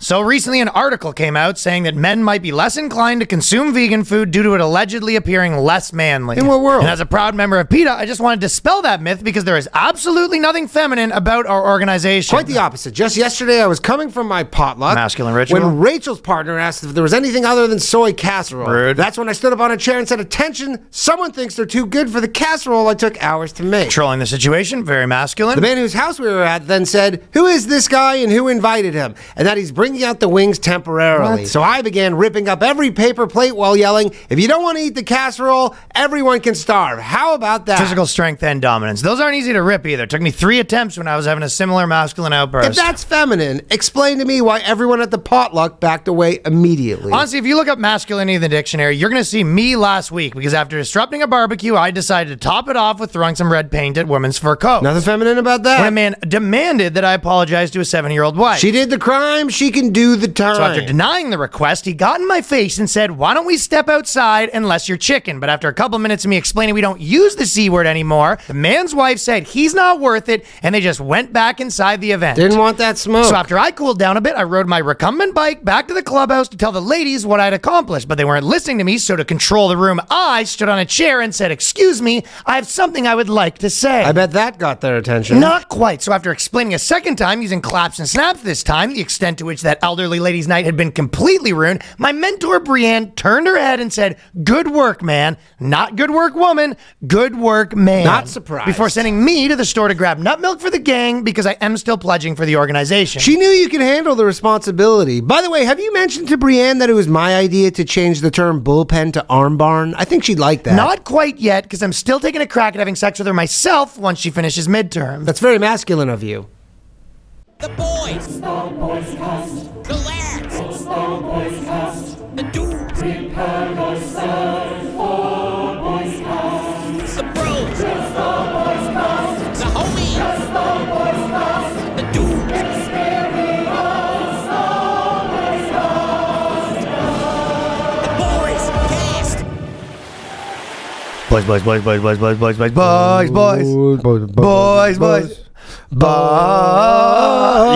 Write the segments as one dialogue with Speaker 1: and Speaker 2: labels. Speaker 1: So recently, an article came out saying that men might be less inclined to consume vegan food due to it allegedly appearing less manly.
Speaker 2: In what world?
Speaker 1: And as a proud member of PETA, I just want to dispel that myth because there is absolutely nothing feminine about our organization.
Speaker 2: Quite the opposite. Just yesterday, I was coming from my potluck.
Speaker 1: Masculine ritual?
Speaker 2: When Rachel's partner asked if there was anything other than soy casserole.
Speaker 1: Rude.
Speaker 2: That's when I stood up on a chair and said, Attention, someone thinks they're too good for the casserole I took hours to make.
Speaker 1: Controlling the situation, very masculine.
Speaker 2: The man whose house we were at then said, Who is this guy and who invited him? And that he's bringing out the wings temporarily.
Speaker 1: What?
Speaker 2: So I began ripping up every paper plate while yelling, If you don't want to eat the casserole, everyone can starve. How about that?
Speaker 1: Physical strength and dominance. Those aren't easy to rip either. took me three attempts when I was having a similar masculine outburst.
Speaker 2: If that's feminine, explain to me why everyone at the potluck backed away immediately.
Speaker 1: Honestly, if you look up masculinity in the dictionary, you're going to see me last week because after disrupting a barbecue, I decided to top it off with throwing some red paint at women's fur coats.
Speaker 2: Nothing feminine about that.
Speaker 1: When a man demanded that I apologize to a seven year old wife.
Speaker 2: she did the crime, she can do the time.
Speaker 1: so after denying the request, he got in my face and said, Why don't we step outside unless you're chicken? But after a couple minutes of me explaining we don't use the C word anymore, the man's wife said he's not worth it, and they just went back inside the event.
Speaker 2: Didn't want that smoke.
Speaker 1: So after I cooled down a bit, I rode my recumbent bike back to the clubhouse to tell the ladies what I'd accomplished, but they weren't listening to me, so to control the room, I stood on a chair and said, Excuse me, I have something I would like to say.
Speaker 2: I bet that got their attention.
Speaker 1: Not quite. So after explaining a second time using claps and snaps this time, the extent to which that elderly lady's night had been completely ruined, my mentor Brienne turned her head and said, "Good work, man. Not good work, woman. Good work, man."
Speaker 2: Not surprised.
Speaker 1: Before sending me to the store to grab nut milk for the gang because I am still pledging for the organization.
Speaker 2: She knew you could handle the responsibility. By the way, have you mentioned to Brienne that it was my idea to change the term bullpen to arm barn? I think she'd like that.
Speaker 1: not quite yet, because I'm still taking a crack at having sex with her myself once she finishes midterm.
Speaker 2: That's very masculine of you.
Speaker 3: The boys. It's the boys cast. The lads. It's the boys cast. The dudes. Prepare yourself for boys cast. It's the bros. It's the boys cast. The homies. It's the boys cast. The dudes. Experience the boys cast.
Speaker 1: Boys, boys, boys, boys, boys, boys, boys, boys, boys, boys,
Speaker 2: boys,
Speaker 1: boys, boys. Boys.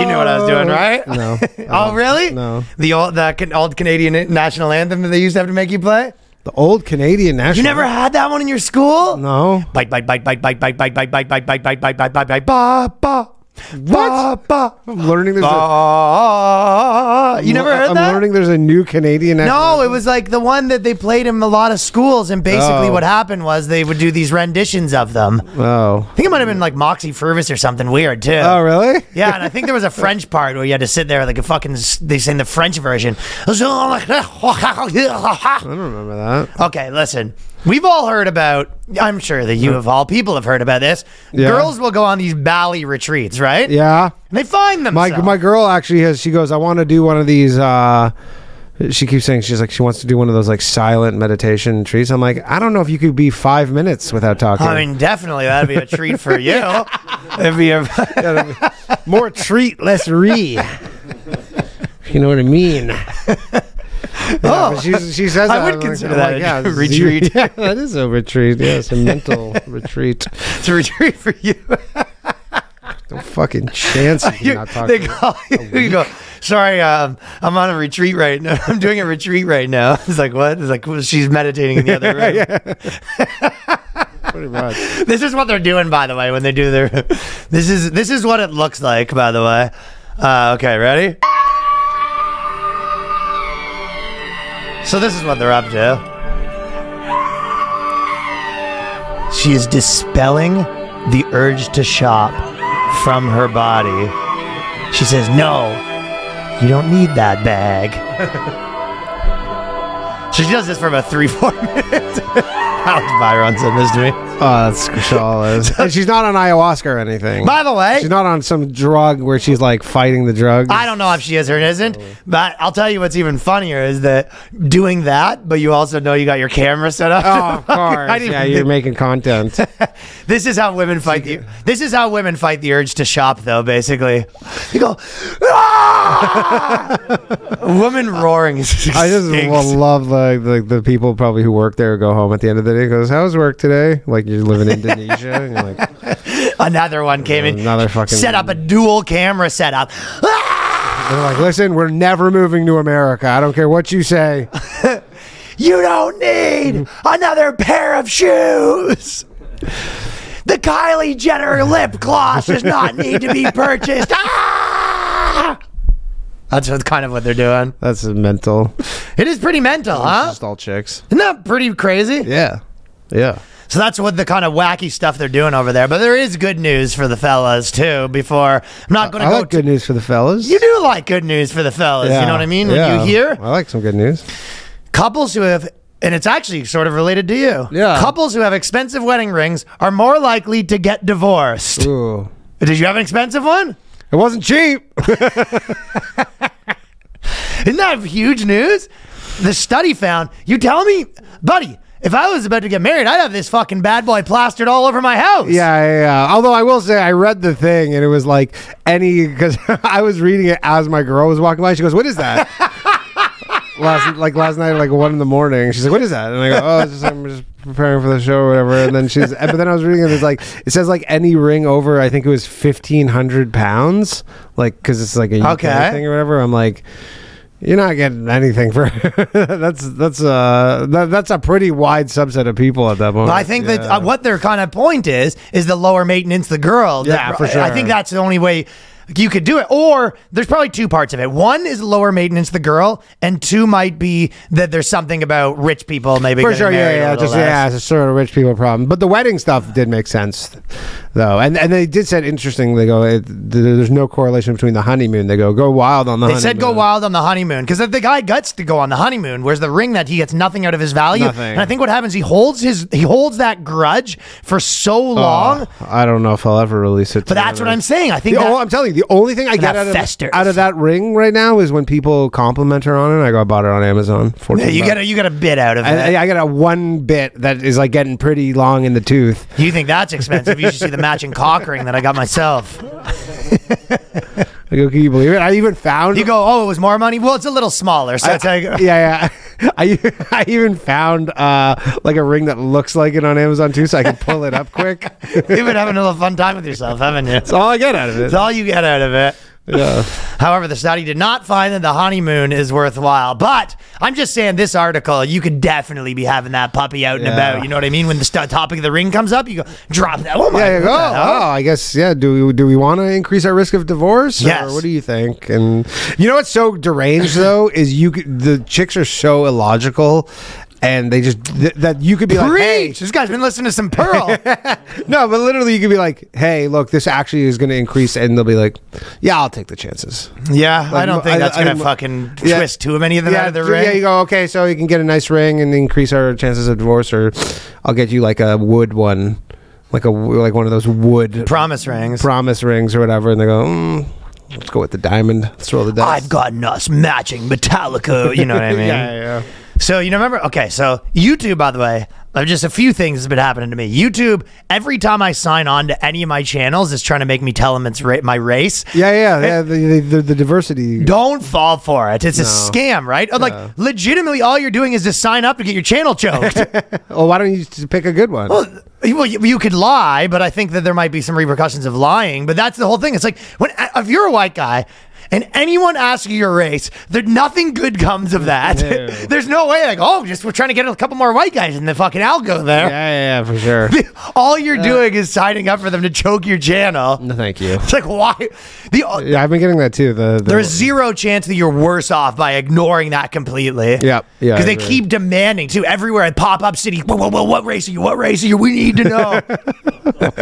Speaker 1: You knew what I was doing, right?
Speaker 2: No.
Speaker 1: oh, really?
Speaker 2: No.
Speaker 1: The old, the can- old Canadian national anthem that they used to have to make you play.
Speaker 2: The old Canadian national.
Speaker 1: You never had that one in your school?
Speaker 2: No.
Speaker 1: Bite, bite, bite, bite, bite, bite, bite, bite, bite, bite, bite, bite, bite, bite, bite, bite, ba, ba, ba, ba,
Speaker 2: I'm learning there's a.
Speaker 1: ba. Oh. You never heard
Speaker 2: I'm
Speaker 1: that?
Speaker 2: learning there's a new Canadian national.
Speaker 1: No, it was like the one that they played in a lot of schools, and basically
Speaker 2: Oh.
Speaker 1: what happened was they would do these renditions of them. I
Speaker 2: Oh.
Speaker 1: think it might have been like Moxie Fervis or something weird too.
Speaker 2: Oh, really?
Speaker 1: Yeah, and I think there was a French part where you had to sit there like a fucking. They sang the French version.
Speaker 2: I don't remember that.
Speaker 1: Okay, listen. We've all heard about. I'm sure that you of all people have heard about this.
Speaker 2: Yeah.
Speaker 1: Girls will go on these bally retreats, right?
Speaker 2: Yeah.
Speaker 1: And they find
Speaker 2: My,
Speaker 1: themselves.
Speaker 2: my girl actually has, she goes, I want to do one of these. Uh, she keeps saying she's like she wants to do one of those like silent meditation trees. I'm like, I don't know if you could be five minutes without talking.
Speaker 1: I mean, definitely that'd be a treat for you. It'd be a.
Speaker 2: More treat, less re. you know what I mean? oh, she, she says
Speaker 1: I
Speaker 2: that,
Speaker 1: would
Speaker 2: I'm
Speaker 1: consider
Speaker 2: I'm
Speaker 1: that a
Speaker 2: yeah, it's-
Speaker 1: retreat.
Speaker 2: Yeah, that is a retreat. Yes, a mental retreat.
Speaker 1: it's a retreat for you.
Speaker 2: No fucking chance of you
Speaker 1: you,
Speaker 2: not talking.
Speaker 1: they call you, you go, sorry, um, I'm on a retreat right now. I'm doing a retreat right now. It's like, what? It's like, well, she's meditating in the other room.
Speaker 2: pretty much.
Speaker 1: This is what they're doing, by the way, when they do their, this is, this is what it looks like, by the way. Uh, okay, ready? So this is what they're up to. She is dispelling the urge to shop from her body. She says, "No, you don't need that bag." she does this for about three, four minutes. Alex Byron said this to me.
Speaker 2: Oh, that's Krishala. and she's not on ayahuasca or anything.
Speaker 1: By the way,
Speaker 2: she's not on some drug where she's like fighting the drugs.
Speaker 1: I don't know if she is or isn't, but I'll tell you what's even funnier is that doing that, but you also know you got your camera set up.
Speaker 2: Oh, of course.
Speaker 1: I didn't
Speaker 2: yeah,
Speaker 1: even
Speaker 2: you're
Speaker 1: think-
Speaker 2: making content.
Speaker 1: This is how women fight the. This is how women fight the urge to shop, though. Basically, you go. "Ah!" A woman roaring. is-
Speaker 2: I just
Speaker 1: stinks.
Speaker 2: will love like the, the people probably who work there go home at the end of the day and goes, "How's work today?" Like you live in Indonesia and you're like,
Speaker 1: another one came in.
Speaker 2: Another fucking-
Speaker 1: set up a dual camera setup. Ah!
Speaker 2: They're like, listen, we're never moving to America. I don't care what you say.
Speaker 1: You don't need another pair of shoes. The Kylie Jenner lip gloss does not need to be purchased. Ah! That's what- kind of what they're doing.
Speaker 2: That's mental.
Speaker 1: It is pretty mental, huh?
Speaker 2: Just all chicks.
Speaker 1: Isn't that pretty crazy?
Speaker 2: Yeah. Yeah.
Speaker 1: So that's what the kind of wacky stuff they're doing over there. But there is good news for the fellas too. Before I'm not going
Speaker 2: I
Speaker 1: to go.
Speaker 2: like good news for the fellas.
Speaker 1: you do like good news for the fellas. You know what I mean? When
Speaker 2: Yeah.
Speaker 1: you hear
Speaker 2: I like some good news.
Speaker 1: couples who have. And it's actually sort of related to you.
Speaker 2: Yeah.
Speaker 1: Couples who have expensive wedding rings are more likely to get divorced.
Speaker 2: Ooh.
Speaker 1: Did you have an expensive one?
Speaker 2: It wasn't cheap.
Speaker 1: Isn't that huge news? The study found, you tell me, buddy, if I was about to get married, I'd have this fucking bad boy plastered all over my house.
Speaker 2: Yeah, yeah, yeah. Although I will say, I read the thing and it was like any because I was reading it as my girl was walking by. She goes, "What is that?" last like last night, like one in the morning. She's like, "What is that?" And I go, "Oh, it's just, I'm just preparing for the show or whatever." And then she's, but then I was reading it. It's like it says like any ring over, I think it was fifteen hundred pounds, like because it's like a UK
Speaker 1: Okay.
Speaker 2: thing or whatever. I'm like. You're not getting anything for that's that's uh that, that's a pretty wide subset of people at that moment.
Speaker 1: But I think that
Speaker 2: Yeah.
Speaker 1: uh, what their kind of point is is the lower maintenance the girl.
Speaker 2: Yeah,
Speaker 1: That-
Speaker 2: for sure.
Speaker 1: I think that's the only way you could do it. Or there's probably two parts of it. One is lower maintenance the girl, and two might be that there's something about rich people maybe.
Speaker 2: For
Speaker 1: getting
Speaker 2: sure, yeah,
Speaker 1: married a
Speaker 2: yeah,
Speaker 1: little
Speaker 2: just
Speaker 1: less.
Speaker 2: yeah, it's a sort of rich people problem. But the wedding stuff did make sense, though, and and they did said interesting. They go, it, there's no correlation between the honeymoon. They go, go wild on the.
Speaker 1: They
Speaker 2: honeymoon.
Speaker 1: said go wild on the honeymoon because if the guy gets to go on the honeymoon, where's the ring that he gets nothing out of his value?
Speaker 2: Nothing.
Speaker 1: And I think what happens he holds his he holds that grudge for so long.
Speaker 2: Oh, I don't know if I'll ever release it.
Speaker 1: but that's what I'm saying. I think
Speaker 2: The,
Speaker 1: that,
Speaker 2: oh, I'm telling you, the only thing I
Speaker 1: that
Speaker 2: get out of,
Speaker 1: festers.
Speaker 2: out of that ring right now is when people compliment her on it. I go, I bought it on Amazon. 14
Speaker 1: Yeah, you
Speaker 2: bucks.
Speaker 1: get a, you get a bit out of it.
Speaker 2: I, I got a one bit that is like getting pretty long in the tooth.
Speaker 1: you think that's expensive? You should see the matching cock ring that I got myself.
Speaker 2: I go, can you believe it? I even found
Speaker 1: You go, oh, it was more money. Well, it's a little smaller, so it's like
Speaker 2: yeah, yeah. I, I even found uh, like a ring that looks like it on Amazon too, so I can pull it up quick. That's
Speaker 1: you've been having a little fun time with yourself, haven't you? That's
Speaker 2: all I get out of it.
Speaker 1: all you get out of it.
Speaker 2: Yeah.
Speaker 1: However, the study did not find that the honeymoon is worthwhile. But I'm just saying, this article, you could definitely be having that puppy out and
Speaker 2: Yeah.
Speaker 1: about. You know what I mean? When the st- topic of the ring comes up, you go drop that. Oh my
Speaker 2: Yeah, you
Speaker 1: what
Speaker 2: go,
Speaker 1: the hell?"
Speaker 2: oh, I guess, yeah. Do we do we want to increase our risk of divorce?
Speaker 1: Yes.
Speaker 2: Or what do you think? And you know what's so deranged though is you c- the chicks are so illogical, and they just th- that you could be like, Oh, hey,
Speaker 1: Preach! this guy's been listening to some Pearl.
Speaker 2: no, but literally you could be like, hey, look, this actually is going to increase, and they'll be like, yeah, I'll take the chances.
Speaker 1: yeah, I
Speaker 2: Like,
Speaker 1: don't think
Speaker 2: I-
Speaker 1: that's
Speaker 2: I-
Speaker 1: gonna fucking
Speaker 2: yeah.
Speaker 1: twist too many of them out of the
Speaker 2: th-
Speaker 1: ring.
Speaker 2: Yeah, you go, okay, so you can get a nice ring and increase our chances of divorce, or I'll get you like a wood one, like a w- like one of those wood
Speaker 1: Promise rings.
Speaker 2: promise rings or whatever, and they go, mm, let's go with the diamond. Let's roll the dice.
Speaker 1: I've gotten us matching Metallica. You know what I mean?
Speaker 2: yeah, yeah, yeah.
Speaker 1: So you know, remember? Okay, so YouTube, by the way, uh, just a few things has been happening to me. YouTube, every time I sign on to any of my channels, is trying to make me tell them it's ra- my race.
Speaker 2: Yeah, yeah, yeah. The, the, the, the diversity.
Speaker 1: Don't fall for it. It's a scam, right? Like, legitimately, all you're doing is just sign up to get your channel choked.
Speaker 2: Oh, why don't you just pick a good one?
Speaker 1: Well, th- well, you, you could lie, but I think that there might be some repercussions of lying. But that's the whole thing. It's like when if you're a white guy. And anyone asks you your race, there nothing good comes of that. There's no way, like, oh, just we're trying to get a couple more white guys in the fucking algo
Speaker 2: yeah,
Speaker 1: there.
Speaker 2: yeah, yeah, for sure.
Speaker 1: All you're doing is signing up for them to choke your channel.
Speaker 2: no, thank you.
Speaker 1: It's like why the
Speaker 2: Yeah, I've been getting that too. The, the
Speaker 1: there's zero chance that you're worse off by ignoring that completely.
Speaker 2: Yeah, yeah,
Speaker 1: Because
Speaker 2: I
Speaker 1: they
Speaker 2: agree.
Speaker 1: keep demanding too everywhere at pop up city. Whoa, whoa, whoa! What race are you? What race are you? We need to know.
Speaker 2: Look, they don't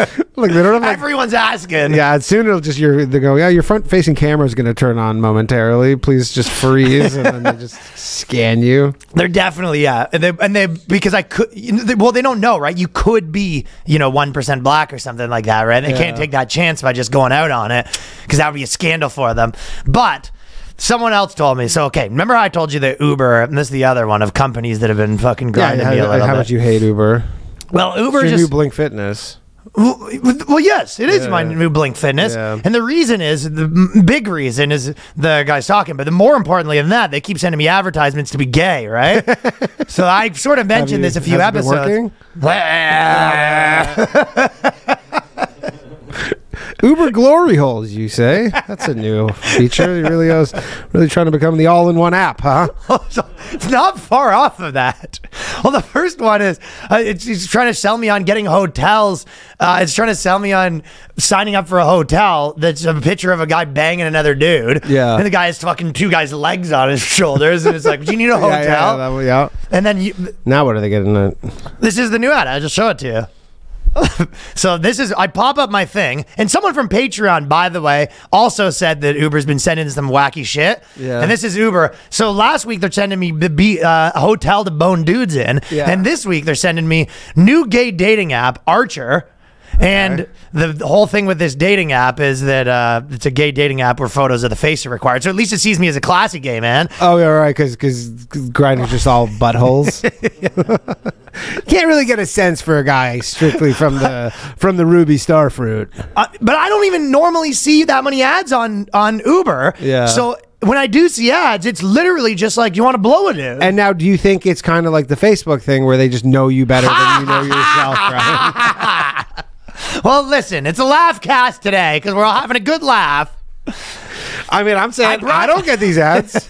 Speaker 2: have like,
Speaker 1: Everyone's asking.
Speaker 2: Yeah, soon it'll just your they go, yeah, your front facing camera is going to turn on momentarily. Please just freeze, and then they just scan you.
Speaker 1: They're definitely yeah, and they and they because I could you know, they, well they don't know right. You could be you know one percent black or something like that, right? They can't take that chance by just going out on it because that would be a scandal for them. But someone else told me so. Okay, remember how I told you that Uber and this is the other one of companies that have been fucking
Speaker 2: Yeah,
Speaker 1: grinding
Speaker 2: how,
Speaker 1: me a little
Speaker 2: how
Speaker 1: bit.
Speaker 2: much you hate Uber?
Speaker 1: well, Uber
Speaker 2: Your
Speaker 1: just
Speaker 2: new Blink Fitness.
Speaker 1: well, well, yes, it is my
Speaker 2: Yeah.
Speaker 1: new Blink Fitness,
Speaker 2: Yeah.
Speaker 1: and the reason is the m- big reason is the guy's talking, but the more importantly than that, they keep sending me advertisements to be gay, right? so I sort of mentioned
Speaker 2: you-
Speaker 1: this a few
Speaker 2: has it been
Speaker 1: episodes.
Speaker 2: working?
Speaker 1: Well,
Speaker 2: Uber glory holes, you say? That's a new feature. You really is really trying to become the all-in-one app, huh?
Speaker 1: So it's not far off of that. Well, the first one is uh, it's, it's trying to sell me on getting hotels. Uh, it's trying to sell me on signing up for a hotel that's a picture of a guy banging another dude.
Speaker 2: Yeah.
Speaker 1: And the guy has fucking two guys' legs on his shoulders. And it's like, do you need a hotel?
Speaker 2: Yeah, yeah, that one, yeah.
Speaker 1: And then you,
Speaker 2: Now what are they getting at?
Speaker 1: this is the new ad. I'll just show it to you. so this is I pop up my thing, and someone from Patreon, by the way, also said that Uber's been sending some wacky shit.
Speaker 2: Yeah.
Speaker 1: And this is Uber. So last week they're sending me the be, uh, hotel to bone dudes in,
Speaker 2: Yeah.
Speaker 1: and this week they're sending me new gay dating app Archer. And the, the whole thing with this dating app is that uh, it's a gay dating app where photos of the face are required. So at least it sees me as a classy gay man.
Speaker 2: Oh, yeah, right, because because Grinder's just all buttholes. Can't really get a sense for a guy strictly from the from the ruby star fruit.
Speaker 1: Uh, but I don't even normally see that many ads on on Uber.
Speaker 2: Yeah.
Speaker 1: So when I do see ads, it's literally just like you want to blow a dude.
Speaker 2: And now, do you think it's kind of like the Facebook thing where they just know you better than you know yourself? Right?
Speaker 1: well, listen, it's a laugh cast today because we're all having a good laugh.
Speaker 2: I mean, I'm saying I,
Speaker 1: brought-
Speaker 2: don't get these ads.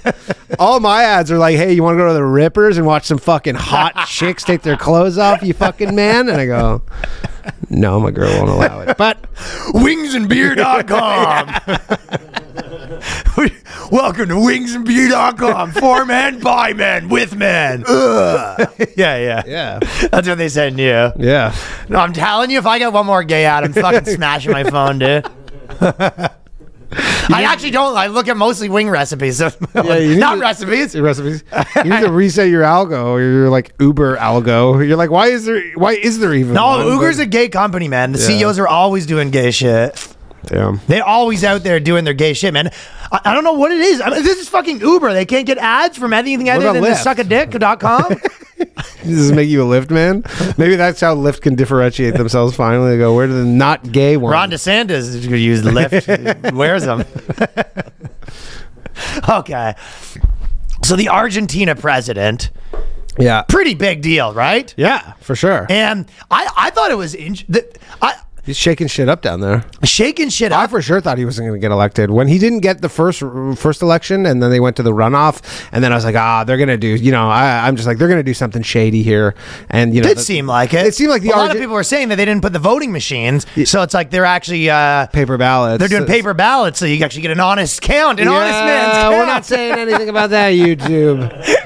Speaker 2: All my ads are like, "Hey, you want to go to the Rippers and watch some fucking hot chicks take their clothes off, you fucking man?" And I go, "No, my girl won't allow it." But
Speaker 1: Wingsandbeer.com. Welcome to wingsandbeer.com. For men, by men, with men. Ugh. yeah, yeah,
Speaker 2: yeah,
Speaker 1: That's what they said to you.
Speaker 2: yeah.
Speaker 1: No, I'm telling you, if I get one more gay ad, I'm fucking smashing my phone, dude. I actually don't. I look at mostly wing recipes, so
Speaker 2: you need
Speaker 1: not
Speaker 2: to-
Speaker 1: recipes.
Speaker 2: Your recipes. You need to reset your algo or your like Uber algo. You're like, why is there? Why is there even?
Speaker 1: No,
Speaker 2: one?
Speaker 1: Uber's a
Speaker 2: But-
Speaker 1: gay company, man. The CEOs are always doing gay shit.
Speaker 2: damn.
Speaker 1: They always out there doing their gay shit, man. I, I don't know what it is. I mean, this is fucking Uber. They can't get ads from anything other
Speaker 2: about
Speaker 1: than the
Speaker 2: Lyft?
Speaker 1: suckadick.com.
Speaker 2: Does this make you a Lyft man? Maybe that's how Lyft can differentiate themselves. Finally, they go, where do the not gay one?
Speaker 1: Ron DeSantis is going to use Lyft. Where's them? okay. So the Argentina president,
Speaker 2: yeah,
Speaker 1: pretty big deal, right?
Speaker 2: yeah, for sure.
Speaker 1: And I, I thought it was in, the, I
Speaker 2: He's shaking shit up down there.
Speaker 1: shaking shit
Speaker 2: I
Speaker 1: up.
Speaker 2: for sure thought he wasn't going to get elected when he didn't get the first first election, and then they went to the runoff, and then I was like, ah, they're going to do. You know, I, I'm just like they're going to do something shady here, and you know,
Speaker 1: Did
Speaker 2: the-
Speaker 1: seem like it.
Speaker 2: It seemed like the
Speaker 1: a lot of
Speaker 2: Arge-
Speaker 1: people were saying that they didn't put the voting machines, so it's like they're actually uh,
Speaker 2: paper ballots.
Speaker 1: they're doing paper ballots, so you actually get an honest count, an honest man's
Speaker 2: Yeah,
Speaker 1: count.
Speaker 2: we're not saying anything about that, YouTube.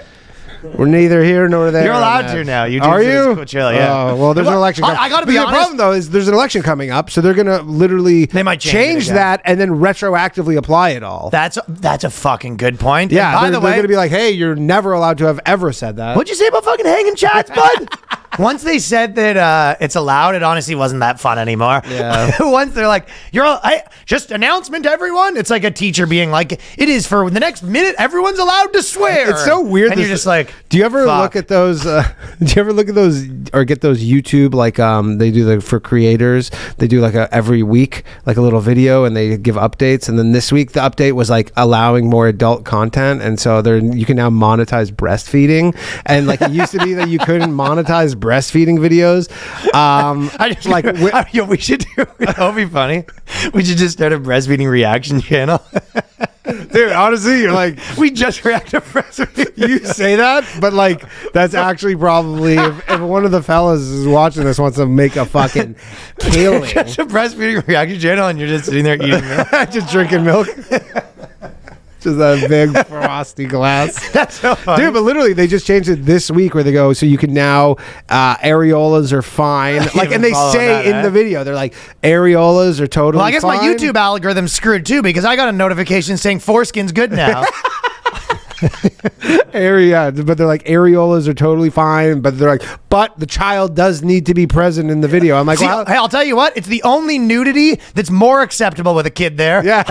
Speaker 2: We're neither here nor there.
Speaker 1: You're
Speaker 2: on
Speaker 1: allowed
Speaker 2: that.
Speaker 1: to now. YouTube's
Speaker 2: Are
Speaker 1: just
Speaker 2: you?
Speaker 1: cool chill, yeah.
Speaker 2: Oh, well, there's an
Speaker 1: Well,
Speaker 2: election.
Speaker 1: I-
Speaker 2: coming.
Speaker 1: I gotta be
Speaker 2: But The
Speaker 1: honest.
Speaker 2: problem though is there's an election coming up, so they're gonna literally
Speaker 1: They might change it again.
Speaker 2: that and then retroactively apply it all.
Speaker 1: that's that's a fucking good point.
Speaker 2: yeah.
Speaker 1: And by
Speaker 2: they're,
Speaker 1: the
Speaker 2: they're
Speaker 1: way,
Speaker 2: gonna be like, hey, you're never allowed to have ever said that.
Speaker 1: What'd you say about fucking hanging chads, bud? Once they said that uh, it's allowed, it honestly wasn't that fun anymore.
Speaker 2: Yeah.
Speaker 1: Once they're like, "You're all, I, just announcement to everyone," it's like a teacher being like, "It is for the next minute. Everyone's allowed to swear."
Speaker 2: It's so weird.
Speaker 1: And you're
Speaker 2: this-
Speaker 1: just like,
Speaker 2: do you ever
Speaker 1: fuck.
Speaker 2: look at those? Uh, do you ever look at those or get those YouTube like um they do like for creators? They do like a every week like a little video and they give updates. And then this week the update was like allowing more adult content, and so there you can now monetize breastfeeding. And like it used to be that you couldn't monetize breastfeeding videos. Um,
Speaker 1: I just
Speaker 2: like
Speaker 1: like
Speaker 2: wi-
Speaker 1: yo, we should do. That'll be funny. We should just start a breastfeeding reaction channel.
Speaker 2: dude, honestly, you're like.
Speaker 1: we just react to breastfeeding.
Speaker 2: you say that, but like that's actually probably if, if one of the fellas is watching this wants to make a fucking killing,
Speaker 1: Just a breastfeeding reaction channel, and you're just sitting there eating. it.
Speaker 2: just drinking milk, just a big frosty glass.
Speaker 1: That's so funny.
Speaker 2: Dude, but literally, they just changed it this week where they go, so you can now, uh, areolas are fine. Like,
Speaker 1: even
Speaker 2: and they
Speaker 1: follow
Speaker 2: say
Speaker 1: that,
Speaker 2: in
Speaker 1: eh?
Speaker 2: the video, they're like, areolas are totally
Speaker 1: Well, I guess my
Speaker 2: fine."
Speaker 1: YouTube algorithm's screwed too because I got a notification saying foreskin's good now.
Speaker 2: area, but they're like areolas are totally fine, but they're like, but the child does need to be present in the video. I'm like,
Speaker 1: See,
Speaker 2: well,
Speaker 1: hey, I'll tell you what, it's the only nudity that's more acceptable with a kid there.
Speaker 2: yeah,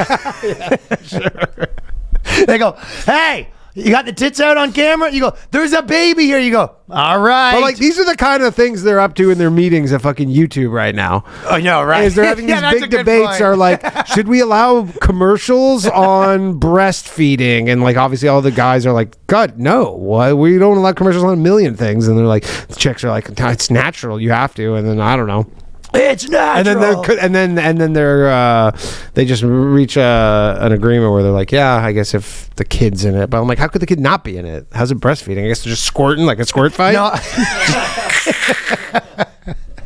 Speaker 1: They go, hey, you got the tits out on camera? You go, there's a baby here. You go, all right.
Speaker 2: But like these are the kind of things they're up to in their meetings at fucking YouTube right now.
Speaker 1: I know, right?
Speaker 2: Is they're having
Speaker 1: Oh, Yeah,
Speaker 2: these
Speaker 1: that's a
Speaker 2: big
Speaker 1: good
Speaker 2: debates
Speaker 1: point.
Speaker 2: are like, should we allow commercials on breastfeeding? And like obviously all the guys are like, God, no. Why we don't allow commercials on a million things? And they're like the chicks are like, "No, it's natural, you have to, and then I don't know.
Speaker 1: It's natural.
Speaker 2: and then they're, co- and then and then they're uh, they just reach uh, an agreement where they're like, yeah, I guess if the kid's in it, but I'm like, how could the kid not be in it? How's it breastfeeding? I guess they're just squirting like a squirt fight.
Speaker 1: No.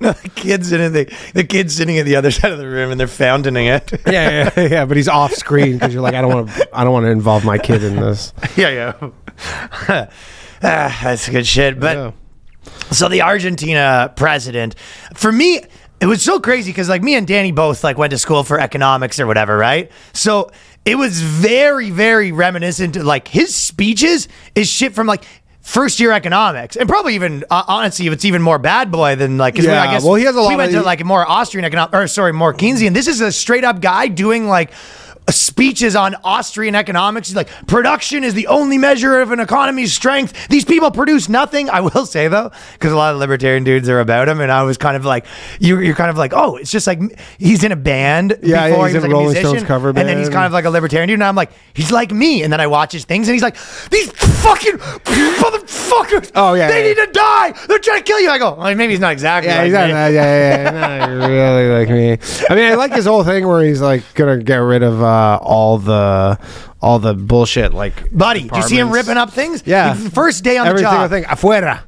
Speaker 1: no, the kid's in it. The, the kid's sitting at the other side of the room, and they're fountaining it.
Speaker 2: Yeah, yeah, yeah, but he's off screen because you're like, I don't want to, I don't want to involve my kid in this.
Speaker 1: yeah, yeah. Ah, that's good shit. But
Speaker 2: Yeah.
Speaker 1: so the Argentina president, for me, it was so crazy because like me and Danny both like went to school for economics or whatever, right? So it was very, very reminiscent. Of, like his speeches is shit from like. First year economics, and probably even uh, honestly, it's even more bad boy than like. 'cause we- I
Speaker 2: Yeah,
Speaker 1: guess
Speaker 2: well, he has a lot
Speaker 1: We
Speaker 2: of-
Speaker 1: went to like more Austrian economic, or sorry, more Keynesian. This is a straight up guy doing like speeches on Austrian economics. He's like, production is the only measure of an economy's strength. These people produce nothing. I will say though, because a lot of libertarian dudes are about him, and I was kind of like, you, you're kind of like, oh, it's just like he's in a band.
Speaker 2: Yeah, yeah,
Speaker 1: before
Speaker 2: he's
Speaker 1: he was
Speaker 2: in
Speaker 1: like a
Speaker 2: Rolling
Speaker 1: musician,
Speaker 2: Stones cover
Speaker 1: and then he's
Speaker 2: band.
Speaker 1: kind of like a libertarian dude, and I'm like, he's like me. And then I watch his things, and he's like, these fucking motherfuckers.
Speaker 2: Oh, yeah,
Speaker 1: they
Speaker 2: yeah.
Speaker 1: need to die. They're trying to kill you. I go, well, maybe he's not exactly.
Speaker 2: Yeah,
Speaker 1: like
Speaker 2: he's
Speaker 1: me.
Speaker 2: not, yeah, yeah, yeah. not really like me. I mean, I like his whole thing where he's like gonna get rid of uh, all the all the bullshit. Like,
Speaker 1: Buddy, do you see him ripping up things?
Speaker 2: Yeah.
Speaker 1: The first day on
Speaker 2: every
Speaker 1: the
Speaker 2: single
Speaker 1: job,
Speaker 2: thing. Afuera.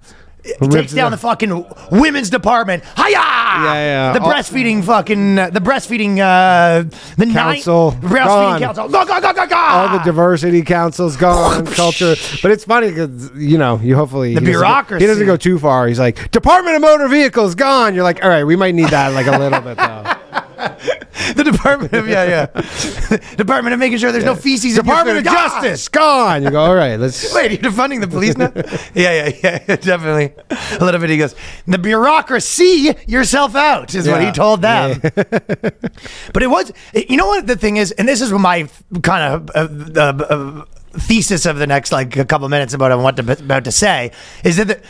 Speaker 1: takes down the fucking women's department. Hiya!
Speaker 2: yeah. Oh.
Speaker 1: The
Speaker 2: All-
Speaker 1: breastfeeding fucking, uh, the breastfeeding, uh, the nine-
Speaker 2: Council.
Speaker 1: breastfeeding
Speaker 2: Gone.
Speaker 1: council. Go, go, go, go, go!
Speaker 2: all the diversity councils gone
Speaker 1: Oh,
Speaker 2: culture but it's funny because you know you hopefully the
Speaker 1: bureaucracy.
Speaker 2: he doesn't go too far he's like department of motor vehicles gone you're like all right we might need that like a little bit though
Speaker 1: The department of, yeah, yeah. department of making sure there's no feces in
Speaker 2: department of
Speaker 1: your food. God!
Speaker 2: justice gone you go all right let's
Speaker 1: Wait, you're defunding the police now? yeah, yeah, yeah, definitely. A little bit he goes, the bureaucracy yourself out is what
Speaker 2: Yeah.
Speaker 1: he told them. but it was, you know what the thing is, and this is my kind of uh, uh, uh, thesis of the next like a couple minutes about what I'm about to say is that the,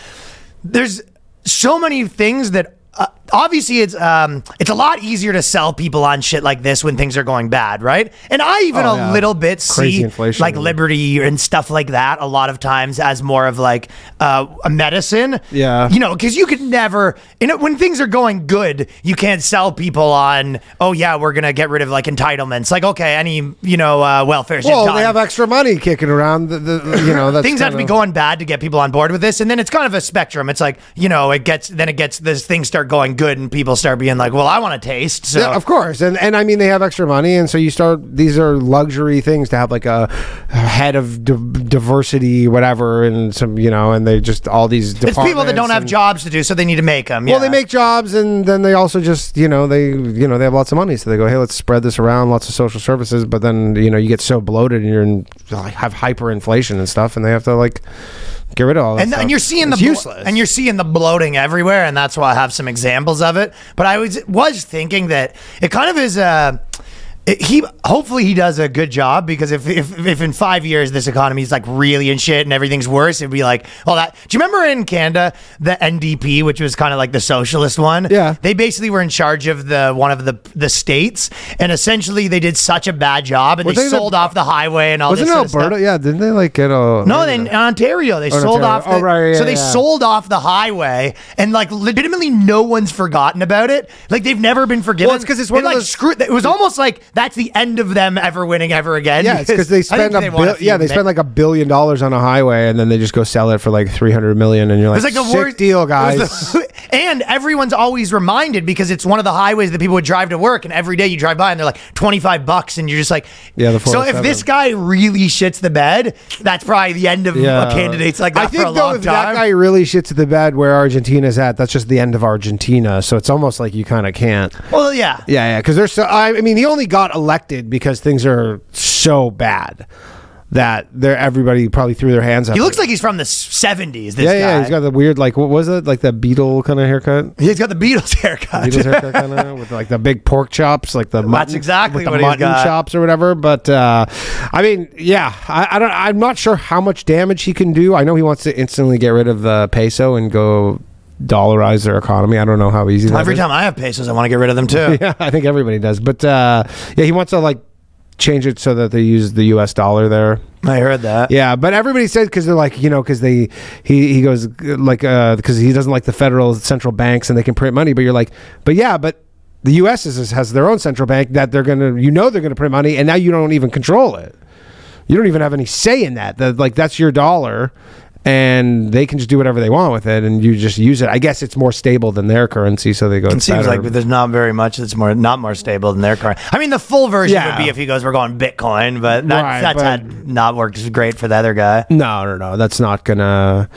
Speaker 1: there's so many things that uh, obviously it's um, it's a lot easier to sell people on shit like this when things are going bad, right? And I even
Speaker 2: Oh,
Speaker 1: a
Speaker 2: yeah.
Speaker 1: little bit
Speaker 2: Crazy
Speaker 1: see
Speaker 2: inflation.
Speaker 1: like liberty and stuff like that a lot of times as more of like uh, a medicine.
Speaker 2: Yeah.
Speaker 1: You know, because you could never, you know, when things are going good, you can't sell people on, oh, yeah, we're going to get rid of like entitlements. Like, okay, any, you know, uh, welfare shit.
Speaker 2: well
Speaker 1: done.
Speaker 2: they have extra money kicking around the, the you know that's
Speaker 1: Things have to be
Speaker 2: kinda-
Speaker 1: going bad to get people on board with this, and then it's kind of a spectrum. It's like you know, it gets then it gets this things start going good, and people start being like, "Well, I want to taste." So
Speaker 2: Yeah, of course, and and I mean they have extra money, and so you start. These are luxury things to have, like a, a head of di- diversity, whatever, and some you know, and they just all these.
Speaker 1: it's people that don't
Speaker 2: departments
Speaker 1: have
Speaker 2: and-
Speaker 1: jobs to do, so they need to make them.
Speaker 2: Well, they make jobs, and then they also just you know they you know they have lots of money, so they go, hey, let's spread this around, lots of social services. But then you know you get so bloated, and you're in, like, have hyperinflation and stuff, and they have to like get rid of all that.
Speaker 1: and,
Speaker 2: stuff.
Speaker 1: and you're seeing
Speaker 2: It's
Speaker 1: the blo-
Speaker 2: useless.
Speaker 1: and you're seeing the bloating everywhere and that's why i have some examples of it but i was was thinking that it kind of is a it- he hopefully he does a good job because if, if if in five years this economy is like really in shit and everything's worse, it'd be like all that. Do you remember in Canada the NDP, which was kind of like the socialist one?
Speaker 2: Yeah.
Speaker 1: they basically were in charge of the one of the the states, and essentially they did such a bad job and
Speaker 2: Wasn't
Speaker 1: they
Speaker 2: it the-
Speaker 1: sold off the highway and all.
Speaker 2: wasn't
Speaker 1: this
Speaker 2: it
Speaker 1: sort of stuff.
Speaker 2: Alberta? Yeah, didn't they like get a
Speaker 1: No, then in Ontario they
Speaker 2: in
Speaker 1: sold
Speaker 2: Ontario.
Speaker 1: off. The,
Speaker 2: Oh, right, yeah,
Speaker 1: so they
Speaker 2: yeah.
Speaker 1: sold off the highway, and like legitimately, no one's forgotten about it. Like they've never been forgiven.
Speaker 2: Well, it's 'cause it's one
Speaker 1: And,
Speaker 2: of
Speaker 1: like,
Speaker 2: those-
Speaker 1: screw. It was almost like that's the end of them ever winning ever again.
Speaker 2: Yeah, it's because they
Speaker 1: I think
Speaker 2: spend a
Speaker 1: won
Speaker 2: bill-
Speaker 1: few
Speaker 2: yeah they
Speaker 1: mi-
Speaker 2: spend like a billion dollars on a highway and then they just go sell it for like three hundred million and you're
Speaker 1: It
Speaker 2: like,
Speaker 1: was like the
Speaker 2: sick
Speaker 1: worst
Speaker 2: deal
Speaker 1: it was
Speaker 2: guys.
Speaker 1: the- and everyone's always reminded because it's one of the highways that people would drive to work, and every day you drive by and they're like twenty five bucks, and you're just like,
Speaker 2: Yeah, the
Speaker 1: So if
Speaker 2: 407.
Speaker 1: this guy really shits the bed, that's probably the end of
Speaker 2: Yeah.
Speaker 1: candidates like that
Speaker 2: I think
Speaker 1: for a
Speaker 2: though
Speaker 1: long
Speaker 2: if
Speaker 1: time.
Speaker 2: that guy really shits the bed where Argentina's at, that's just the end of Argentina. So it's almost like you kind of can't.
Speaker 1: well, yeah,
Speaker 2: Yeah, yeah, because there's so. I, I mean, he only got elected because things are so bad that they're everybody probably threw their hands up.
Speaker 1: He looks like he's from the seventies. This
Speaker 2: yeah,
Speaker 1: guy.
Speaker 2: yeah. He's got the weird like what was it like the beetle kind of haircut.
Speaker 1: he's got the Beatles haircut.
Speaker 2: Beatles haircut kind of with like the big pork chops, like the mutton,
Speaker 1: exactly
Speaker 2: with the
Speaker 1: what he's
Speaker 2: mutton
Speaker 1: got.
Speaker 2: chops or whatever. But uh, I mean, yeah, I, I don't. I'm not sure how much damage he can do. I know he wants to instantly get rid of the peso and go dollarize their economy. I don't know how easy. that
Speaker 1: Every
Speaker 2: is.
Speaker 1: time I have pesos, I want to get rid of them too.
Speaker 2: yeah, I think everybody does. But uh, yeah, he wants to like change it so that they use the U.S. dollar there.
Speaker 1: I heard that.
Speaker 2: Yeah, but everybody says because they're like you know because they he he goes like because he doesn't like the federal central banks and they can print money. But you're like, but yeah, but the U.S. Is, has their own central bank that they're gonna you know they're gonna print money, and now you don't even control it. You don't even have any say in that. That like that's your dollar, and they can just do whatever they want with it, and you just use it. I guess it's more stable than their currency, so they go.
Speaker 1: It seems like there's not very much that's more not more stable than their current. I mean, the full version
Speaker 2: Yeah.
Speaker 1: would be if he goes, "We're going Bitcoin," but that,
Speaker 2: Right,
Speaker 1: that's
Speaker 2: but-
Speaker 1: had not worked great for the other guy.
Speaker 2: no, no, no. That's not gonna.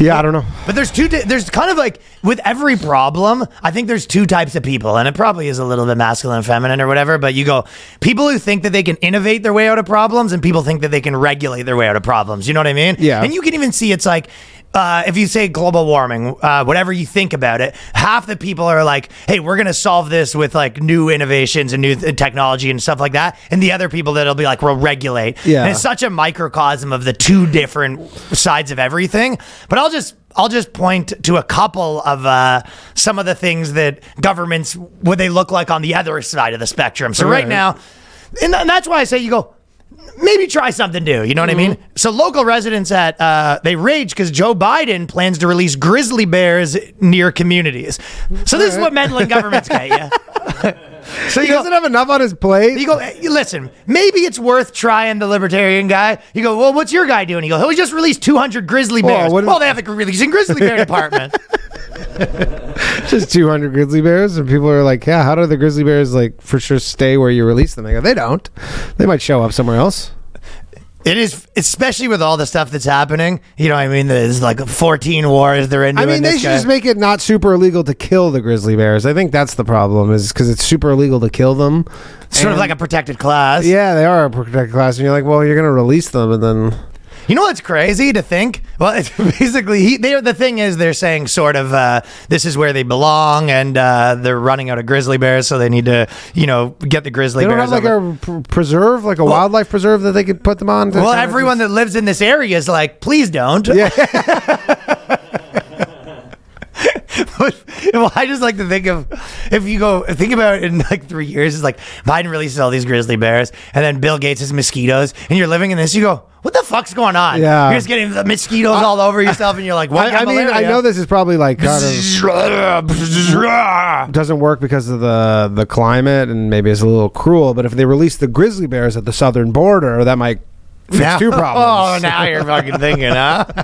Speaker 2: Yeah, I don't know.
Speaker 1: But there's two. Di- there's kind of like with every problem, I think there's two types of people, and it probably is a little bit masculine and feminine or whatever. But you go people who think that they can innovate their way out of problems, and people think that they can regulate their way out of problems. You know what I mean?
Speaker 2: Yeah.
Speaker 1: And you can even see it's like. Uh, if you say global warming, uh, whatever you think about it, half the people are like, "Hey, we're gonna solve this with like new innovations and new th- technology and stuff like that," and the other people that'll be like, "We'll regulate."
Speaker 2: Yeah.
Speaker 1: And it's such a microcosm of the two different sides of everything. But I'll just I'll just point to a couple of uh, some of the things that governments what they look like on the other side of the spectrum. So right,
Speaker 2: Right.
Speaker 1: now, and tha- that's why I say you go. Maybe try something new. You know what I mean? So local residents at uh, they rage because Joe Biden plans to release grizzly bears near communities. So this is what meddling governments get you. so you
Speaker 2: He doesn't have enough on his plate.
Speaker 1: you go, "Hey, listen, maybe it's worth trying the libertarian guy. You go, well, what's your guy doing? You go, oh, he just released 200 grizzly bears.
Speaker 2: what is-
Speaker 1: well, they have a releasing grizzly bear department.
Speaker 2: just 200 grizzly bears and people are like yeah how do the grizzly bears like for sure stay where you release them i go they don't they might show up somewhere else
Speaker 1: It is, especially with all the stuff that's happening. You know what I mean? There's like 14 wars they're into.
Speaker 2: i mean
Speaker 1: in
Speaker 2: they
Speaker 1: this
Speaker 2: should
Speaker 1: guy.
Speaker 2: just make it not super illegal to kill the grizzly bears i think that's the problem is because it's super illegal to kill them
Speaker 1: Sort of like a protected class.
Speaker 2: yeah they are a protected class and you're like well you're gonna release them and then
Speaker 1: You know what's crazy to think? Well, it's basically, he, they, the thing is, they're saying sort of uh, this is where they belong, and uh, they're running out of grizzly bears, so they need to, you know, get the grizzly
Speaker 2: they don't
Speaker 1: bears.
Speaker 2: have like
Speaker 1: over-
Speaker 2: a pr- preserve like a wildlife preserve that they could put them on to
Speaker 1: Well,
Speaker 2: kinda just-
Speaker 1: everyone that lives in this area is like, please don't.
Speaker 2: Yeah.
Speaker 1: But- well, I just like to think of if you go think about it in like three years, it's like Biden releases all these grizzly bears, and then Bill Gates has mosquitoes, and you're living in this. You go, what the fuck's going on?
Speaker 2: Yeah.
Speaker 1: you're just getting the mosquitoes all over yourself, and you're like, what?
Speaker 2: I, I mean, I know this is probably like kind of
Speaker 1: this.
Speaker 2: doesn't work because of the the climate and maybe it's a little cruel. But if they release the grizzly bears at the southern border, that might fix two
Speaker 1: Oh,
Speaker 2: problems.
Speaker 1: now you're fucking thinking, huh?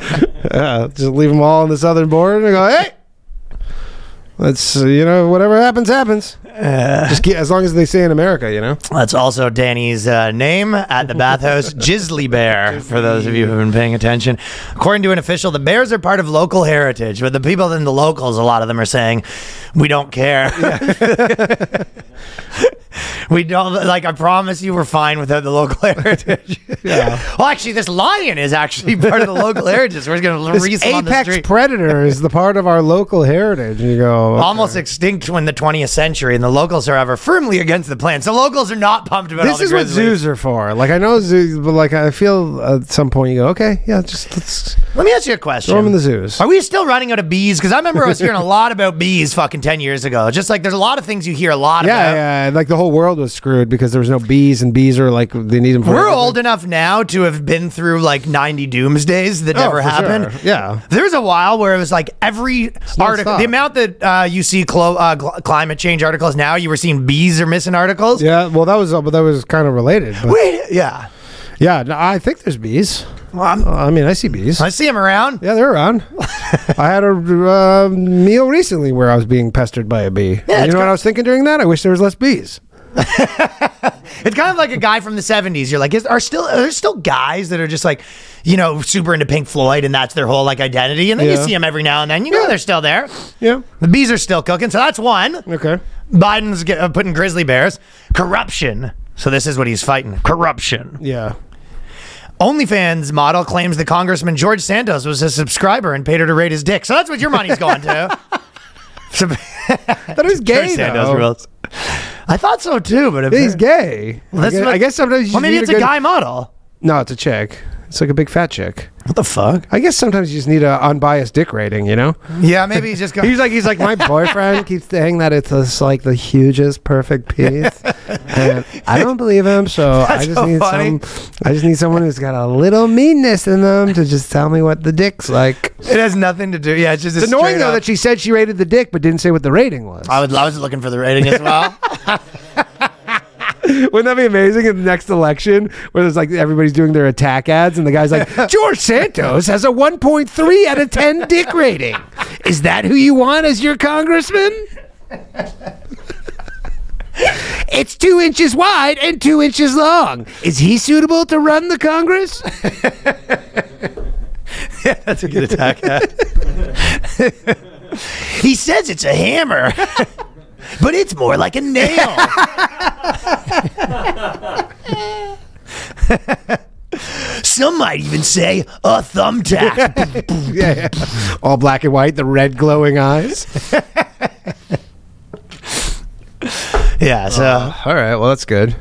Speaker 2: Yeah, just leave them all on the southern border and go, hey, let's uh, you know whatever happens happens.
Speaker 1: Uh.
Speaker 2: just get, as long as they stay in America, you know.
Speaker 1: That's also Danny's uh, name at the bathhouse, Jizzly Bear, for those of you who have been paying attention. According to an official, the bears are part of local heritage, but the people in the locals, a lot of them are saying, we don't care. we don't, like, I promise you we're fine without the local heritage.
Speaker 2: Yeah.
Speaker 1: Well, actually, this lion is actually part of the local heritage. We're going to
Speaker 2: This
Speaker 1: release him on the
Speaker 2: apex
Speaker 1: street.
Speaker 2: predator is the part of our local heritage. And you go, okay.
Speaker 1: Almost extinct in the 20th century, and the locals, however, firmly against the plan. So locals are not pumped about all
Speaker 2: This
Speaker 1: the
Speaker 2: is what
Speaker 1: grizzlies.
Speaker 2: zoos are for. Like I know zoos, but like I feel at some point you go, okay, yeah, just let's
Speaker 1: Let me ask you a question.
Speaker 2: throw them in the zoos.
Speaker 1: Are we still running out of bees? Because I remember I was hearing a lot about bees fucking 10 years ago. Just like there's a lot of things you hear a lot
Speaker 2: Yeah,
Speaker 1: about.
Speaker 2: yeah, and, like the whole world was screwed because there was no bees, and bees are like they need them. For
Speaker 1: We're
Speaker 2: everything.
Speaker 1: old enough now to have been through like 90 doomsdays that
Speaker 2: Oh,
Speaker 1: never
Speaker 2: for
Speaker 1: happened.
Speaker 2: sure. Yeah.
Speaker 1: There was a while where it was like every article,
Speaker 2: nonstop.
Speaker 1: the amount that uh, you see clo- uh, gl- climate change articles now, you were seeing bees are missing articles.
Speaker 2: Yeah, well, that was uh, but that was kind of related. But
Speaker 1: Wait, yeah.
Speaker 2: yeah, no, I think there's bees.
Speaker 1: Well, I'm-
Speaker 2: Uh, I mean, I see bees.
Speaker 1: I see them around.
Speaker 2: yeah, they're around. I had a uh, meal recently where I was being pestered by a bee. And
Speaker 1: it's
Speaker 2: you know what
Speaker 1: kind-
Speaker 2: I was thinking during that? I wish there was less bees.
Speaker 1: It's kind of like a guy from the '70s. You're like, is, are still are there still guys that are just like, you know, super into Pink Floyd and that's their whole like identity, and then you
Speaker 2: Yeah.
Speaker 1: see them every now and then. You know, they're still there.
Speaker 2: Yeah.
Speaker 1: The bees are still cooking, so that's one.
Speaker 2: Okay.
Speaker 1: Biden's get, uh, putting grizzly bears, corruption. So this is what he's fighting: corruption.
Speaker 2: Yeah.
Speaker 1: OnlyFans model claims the congressman George Santos was a subscriber and paid her to rate his dick. So that's what your money's going to. So,
Speaker 2: That is gay
Speaker 1: George Santos
Speaker 2: though.
Speaker 1: rules. I thought so too, but if
Speaker 2: Yeah, he's gay. I,
Speaker 1: That's
Speaker 2: guess,
Speaker 1: what-
Speaker 2: I guess sometimes you
Speaker 1: Well,
Speaker 2: just
Speaker 1: maybe
Speaker 2: need
Speaker 1: it's
Speaker 2: a
Speaker 1: a
Speaker 2: good-
Speaker 1: guy model.
Speaker 2: No, it's a chick. It's like a big fat chick.
Speaker 1: What the fuck?
Speaker 2: I guess sometimes you just need a unbiased dick rating, you know?
Speaker 1: Yeah, maybe he's just going.
Speaker 2: He's like, he's like, my boyfriend keeps saying that it's just like the hugest perfect piece, and I don't believe him. So I
Speaker 1: That's
Speaker 2: just
Speaker 1: so
Speaker 2: need
Speaker 1: funny.
Speaker 2: some, I just need someone who's got a little meanness in them to just tell me what the dick's like.
Speaker 1: It has nothing to do. Yeah, it's just
Speaker 2: It's annoying though that she said she rated the dick but didn't say what the rating was.
Speaker 1: I was I was looking for the rating as well.
Speaker 2: Wouldn't that be amazing in the next election where there's like everybody's doing their attack ads and the guy's like, George Santos has a 1.3 out of 10 dick rating. Is that who you want as your congressman? It's two inches wide and two inches long. Is he suitable to run the Congress?
Speaker 1: That's a good attack. he says it's a hammer, but it's more like a nail. Some might even say a thumbtack.
Speaker 2: yeah, yeah. All black and white, the red glowing eyes.
Speaker 1: yeah, so,
Speaker 2: All right, well, that's good.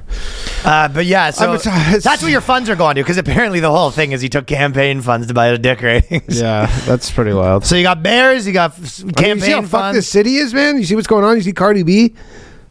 Speaker 1: uh, but yeah, so
Speaker 2: I'm sorry.
Speaker 1: that's what your funds are going to because apparently the whole thing is you took campaign funds to buy the dick ratings.
Speaker 2: Yeah, that's pretty wild.
Speaker 1: So you got bears, you got f-
Speaker 2: I mean,
Speaker 1: campaign
Speaker 2: you see how fucked
Speaker 1: funds.
Speaker 2: this city is, man. You see what's going on. You see Cardi B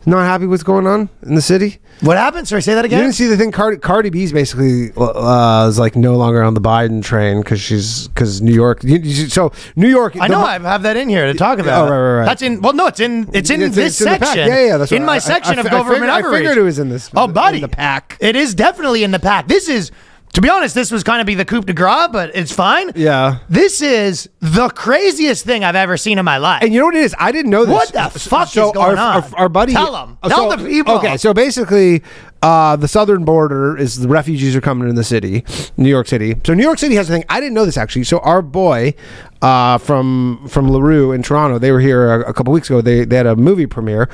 Speaker 2: not happy what's going on in the city.
Speaker 1: What happened? Sorry, say that
Speaker 2: You
Speaker 1: again.
Speaker 2: didn't see the thing. Cardi, Cardi B's basically uh, is like no longer on the Biden train because she's because New York. you- you- so New York.
Speaker 1: I know I have that in here to talk about.
Speaker 2: Oh, right, right, right.
Speaker 1: That's in. Well, no, it's in. It's in this
Speaker 2: it's the pack.
Speaker 1: section.
Speaker 2: yeah, yeah, that's
Speaker 1: in
Speaker 2: what
Speaker 1: my
Speaker 2: I- I-
Speaker 1: section
Speaker 2: I
Speaker 1: of
Speaker 2: fi- I
Speaker 1: government
Speaker 2: figured,
Speaker 1: outreach.
Speaker 2: I figured it was in this.
Speaker 1: Oh,
Speaker 2: in
Speaker 1: buddy,
Speaker 2: the pack.
Speaker 1: It is definitely in the pack. This is, to be honest, this was kind of be the coup de grace, but it's fine.
Speaker 2: Yeah.
Speaker 1: This is the craziest thing I've ever seen in my life.
Speaker 2: And you know what it is? I didn't know this.
Speaker 1: What the fuck is going
Speaker 2: our,
Speaker 1: on?
Speaker 2: Our, our buddy,
Speaker 1: Tell 'em.
Speaker 2: Uh,
Speaker 1: Tell
Speaker 2: so-
Speaker 1: the people.
Speaker 2: Okay, so basically, uh, the southern border is the refugees are coming in the city, New York City. So New York City has a thing. I didn't know this actually. So our boy uh, from from Larue in Toronto, they were here a, a couple weeks ago. They they had a movie premiere,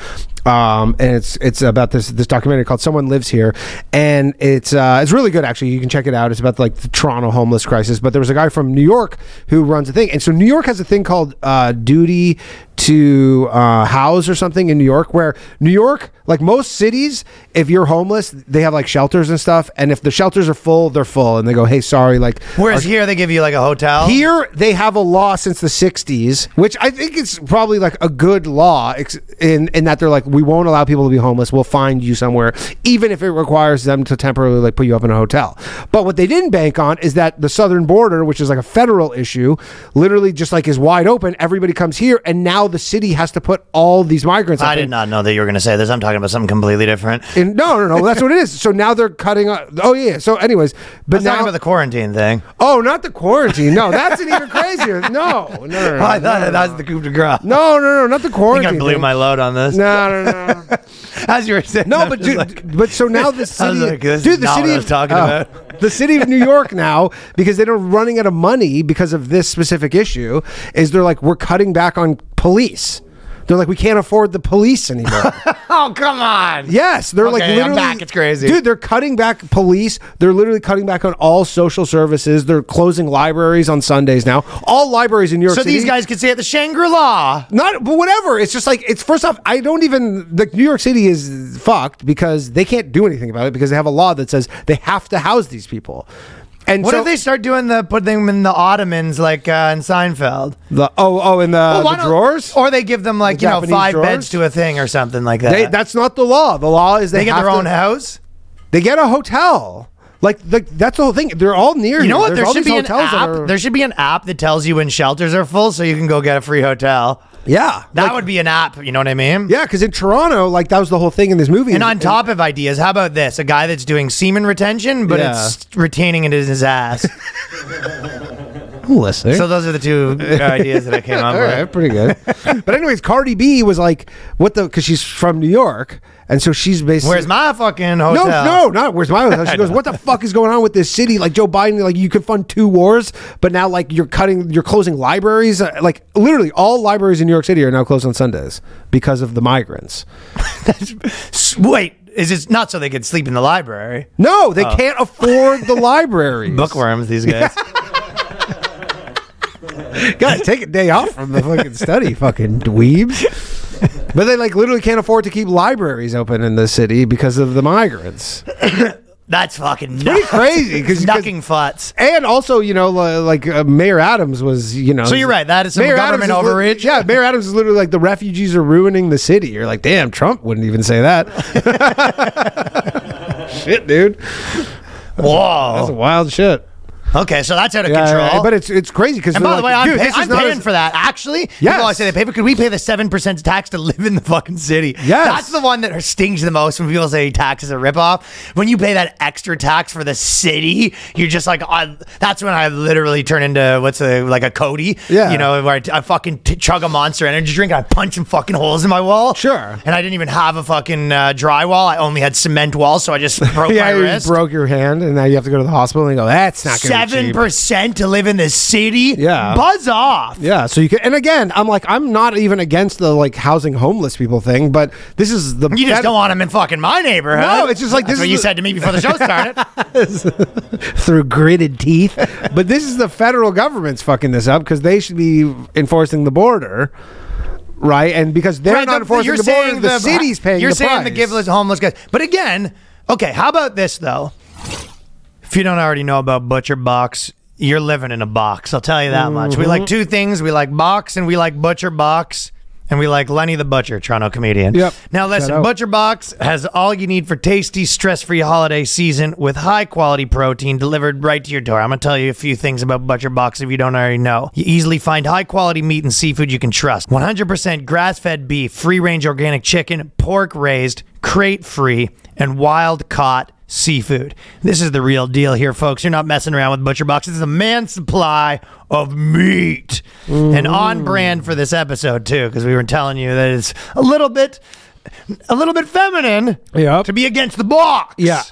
Speaker 2: um, and it's it's about this this documentary called "Someone Lives Here," and it's uh, it's really good actually. You can check it out. It's about like the Toronto homeless crisis. But there was a guy from New York who runs a thing, and so New York has a thing called uh, duty to uh, house or something in New York, where New York, like most cities, if you're homeless, they have like shelters and stuff, and if the shelters are full, they're full, and they go, hey, sorry, like
Speaker 1: Whereas here they give you like a hotel.
Speaker 2: here they have a law since the 60s which i think it's probably like a good law ex- in, in that they're like we won't allow people to be homeless we'll find you somewhere even if it requires them to temporarily like put you up in a hotel but what they didn't bank on is that the southern border which is like a federal issue literally just like is wide open everybody comes here and now the city has to put all these migrants up
Speaker 1: I
Speaker 2: in-
Speaker 1: did not know that you were going to say this. I'm talking about something completely different.
Speaker 2: in- no, no, no. That's what it is. So now they're cutting. Up, oh yeah. So anyways, but
Speaker 1: I'm
Speaker 2: now
Speaker 1: talking about the quarantine thing.
Speaker 2: oh, not the quarantine. No, that's an even crazier. No, no, no. no,
Speaker 1: I
Speaker 2: no,
Speaker 1: thought that was the coup de grace.
Speaker 2: No, no, no, not the
Speaker 1: I think
Speaker 2: quarantine.
Speaker 1: I blew
Speaker 2: thing.
Speaker 1: my load on this.
Speaker 2: No, no, no.
Speaker 1: As you were saying,
Speaker 2: No,
Speaker 1: I'm
Speaker 2: but
Speaker 1: just
Speaker 2: dude,
Speaker 1: like-
Speaker 2: but so now the
Speaker 1: I
Speaker 2: city,
Speaker 1: was like, this is
Speaker 2: dude, the
Speaker 1: not
Speaker 2: city
Speaker 1: what I
Speaker 2: of-
Speaker 1: was talking
Speaker 2: oh.
Speaker 1: about.
Speaker 2: the city of New York now because they're running out of money because of this specific issue. Is they're like we're cutting back on police. They're like we can't afford the police anymore.
Speaker 1: Oh come on!
Speaker 2: Yes, they're like
Speaker 1: Okay, I'm
Speaker 2: literally.
Speaker 1: back. It's crazy.
Speaker 2: dude. They're cutting back police. They're literally cutting back on all social services. They're closing libraries on Sundays now. All libraries in New York
Speaker 1: So
Speaker 2: City.
Speaker 1: these guys could say at the Shangri La.
Speaker 2: Not, but whatever. It's just like it's. First off, I don't even. Like New York City is fucked because they can't do anything about it because they have a law that says they have to house these people. And
Speaker 1: What
Speaker 2: so,
Speaker 1: if they start doing the put them in the ottomans like uh, in Seinfeld?
Speaker 2: The, oh, oh, in the,
Speaker 1: Well, why
Speaker 2: the
Speaker 1: don't- Oh.
Speaker 2: drawers.
Speaker 1: or they give them like
Speaker 2: The
Speaker 1: you know
Speaker 2: Japanese
Speaker 1: five
Speaker 2: drawers?
Speaker 1: beds to a thing or something like that.
Speaker 2: They, that's not the law. The law is they,
Speaker 1: They get
Speaker 2: have
Speaker 1: their
Speaker 2: to-
Speaker 1: own house.
Speaker 2: They get a hotel. Like, like that's the whole thing. They're all near.
Speaker 1: You know what?
Speaker 2: There's
Speaker 1: There
Speaker 2: all
Speaker 1: should
Speaker 2: these
Speaker 1: be an
Speaker 2: hotels that
Speaker 1: app.
Speaker 2: are-
Speaker 1: There should be an app that tells you when shelters are full, so you can go get a free hotel.
Speaker 2: yeah,
Speaker 1: That
Speaker 2: Like,
Speaker 1: would be an app. You know what I mean?
Speaker 2: yeah. Because in Toronto, like that was the whole thing in this movie.
Speaker 1: And on top of ideas, how about this? A guy that's doing semen retention, but
Speaker 2: Yeah.
Speaker 1: it's retaining it in his ass.
Speaker 2: listening.
Speaker 1: so those are the two ideas that I came up
Speaker 2: eh? All
Speaker 1: with.
Speaker 2: right, pretty good. but anyways, Cardi B was like, "What the?" Because she's from New York, and so she's basically.
Speaker 1: Where's my fucking
Speaker 2: no,
Speaker 1: hotel?
Speaker 2: no, not where's my hotel. She goes, "What the fuck is going on with this city? Like Joe Biden, like you can fund two wars, but now like you're cutting, you're closing libraries. Uh, Like literally, all libraries in New York City are now closed on Sundays because of the migrants.
Speaker 1: S- Wait, is it not so they could sleep in the library?
Speaker 2: No, they can't afford the libraries.
Speaker 1: Bookworms, these guys.
Speaker 2: Gotta take a day off from the fucking study, fucking dweebs. But they like literally can't afford to keep libraries open in the city because of the migrants.
Speaker 1: That's fucking
Speaker 2: Pretty
Speaker 1: nuts.
Speaker 2: crazy because
Speaker 1: Knucking futs.
Speaker 2: And also, you know, li- like uh, Mayor Adams was, you know.
Speaker 1: So you're right, that is some government
Speaker 2: Adams is
Speaker 1: overreach.
Speaker 2: Li- yeah, Mayor Adams is literally like the refugees are ruining the city. You're like, damn, Trump wouldn't even say that. shit, dude, that's
Speaker 1: Whoa.
Speaker 2: wild shit.
Speaker 1: Okay, so that's out of
Speaker 2: Yeah,
Speaker 1: control.
Speaker 2: but it's it's crazy because.
Speaker 1: and by the way, I'm,
Speaker 2: dude,
Speaker 1: pay-
Speaker 2: this
Speaker 1: I'm
Speaker 2: is not
Speaker 1: paying
Speaker 2: as-
Speaker 1: for that. Actually, people
Speaker 2: Yes.
Speaker 1: always say they pay, but could we pay the seven percent tax to live in the fucking city?
Speaker 2: Yes.
Speaker 1: that's the one that stings the most when people say tax is a ripoff. When you pay that extra tax for the city, you're just like, I, that's when I literally turn into what's a like a Cody.
Speaker 2: Yeah.
Speaker 1: you know, where I, I fucking t- chug a Monster Energy drink, and I punch some fucking holes in my wall.
Speaker 2: Sure.
Speaker 1: and I didn't even have a fucking uh, drywall. I only had cement walls, so I just broke my
Speaker 2: Yeah, you
Speaker 1: wrist.
Speaker 2: just broke your hand, and now you have to go to the hospital and go. That's not gonna be
Speaker 1: Seven
Speaker 2: cheap."
Speaker 1: percent to live in the city.
Speaker 2: Yeah.
Speaker 1: buzz off.
Speaker 2: Yeah, so you can, and again, I'm like, I'm not even against the like housing homeless people thing, but this is the
Speaker 1: You just
Speaker 2: that-
Speaker 1: don't want them in fucking my neighborhood.
Speaker 2: No, it's just like
Speaker 1: That's
Speaker 2: this
Speaker 1: what
Speaker 2: is
Speaker 1: you
Speaker 2: the-
Speaker 1: said to me before the show started.
Speaker 2: through gritted teeth. but this is the federal government's fucking this up because they should be enforcing the border, right? And because they're
Speaker 1: Right,
Speaker 2: not
Speaker 1: the-
Speaker 2: enforcing the border, the, city's paying.
Speaker 1: You're
Speaker 2: the
Speaker 1: saying the
Speaker 2: price.
Speaker 1: giveless homeless guys. But again, okay. How about this though? If you don't already know about Butcher Box, you're living in a box. I'll tell you that much. We
Speaker 2: Mm-hmm.
Speaker 1: like two things. We like box and we like Butcher Box. And we like Lenny the Butcher, Toronto comedian.
Speaker 2: Yep.
Speaker 1: Now
Speaker 2: Shout
Speaker 1: listen,
Speaker 2: out.
Speaker 1: Butcher Box has all you need for tasty, stress-free holiday season with high-quality protein delivered right to your door. I'm gonna tell you a few things about Butcher Box if you don't already know. You easily find high-quality meat and seafood you can trust. 100% grass-fed beef, free-range organic chicken, pork-raised, crate-free, and wild-caught seafood. This is the real deal here, folks. You're not messing around with Butcher Box. It's the man supply of meat. And on brand for this episode, too, because we were telling you that it's a little bit a little bit feminine
Speaker 2: Yep.
Speaker 1: to be against the box.
Speaker 2: Yeah.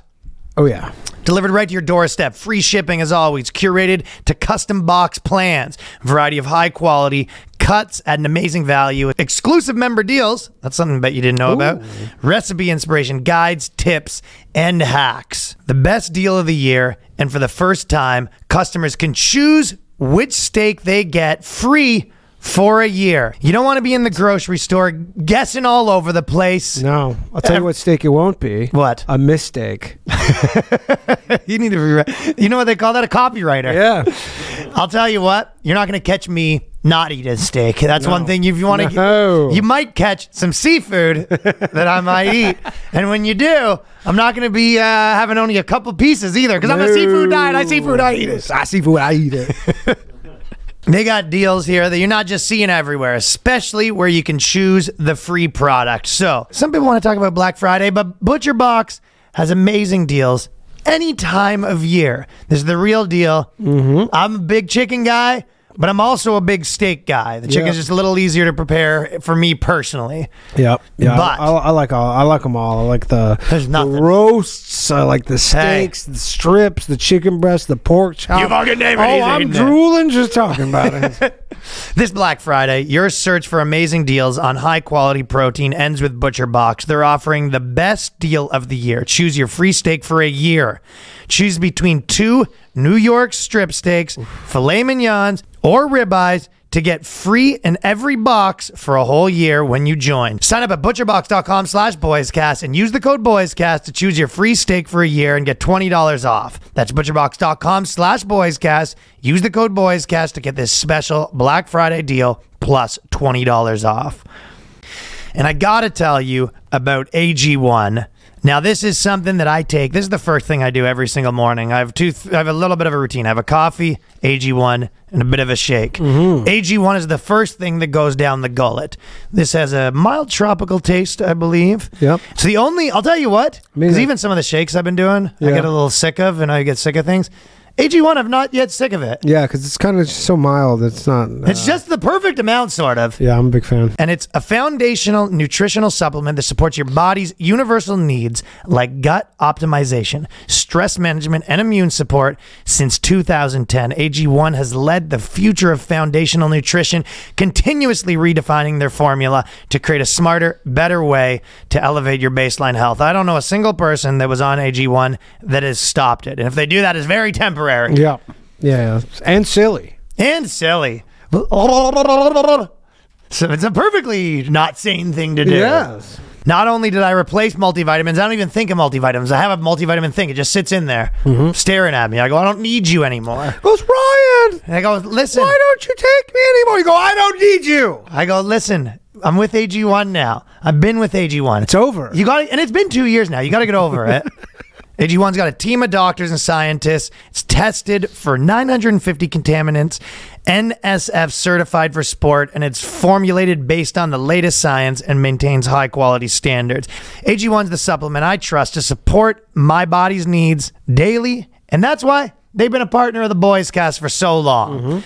Speaker 2: Oh yeah.
Speaker 1: Delivered right to your doorstep. Free shipping as always. Curated to custom box plans. Variety of high quality cuts at an amazing value. Exclusive member deals. That's something I bet you didn't know about. Recipe inspiration, guides, tips, and hacks. The best deal of the year. And for the first time, customers can choose which steak they get free for a year. You don't want to be in the grocery store guessing all over the place.
Speaker 2: No, I'll tell you what steak it won't be.
Speaker 1: What?
Speaker 2: A mistake.
Speaker 1: You need to be. Re- you know what they call that? A copywriter.
Speaker 2: Yeah.
Speaker 1: I'll tell you what. You're not going to catch me not eat a steak. That's one thing. If you want to,
Speaker 2: No.
Speaker 1: you might catch some seafood that I might eat. And when you do, I'm not going to be uh, having only a couple pieces either because I'm a seafood diet. I seafood. I eat it.
Speaker 2: I seafood. I eat it.
Speaker 1: They got deals here that you're not just seeing everywhere, especially where you can choose the free product. So, some people want to talk about Black Friday, but Butcher Box has amazing deals any time of year. This is the real deal. I'm a big chicken guy, but I'm also a big steak guy. The chicken's
Speaker 2: Yeah.
Speaker 1: just a little easier to prepare for me personally.
Speaker 2: Yep. Yeah.
Speaker 1: But-
Speaker 2: I, I like all. I like them all. I like the,
Speaker 1: There's
Speaker 2: the
Speaker 1: nothing.
Speaker 2: roasts. I like the steaks, the strips, the chicken breast, the pork chop.
Speaker 1: You fucking name it,
Speaker 2: Oh,
Speaker 1: he's
Speaker 2: I'm
Speaker 1: eating it.
Speaker 2: drooling just talking about it.
Speaker 1: This Black Friday, your search for amazing deals on high quality protein ends with Butcher Box. They're offering the best deal of the year. Choose your free steak for a year. Choose between two New York strip steaks, filet mignons, or ribeyes to get free in every box for a whole year when you join. Sign up at butcherbox.com slash boyscast and use the code boyscast to choose your free steak for a year and get $20 off. That's butcherbox.com slash boyscast. Use the code boyscast to get this special Black Friday deal plus $20 off. And I gotta tell you about AG1. Now, this is something that I take. This is the first thing I do every single morning. I have two. I have a little bit of a routine. I have a coffee, AG1, and a bit of a shake.
Speaker 2: Mm-hmm.
Speaker 1: AG1 is the first thing that goes down the gullet. This has a mild tropical taste, I believe.
Speaker 2: Yep.
Speaker 1: It's the only. I'll tell you what. Because
Speaker 2: Amazing.
Speaker 1: even some of the shakes I've been doing, I
Speaker 2: Yeah.
Speaker 1: get a little sick of, and I get sick of things. AG1, I'm not yet sick of it.
Speaker 2: yeah, because it's kind of so mild. It's not. uh,
Speaker 1: It's just the perfect amount, sort of.
Speaker 2: yeah, I'm a big fan.
Speaker 1: And it's a foundational nutritional supplement that supports your body's universal needs like gut optimization, stress management, and immune support. Since 2010, AG1 has led the future of foundational nutrition, continuously redefining their formula to create a smarter, better way to elevate your baseline health. I don't know a single person that was on AG1 that has stopped it. And if they do that, it's very temporary
Speaker 2: Yeah. Yeah, yeah. and silly.
Speaker 1: and silly. So it's a perfectly not sane thing to do. Not only did I replace multivitamins, I don't even think of multivitamins. I have a multivitamin thing. It just sits in there staring at me. I go, I don't need you anymore.
Speaker 2: Goes Ryan.
Speaker 1: And I go, listen.
Speaker 2: Why don't you take me anymore? You go. I don't need you.
Speaker 1: I go, listen, I'm with AG1 now. I've been with AG1.
Speaker 2: It's over.
Speaker 1: You got and it's been two years now. You got to get over it. AG1's got a team of doctors and scientists. It's tested for 950 contaminants, NSF certified for sport, and it's formulated based on the latest science and maintains high quality standards. AG1's the supplement I trust to support my body's needs daily, and that's why They've been a partner of the Boys Cast for so long.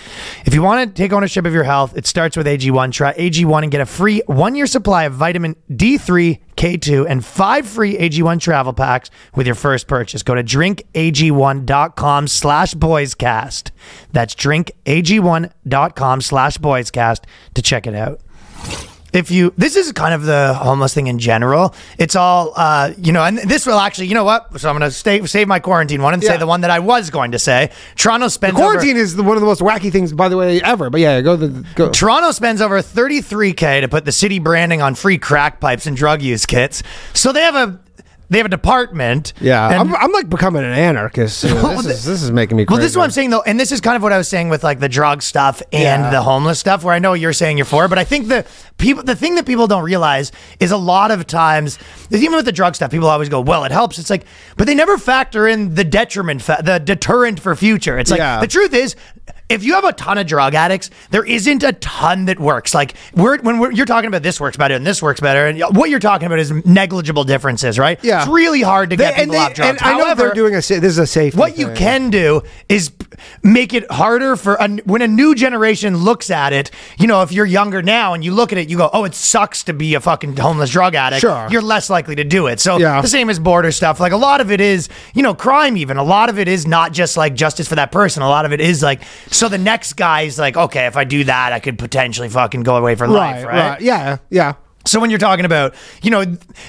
Speaker 1: If you want to take ownership of your health, it starts with AG1. Try AG1 and get a free one year supply of vitamin D3, K2, and five free AG1 travel packs with your first purchase. Go to drinkag1.com slash boyscast. That's drinkag1.com slash boyscast to check it out if you this is kind of the homeless thing in general it's all uh, you know and this will actually you know what so i'm gonna stay, save my quarantine one and say
Speaker 2: Yeah.
Speaker 1: the one that i was going to say toronto spends over,
Speaker 2: Quarantine is the, one of the most wacky things, by the way, ever. But yeah, go the go.
Speaker 1: Toronto spends over 33k to put the city branding on free crack pipes and drug use kits. So they have a they have a department.
Speaker 2: yeah,
Speaker 1: and-
Speaker 2: I'm, I'm like becoming an anarchist. you know.
Speaker 1: Well,
Speaker 2: this,
Speaker 1: the-
Speaker 2: is, this is making me. Crazy.
Speaker 1: well, this is what I'm saying though, and this is kind of what I was saying with like the drug stuff and
Speaker 2: Yeah.
Speaker 1: the homeless stuff, where I know you're saying you're for, but I think the people, the thing that people don't realize is a lot of times, even with the drug stuff, people always go, "Well, it helps." It's like, but they never factor in the detriment, fa- the deterrent for future. It's like
Speaker 2: Yeah.
Speaker 1: the truth is. If you have a ton of drug addicts, there isn't a ton that works. Like we're when we're, you're talking about this works better and this works better, and what you're talking about is negligible differences, right?
Speaker 2: Yeah.
Speaker 1: it's really hard to
Speaker 2: They-
Speaker 1: get
Speaker 2: and
Speaker 1: people
Speaker 2: they-
Speaker 1: off drugs.
Speaker 2: and I know
Speaker 1: However-
Speaker 2: they're doing a. sa- This is a safe.
Speaker 1: what you can do is p- make it harder for a, when a new generation looks at it. You know, if you're younger now and you look at it, you go, "Oh, it sucks to be a fucking homeless drug addict."
Speaker 2: Sure.
Speaker 1: You're less likely to do it. So
Speaker 2: Yeah.
Speaker 1: the same as border stuff. Like a lot of it is, you know, crime. Even a lot of it is not just like justice for that person. A lot of it is like, so the next guy's like, "Okay, if I do that, I could potentially fucking go away for life." right?
Speaker 2: Yeah, yeah.
Speaker 1: So when you're talking about, you know,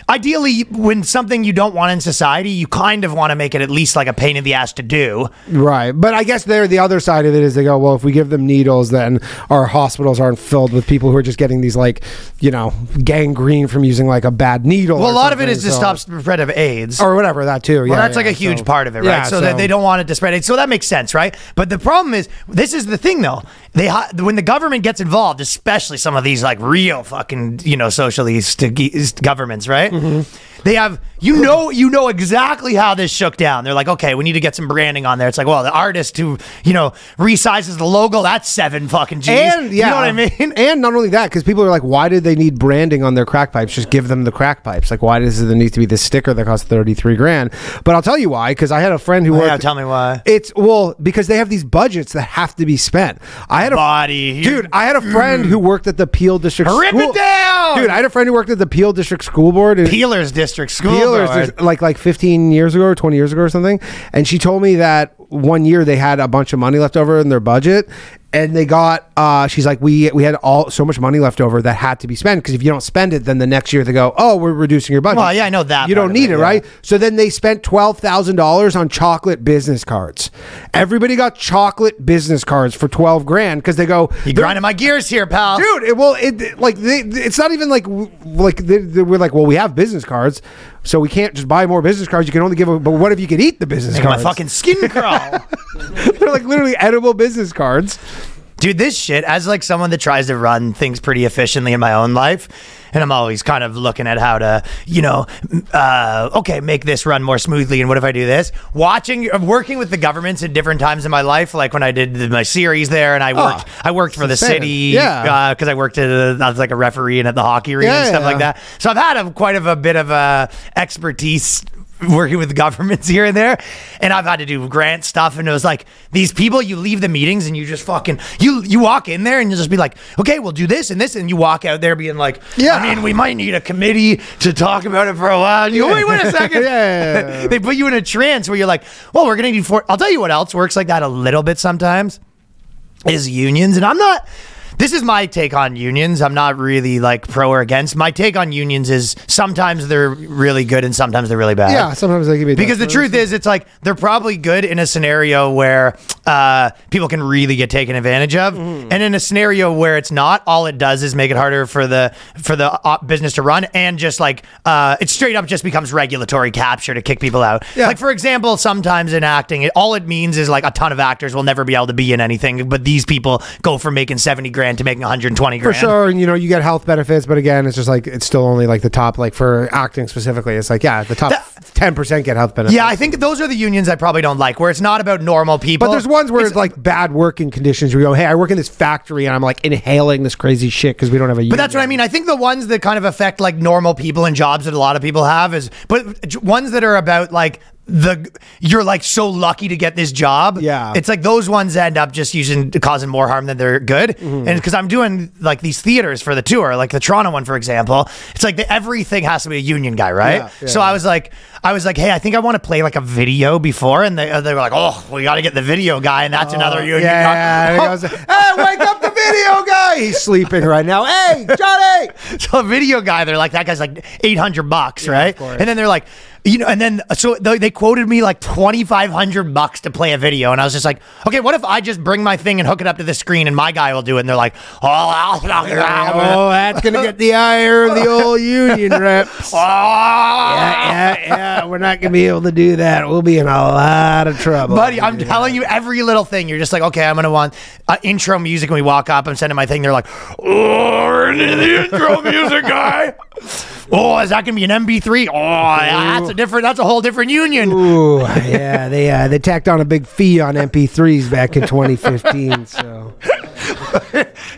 Speaker 1: ideally when something you don't want in society, you kind of want to make it at least like a pain in the ass to do.
Speaker 2: Right, but I guess they're the other side of it is they go well. If we give them needles, then our hospitals aren't filled with people who are just getting these like, you know, gangrene from using like a bad needle.
Speaker 1: Well,
Speaker 2: or
Speaker 1: a lot of it
Speaker 2: something,
Speaker 1: is to
Speaker 2: so-
Speaker 1: stop spread of AIDS.
Speaker 2: or whatever that too. yeah,
Speaker 1: well, that's like
Speaker 2: yeah,
Speaker 1: a huge
Speaker 2: so-
Speaker 1: part of it, right?
Speaker 2: Yeah,
Speaker 1: so, that they don't want it to spread AIDS. So that makes sense, right? But the problem is, this is the thing though. They hi- when the government gets involved, especially some of these like real fucking you know socialist governments, right?
Speaker 2: Mm-hmm.
Speaker 1: They have you know you know exactly how this shook down. They're like, okay, we need to get some branding on there. It's like, well, the artist who you know resizes the logo, that's seven fucking G's.
Speaker 2: And yeah,
Speaker 1: you know what I mean?
Speaker 2: And not only that, because people are like, why do they need branding on their crack pipes? Just give them the crack pipes. Like, why does there need to be this sticker that costs thirty three grand? But I'll tell you why. Because I had a friend who
Speaker 1: Oh, yeah,
Speaker 2: worked-
Speaker 1: tell me why.
Speaker 2: It's well because they have these budgets that have to be spent. I had a
Speaker 1: Body,
Speaker 2: dude. I had a friend who worked at the Peel District.
Speaker 1: Rip it
Speaker 2: School-
Speaker 1: down!
Speaker 2: dude. I had a friend who worked at the Peel District School Board. And
Speaker 1: Peelers District School.
Speaker 2: Peelers,
Speaker 1: Board.
Speaker 2: there's- like like 15 years ago or 20 years ago or something. And she told me that one year they had a bunch of money left over in their budget, and they got. Uh, she's like, we we had all so much money left over that had to be spent because if you don't spend it, then the next year they go, oh, we're reducing your budget.
Speaker 1: Well, yeah, I know that
Speaker 2: You
Speaker 1: part
Speaker 2: don't
Speaker 1: of
Speaker 2: need
Speaker 1: it,
Speaker 2: it,
Speaker 1: yeah.
Speaker 2: right? So then they spent twelve thousand dollars on chocolate business cards. Everybody got chocolate business cards for twelve grand because they go.
Speaker 1: You
Speaker 2: "They're-
Speaker 1: grinding my gears here, pal.
Speaker 2: dude it well it it- like they, it's not even like w- like they, they we're like well we have business cards so we can't just buy more business cards you can only give a, but what if you could eat the business
Speaker 1: Make my
Speaker 2: cards
Speaker 1: fucking skin crawl.
Speaker 2: they're like literally edible business cards
Speaker 1: Dude, this shit, as like someone that tries to run things pretty efficiently in my own life, and I'm always kind of looking at how to, you know, m- uh, okay, make this run more smoothly. And what if I do this? Watching, uh, working with the governments at different times in my life, like when I did the, my series there, and I worked, I worked for the
Speaker 2: Ah, insane.
Speaker 1: city,
Speaker 2: Yeah.
Speaker 1: because I worked at, a, I was like a referee and at the hockey arena and
Speaker 2: Yeah,
Speaker 1: stuff like
Speaker 2: yeah.
Speaker 1: that. So I've had a, quite of a bit of a expertise working with governments here and there, and I've had to do grant stuff. And it was like these people, you leave the meetings and you just fucking you you walk in there and you'll just be like, okay, we'll do this and this, and you walk out there being like,
Speaker 2: Yeah.
Speaker 1: I mean, we might need a committee to talk about it for a while. And you go, wait, wait a second,
Speaker 2: Yeah, yeah, yeah.
Speaker 1: they put you in a trance where you're like, well, we're gonna need four. I'll tell you what else works like that a little bit sometimes is unions, and I'm not. This is my take on unions. I'm not really like pro or against. My take on unions is sometimes they're really good and sometimes they're really bad.
Speaker 2: Yeah, sometimes they can be
Speaker 1: Because the
Speaker 2: desperate.
Speaker 1: truth is, it's like they're probably good in a scenario where uh, people can really get taken advantage of,
Speaker 2: Mm-hmm.
Speaker 1: and in a scenario where it's not, all it does is make it harder for the for the uh, business to run, and just like uh, it straight up just becomes regulatory capture to kick people out.
Speaker 2: Yeah.
Speaker 1: Like for example, sometimes in acting, it, all it means is like a ton of actors will never be able to be in anything, but these people go from making seventy grand to making one hundred twenty
Speaker 2: for
Speaker 1: grand.
Speaker 2: sure, and you know you get health benefits, but again, it's just like it's still only like the top, like for acting specifically, it's like yeah, the top ten percent get health benefits.
Speaker 1: Yeah, I think those are the unions I probably don't like, where it's not about normal people.
Speaker 2: But there's ones where it's, like bad working conditions. where you go, hey, I work in this factory and I'm like inhaling this crazy shit because we don't have a.
Speaker 1: But that's what I mean. I think the ones that kind of affect like normal people and jobs that a lot of people have is, but j- ones that are about like the you're like so lucky to get this job.
Speaker 2: Yeah.
Speaker 1: it's like those ones end up just using causing more harm than they're good.
Speaker 2: Mm-hmm.
Speaker 1: And because I'm doing like these theaters for the tour, like the Toronto one for example, it's like the, everything has to be a union guy, right?
Speaker 2: Yeah, yeah,
Speaker 1: so
Speaker 2: yeah.
Speaker 1: I was like, I was like, hey, I think I want to play like a video before, and they, they were like, oh, we got to get the video guy, and that's another union.
Speaker 2: Oh, Yeah,
Speaker 1: guy.
Speaker 2: and he goes, hey, wake up the video guy. He's sleeping right now. Hey, Johnny.
Speaker 1: So a video guy, they're like, that guy's like 800 bucks, right?
Speaker 2: course.
Speaker 1: And then they're like, you know, and then so they they quoted me like 2,500 bucks to play a video. And I was just like, okay, what if I just bring my thing and hook it up to the screen and my guy will do it? And they're like, oh, I'll knock it out.
Speaker 2: Oh, that's gonna get the ire of the old union reps.
Speaker 1: Oh.
Speaker 2: yeah, yeah, yeah, we're not gonna be able to do that. We'll be in a lot of trouble,
Speaker 1: Buddy, I'm telling you every little thing. You're just like, okay, I'm gonna want uh, intro music when we walk up. I'm sending my thing. They're like, oh, we're into the intro music guy. Oh, is that gonna be an MB3? Oh, yeah, that's a different. That's a whole different union.
Speaker 2: Ooh, yeah, they uh, they tacked on a big fee on MP3s back in 2015. So,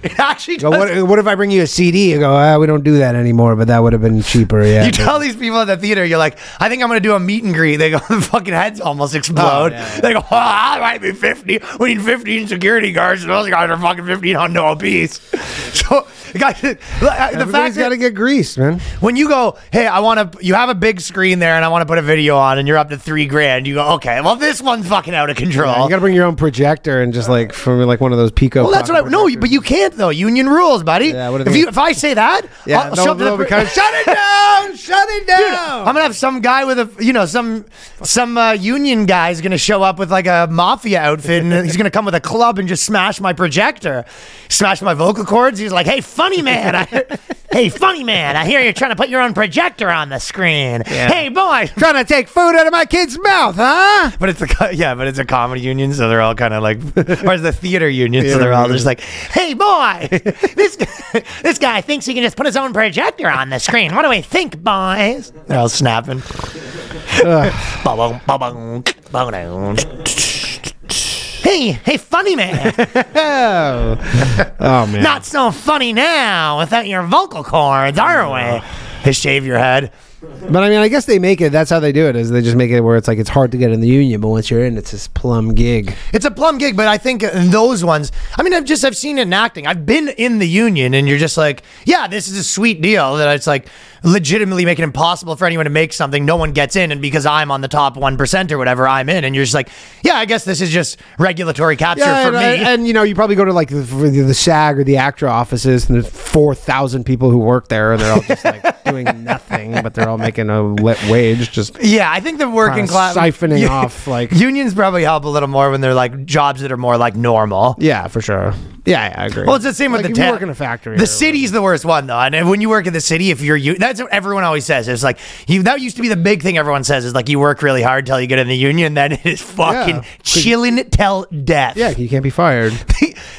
Speaker 1: It actually
Speaker 2: Go,
Speaker 1: does.
Speaker 2: what, what if I bring you a CD? You go, ah, we don't do that anymore, but that would have been cheaper. Yeah,
Speaker 1: you tell these people at the theater, you're like, I think I'm gonna do a meet and greet. They go, the fucking heads almost explode. They go, oh, I might be 50. We need 15 security guards, and those guys are fucking 1500 apiece. So, guys, uh, the fact that
Speaker 2: got to get greased, man.
Speaker 1: when you go, hey, I want to, you have a big screen there, and I want to put a video on, and you're up to three grand. You go, okay, well, this one's fucking out of control.
Speaker 2: You got to bring your own projector and just like from like one of those Pico.
Speaker 1: well, that's what I no, but you can't though. Union rules, buddy.
Speaker 2: Yeah, what are
Speaker 1: if
Speaker 2: they-
Speaker 1: you if I say that,
Speaker 2: Yeah,
Speaker 1: I'll
Speaker 2: no,
Speaker 1: shove to
Speaker 2: no,
Speaker 1: the-
Speaker 2: because shut it down, shut it
Speaker 1: Dude,
Speaker 2: down.
Speaker 1: I'm gonna have some guy with a, you know, some some uh, union guy is gonna show up with like a mafia outfit, and he's gonna come with a club and just smash my projector, smash my vocal cords. He's like, "Hey, funny man, I, hey, funny man, I hear you're trying to put your own projector on the screen. Hey, boy."
Speaker 2: Trying to take food out of my kid's mouth, huh?
Speaker 1: But it's a co- yeah, but it's a comedy union, so they're all kind of like, or it's the theater union, so they're all just like, "Hey, boy, this this guy thinks he can just put his own projector on the screen. What do we think, boys?" They're all snapping. Ba-bum, ba-bum, ba-dum. hey, hey, funny man,
Speaker 2: Oh, oh man.
Speaker 1: not so funny now without your vocal cords, are we? Hey, shave your head.
Speaker 2: But I mean, I guess they make it. That's how they do it. Is they just make it where it's like it's hard to get in the union, but once you're in, it's this plum gig.
Speaker 1: It's a plum gig, but I think in those ones, I mean, I've just I've seen it in acting. I've been in the union, and you're just like, yeah, this is a sweet deal that it's like legitimately make it impossible for anyone to make something. No one gets in, and because I'm on the top one percent or whatever, I'm in, and you're just like, yeah, I guess this is just regulatory capture for
Speaker 2: and,
Speaker 1: me.
Speaker 2: and, and, you know, you probably go to like the, for the, the SAG or the ACTRA offices, and there's four thousand people who work there, and they're all just like doing nothing, but they're all making a lit wage. Just
Speaker 1: yeah, I think the working
Speaker 2: Kinda
Speaker 1: class
Speaker 2: siphoning off, like-
Speaker 1: unions probably help a little more when they're like jobs that are more like normal.
Speaker 2: yeah, for sure. Yeah, yeah I agree.
Speaker 1: Well, it's the same
Speaker 2: Like,
Speaker 1: with
Speaker 2: if
Speaker 1: the
Speaker 2: you
Speaker 1: town.
Speaker 2: work in a factory. or
Speaker 1: The city's the worst one though, and when you work in the city, if you're you, that's what everyone always says. It's like you that used to be the big thing everyone says is like you work really hard till you get in the union, then it is fucking
Speaker 2: Yeah.
Speaker 1: chilling till death.
Speaker 2: whatever. yeah, you can't be fired.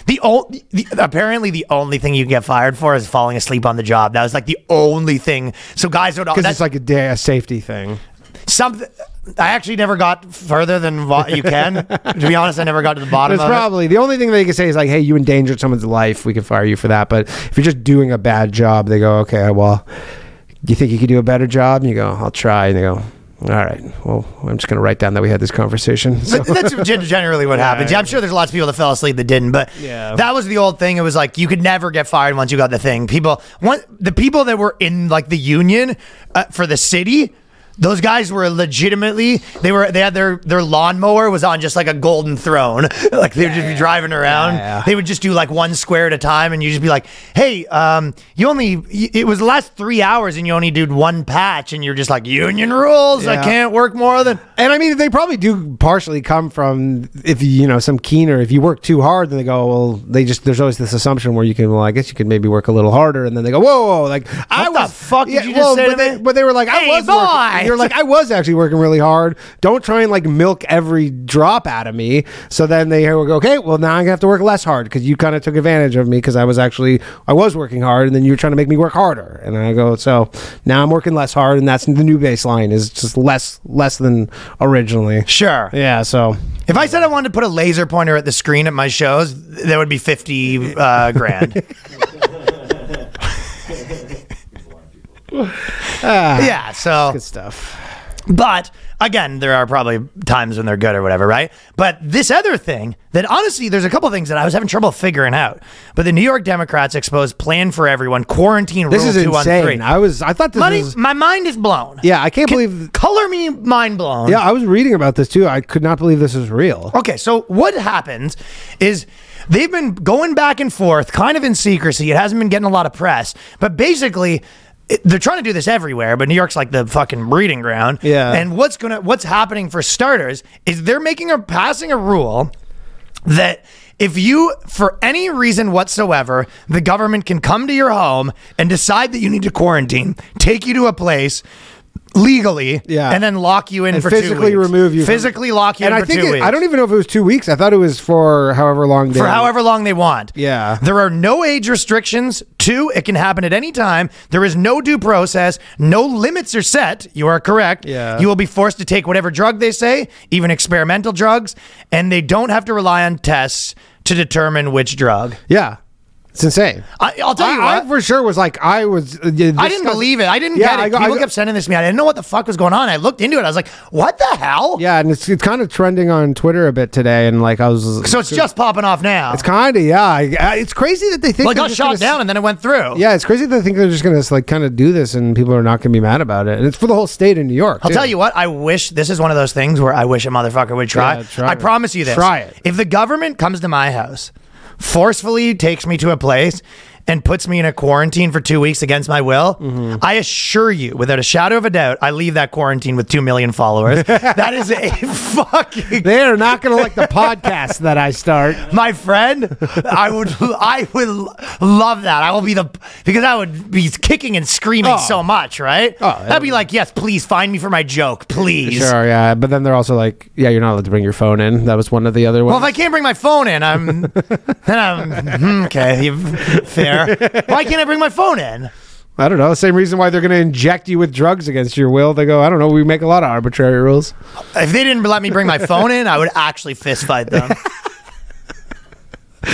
Speaker 1: The, the, ol- the apparently the only thing you can get fired for is falling asleep on the job. That was like the only thing. So guys would
Speaker 2: Because
Speaker 1: that's
Speaker 2: it's like a day a safety thing.
Speaker 1: something. I actually never got further than what you can. to be honest, I never got to the bottom
Speaker 2: It's
Speaker 1: of it.
Speaker 2: probably the only thing they can say is like, "Hey, you endangered someone's life. We can fire you for that." But if you're just doing a bad job, they go, "Okay, well, you think you could do a better job?" And you go, "I'll try." And they go, "All right. Well, I'm just gonna write down that we had this conversation." So,
Speaker 1: But that's gen- generally what happens. Yeah, I'm sure there's lots of people that fell asleep that didn't, but
Speaker 2: Yeah.
Speaker 1: that was the old thing. It was like you could never get fired once you got the thing. People, one, the people that were in like the union uh, for the city, Those guys were legitimately they were they had their their lawnmower was on just like a golden throne. Like they would just be driving around.
Speaker 2: Yeah.
Speaker 1: They would just do like one square at a time, and you just be like, "Hey, um, you only y- it was the last three hours, and you only did one patch, and you're just like union rules. I
Speaker 2: Yeah.
Speaker 1: can't work more than."
Speaker 2: And I mean, they probably do partially come from if you you know some keener. If you work too hard, then they go, well, they just there's always this assumption where you can, well, I guess you could maybe work a little harder, and then they go, whoa, whoa, like I
Speaker 1: What the
Speaker 2: was
Speaker 1: fuck did you just say
Speaker 2: but
Speaker 1: to
Speaker 2: they,
Speaker 1: me?
Speaker 2: But they were like, I
Speaker 1: Hey,
Speaker 2: was,
Speaker 1: boy!"
Speaker 2: working, you're like, I was actually working really hard. Don't try and like milk every drop out of me. So then they would go, okay, well now I'm gonna have to work less hard because you kind of took advantage of me because I was actually I was working hard, and then you were trying to make me work harder, and I go, so now I'm working less hard, and that's the new baseline is just less less than originally.
Speaker 1: Sure.
Speaker 2: Yeah, so
Speaker 1: If I said I wanted to put a laser pointer at the screen at my shows, th- that would be fifty uh, grand.
Speaker 2: Ah,
Speaker 1: yeah. So
Speaker 2: good stuff.
Speaker 1: But again, there are probably times when they're good or whatever, right? But this other thing that honestly, there's a couple things that I was having trouble figuring out. But the New York Democrats exposed plan for everyone, quarantine
Speaker 2: This
Speaker 1: rule
Speaker 2: is
Speaker 1: two on
Speaker 2: insane.
Speaker 1: three.
Speaker 2: I was I thought this
Speaker 1: Money,
Speaker 2: was
Speaker 1: my mind is blown.
Speaker 2: yeah. I can't believe
Speaker 1: Color me mind blown.
Speaker 2: yeah. I was reading about this too. I could not believe this is real.
Speaker 1: Okay, so what happens is they've been going back and forth, kind of in secrecy. It hasn't been getting a lot of press, but basically. it- They're trying to do this everywhere, but New York's like the fucking breeding ground.
Speaker 2: Yeah.
Speaker 1: And what's gonna what's happening for starters is they're making a passing a rule that if you, for any reason whatsoever, the government can come to your home and decide that you need to quarantine, take you to a place legally,
Speaker 2: Yeah.
Speaker 1: and then lock you in
Speaker 2: And
Speaker 1: for
Speaker 2: physically
Speaker 1: two weeks.
Speaker 2: remove you from-
Speaker 1: physically lock you
Speaker 2: And
Speaker 1: in
Speaker 2: I
Speaker 1: for
Speaker 2: think
Speaker 1: two
Speaker 2: it,
Speaker 1: weeks
Speaker 2: I don't even know if it was two weeks. I thought it was for however long.
Speaker 1: for however long they want.
Speaker 2: Yeah.
Speaker 1: There are no age restrictions. Two, it can happen at any time. There is no due process. No limits are set. You are correct.
Speaker 2: Yeah.
Speaker 1: You will be forced to take whatever drug they say, even experimental drugs, and they don't have to rely on tests to determine which drug.
Speaker 2: Yeah, it's insane.
Speaker 1: I, I'll tell you
Speaker 2: I, I
Speaker 1: what.
Speaker 2: for sure was like I was. uh, yeah,
Speaker 1: I
Speaker 2: this
Speaker 1: didn't
Speaker 2: guy-
Speaker 1: believe it. I didn't
Speaker 2: Yeah,
Speaker 1: get it.
Speaker 2: I go- I
Speaker 1: People
Speaker 2: go-
Speaker 1: kept sending this to me. I didn't know what the fuck was going on. I looked into it. I was like, what the hell?
Speaker 2: Yeah, and it's it's kind of trending on Twitter a bit today, and like I was.
Speaker 1: So it's just popping off now.
Speaker 2: it's kind of yeah. I, I- it's crazy that they think
Speaker 1: like
Speaker 2: they're
Speaker 1: I
Speaker 2: just
Speaker 1: shot
Speaker 2: gonna s-
Speaker 1: down and then it went through.
Speaker 2: Yeah, it's crazy that they think they're just gonna like kind of do this, and people are not gonna be mad about it. And it's for the whole state in New York.
Speaker 1: I'll tell you what, I wish this is one of those things where I wish a motherfucker would try.
Speaker 2: Yeah, try
Speaker 1: I
Speaker 2: it.
Speaker 1: promise you this.
Speaker 2: Try it.
Speaker 1: If the government comes to my house, forcefully takes me to a place and puts me in a quarantine for two weeks against my will,
Speaker 2: Mm-hmm.
Speaker 1: I assure you, without a shadow of a doubt, I leave that quarantine with two million followers. that is a fucking
Speaker 2: They are not gonna like the podcast that I start.
Speaker 1: my friend, I would, I would love that. I will be the because I would be kicking and screaming
Speaker 2: Oh.
Speaker 1: so much, right?
Speaker 2: Oh,
Speaker 1: I'd be like, yes, please find me for my joke, please.
Speaker 2: Sure, yeah, but then they're also like, yeah, you're not allowed to bring your phone in. That was one of the other ones.
Speaker 1: Well, if I can't bring my phone in, I'm then I'm mhm, okay. you- Fair. Why can't I bring my phone in?
Speaker 2: I don't know. Same reason why they're going to inject you with drugs against your will. They go, I don't know. We make a lot of arbitrary rules.
Speaker 1: If they didn't let me bring my phone in, I would actually fist fight them.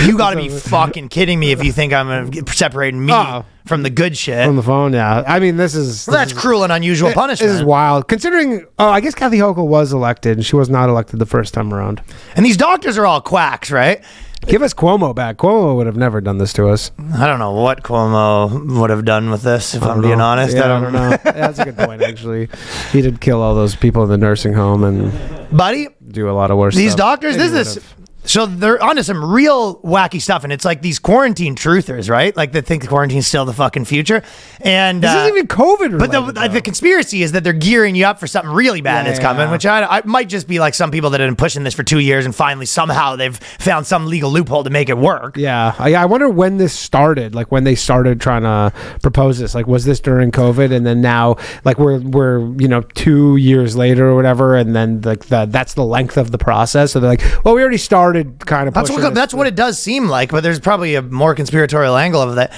Speaker 1: You got to be fucking kidding me if you think I'm gonna get- separating me
Speaker 2: Oh.
Speaker 1: from the good shit.
Speaker 2: On the phone, yeah. I mean, this is
Speaker 1: Well, that's
Speaker 2: this is-
Speaker 1: cruel and unusual punishment.
Speaker 2: This is wild. Considering, oh, I guess Kathy Hochul was elected, and she was not elected the first time around.
Speaker 1: and these doctors are all quacks, right?
Speaker 2: Give us Cuomo back. Cuomo would have never done this to us.
Speaker 1: I don't know what Cuomo would have done with this. If I'm being honest,
Speaker 2: Oh, Yeah, I don't know. Yeah, that's a good point, actually. He did kill all those people in the nursing home and
Speaker 1: buddy.
Speaker 2: do a lot of worse.
Speaker 1: These
Speaker 2: stuff.
Speaker 1: doctors,
Speaker 2: Maybe
Speaker 1: this is
Speaker 2: would've.
Speaker 1: so they're onto some real wacky stuff, and it's like these quarantine truthers, right? Like that think quarantine's still the fucking future, and
Speaker 2: This
Speaker 1: uh,
Speaker 2: isn't even COVID.
Speaker 1: But the,
Speaker 2: related,
Speaker 1: like,
Speaker 2: though.
Speaker 1: the conspiracy is that they're gearing you up for something really bad
Speaker 2: Yeah,
Speaker 1: that's coming,
Speaker 2: yeah.
Speaker 1: which I, I might just be like some people that have been pushing this for two years, and finally somehow they've found some legal loophole to make it work.
Speaker 2: Yeah, I, I wonder when this started. Like when they started trying to propose this. Like was this during COVID, and then now, like we're we're you know two years later or whatever, and then like the, that's the length of the process. So they're like, well, we already started kind of.
Speaker 1: That's
Speaker 2: pushing
Speaker 1: what
Speaker 2: this.
Speaker 1: that's what it does seem like, but there's probably a more conspiratorial angle of that.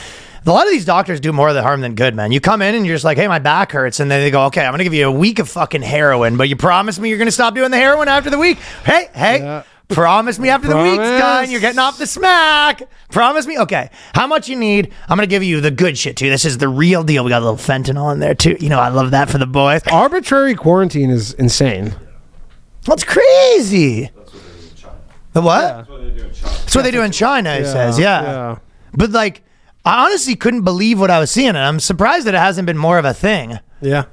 Speaker 1: A lot of these doctors do more of the harm than good, man. You come in and you're just like, "Hey, my back hurts," and then they go, "Okay, I'm gonna give you a week of fucking heroin, but you promise me you're gonna stop doing the heroin after the week." Hey, hey,
Speaker 2: Yeah.
Speaker 1: promise me after the week's
Speaker 2: Promise.
Speaker 1: done, you're getting off the smack. Promise me, okay? How much you need? I'm gonna give you the good shit too. This is the real deal. We got a little fentanyl in there too. You know, I love that for the boys.
Speaker 2: arbitrary quarantine is insane.
Speaker 1: That's crazy. The what? That's what they do in China. It says, yeah.
Speaker 2: yeah.
Speaker 1: But like, I honestly couldn't believe what I was seeing, and I'm surprised that it hasn't been more of a thing.
Speaker 2: Yeah.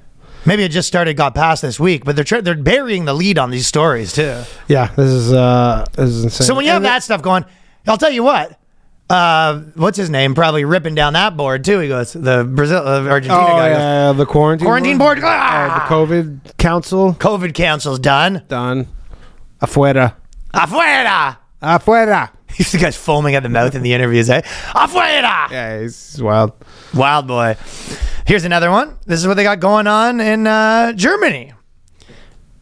Speaker 1: Maybe it just started, got passed this week, but they're tr- they're burying the lead on these stories too.
Speaker 2: Yeah, this is uh, this is insane.
Speaker 1: So when you have
Speaker 2: And
Speaker 1: that stuff going, I'll tell you what. Uh, what's his name? Probably ripping down that board too. He goes the Brazil uh, Argentina
Speaker 2: oh
Speaker 1: guy. Goes,
Speaker 2: yeah, the quarantine
Speaker 1: Quarantine board. Ah!
Speaker 2: Oh, the COVID council
Speaker 1: COVID council's done.
Speaker 2: done. Afuera,
Speaker 1: Afuera.
Speaker 2: afuera.
Speaker 1: He's the guy's foaming at the mouth in the interviews. Eh? Afuera.
Speaker 2: Yeah, he's wild.
Speaker 1: Wild boy. Here's another one. This is what they got going on in uh, Germany.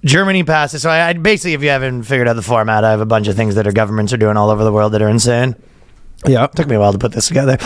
Speaker 1: Germany passes. So I, I basically, if you haven't figured out the format, I have a bunch of things that our governments are doing all over the world that are insane.
Speaker 2: Yeah,
Speaker 1: Took me a while to put this together.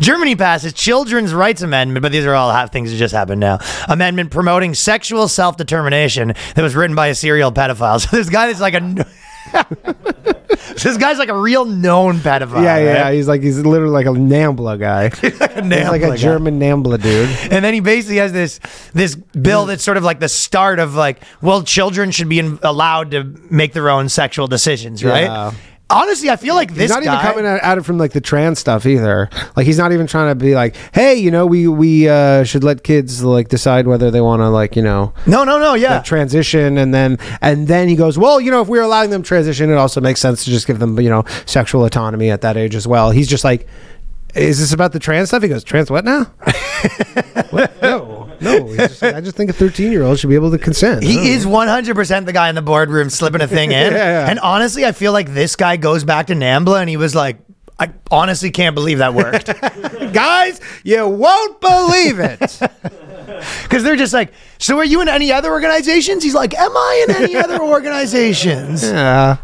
Speaker 1: Germany passes children's rights amendment, but these are all ha- things that just happened now. Amendment promoting sexual self determination that was written by a serial pedophile. So this guy is like a. kn- this guy's like a real known pedophile.
Speaker 2: yeah, yeah.
Speaker 1: right?
Speaker 2: He's like he's literally like a Nambla guy. he's
Speaker 1: Nailed
Speaker 2: like
Speaker 1: the
Speaker 2: a
Speaker 1: guy.
Speaker 2: German Nambla dude.
Speaker 1: And then he basically has this this bill that's sort of like the start of like, well, children should be in, allowed to make their own sexual decisions, right?
Speaker 2: Yeah.
Speaker 1: Honestly, I feel like this
Speaker 2: He's not
Speaker 1: guy.
Speaker 2: even coming at, at it from like the trans stuff either. Like he's not even trying to be like, hey, you know, we we uh, should let kids like decide whether they want to like you know
Speaker 1: no, no, no. Yeah,
Speaker 2: transition, and then and then he goes, well, you know, if we're allowing them transition, it also makes sense to just give them you know sexual autonomy at that age as well. He's just like, is this about the trans stuff? He goes, trans what now? What? No, no. He's just like, I just think a thirteen year old should be able to consent. I don't
Speaker 1: He is 100% the guy in the boardroom slipping a thing in.
Speaker 2: Yeah, yeah.
Speaker 1: And honestly, I feel like this guy goes back to Nambla and he was like, I honestly can't believe that worked.
Speaker 2: know. guys, you won't believe it.
Speaker 1: Because they're just like, So are you in any other organizations? He's like, Am I in any other organizations?
Speaker 2: Yeah.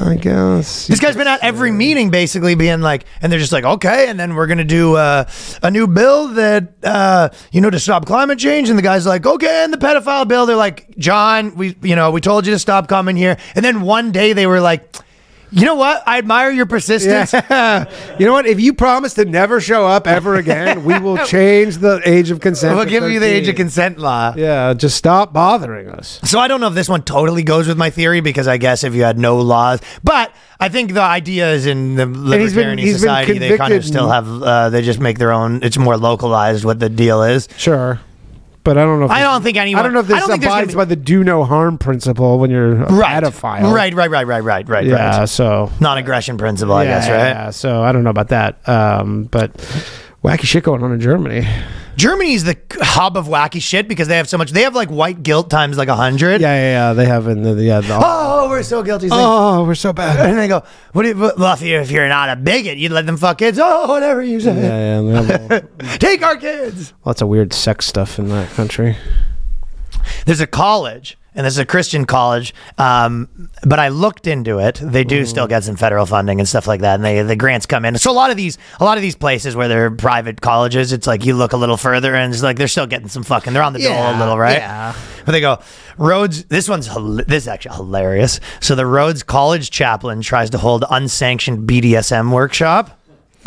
Speaker 2: I guess
Speaker 1: This guy's been at every meeting basically being like, and they're just like, okay, and then we're going to do uh, a new bill that, uh, you know, to stop climate change. And the guy's like, okay, and the pedophile bill. They're like, John, we, you know, we told you to stop coming here. And then one day they were like, you know what? I admire your persistence.
Speaker 2: Yeah. you know what? If you promise to never show up ever again, we will change the age of consent.
Speaker 1: We'll
Speaker 2: to
Speaker 1: give you the age of
Speaker 2: 13.
Speaker 1: consent law.
Speaker 2: Yeah, just stop bothering us.
Speaker 1: So I don't know if this one totally goes with my theory because I guess if you had no laws, but I think the idea is in the
Speaker 2: he's been-
Speaker 1: libertarian
Speaker 2: he's been
Speaker 1: society they kind of
Speaker 2: convicted
Speaker 1: still have uh, they just make their own. It's more localized what the deal is.
Speaker 2: Sure, but I don't know. If
Speaker 1: I
Speaker 2: this-
Speaker 1: don't think anyone-
Speaker 2: I don't know if
Speaker 1: I
Speaker 2: this
Speaker 1: don't think there's gonna
Speaker 2: abides
Speaker 1: be-
Speaker 2: by the do no harm principle when you're a
Speaker 1: Right.
Speaker 2: pedophile.
Speaker 1: Right, right, right, right, right, right,
Speaker 2: Yeah.
Speaker 1: right.
Speaker 2: So
Speaker 1: Non-aggression principle, I
Speaker 2: yeah,
Speaker 1: guess,
Speaker 2: yeah,
Speaker 1: right?
Speaker 2: So I don't know about that. Um, but wacky shit going on in Germany.
Speaker 1: Germany's the c- hub of wacky shit because they have so much. They have like white guilt times like a hundred.
Speaker 2: Yeah, yeah, yeah. They have in the yeah. The,
Speaker 1: Oh, we're so guilty. It's like-
Speaker 2: oh, we're so bad.
Speaker 1: And they go, "What? Do you, well, if you're, if you're not a bigot, you'd let them fuck kids. Oh, whatever you say.
Speaker 2: Yeah, yeah. They have all-
Speaker 1: Take our kids."
Speaker 2: lots of weird sex stuff in that country.
Speaker 1: there's a college and this is a christian college um, but i looked into it they do still get some federal funding and stuff like that and they the grants come in so a lot of these a lot of these places where they're private colleges it's like you look a little further and it's like they're still getting some fucking they're on the dole a
Speaker 2: Yeah,
Speaker 1: little right
Speaker 2: yeah.
Speaker 1: but they go Rhodes. This one's hila- this is actually hilarious. So the Rhodes College chaplain tries to hold unsanctioned BDSM workshop,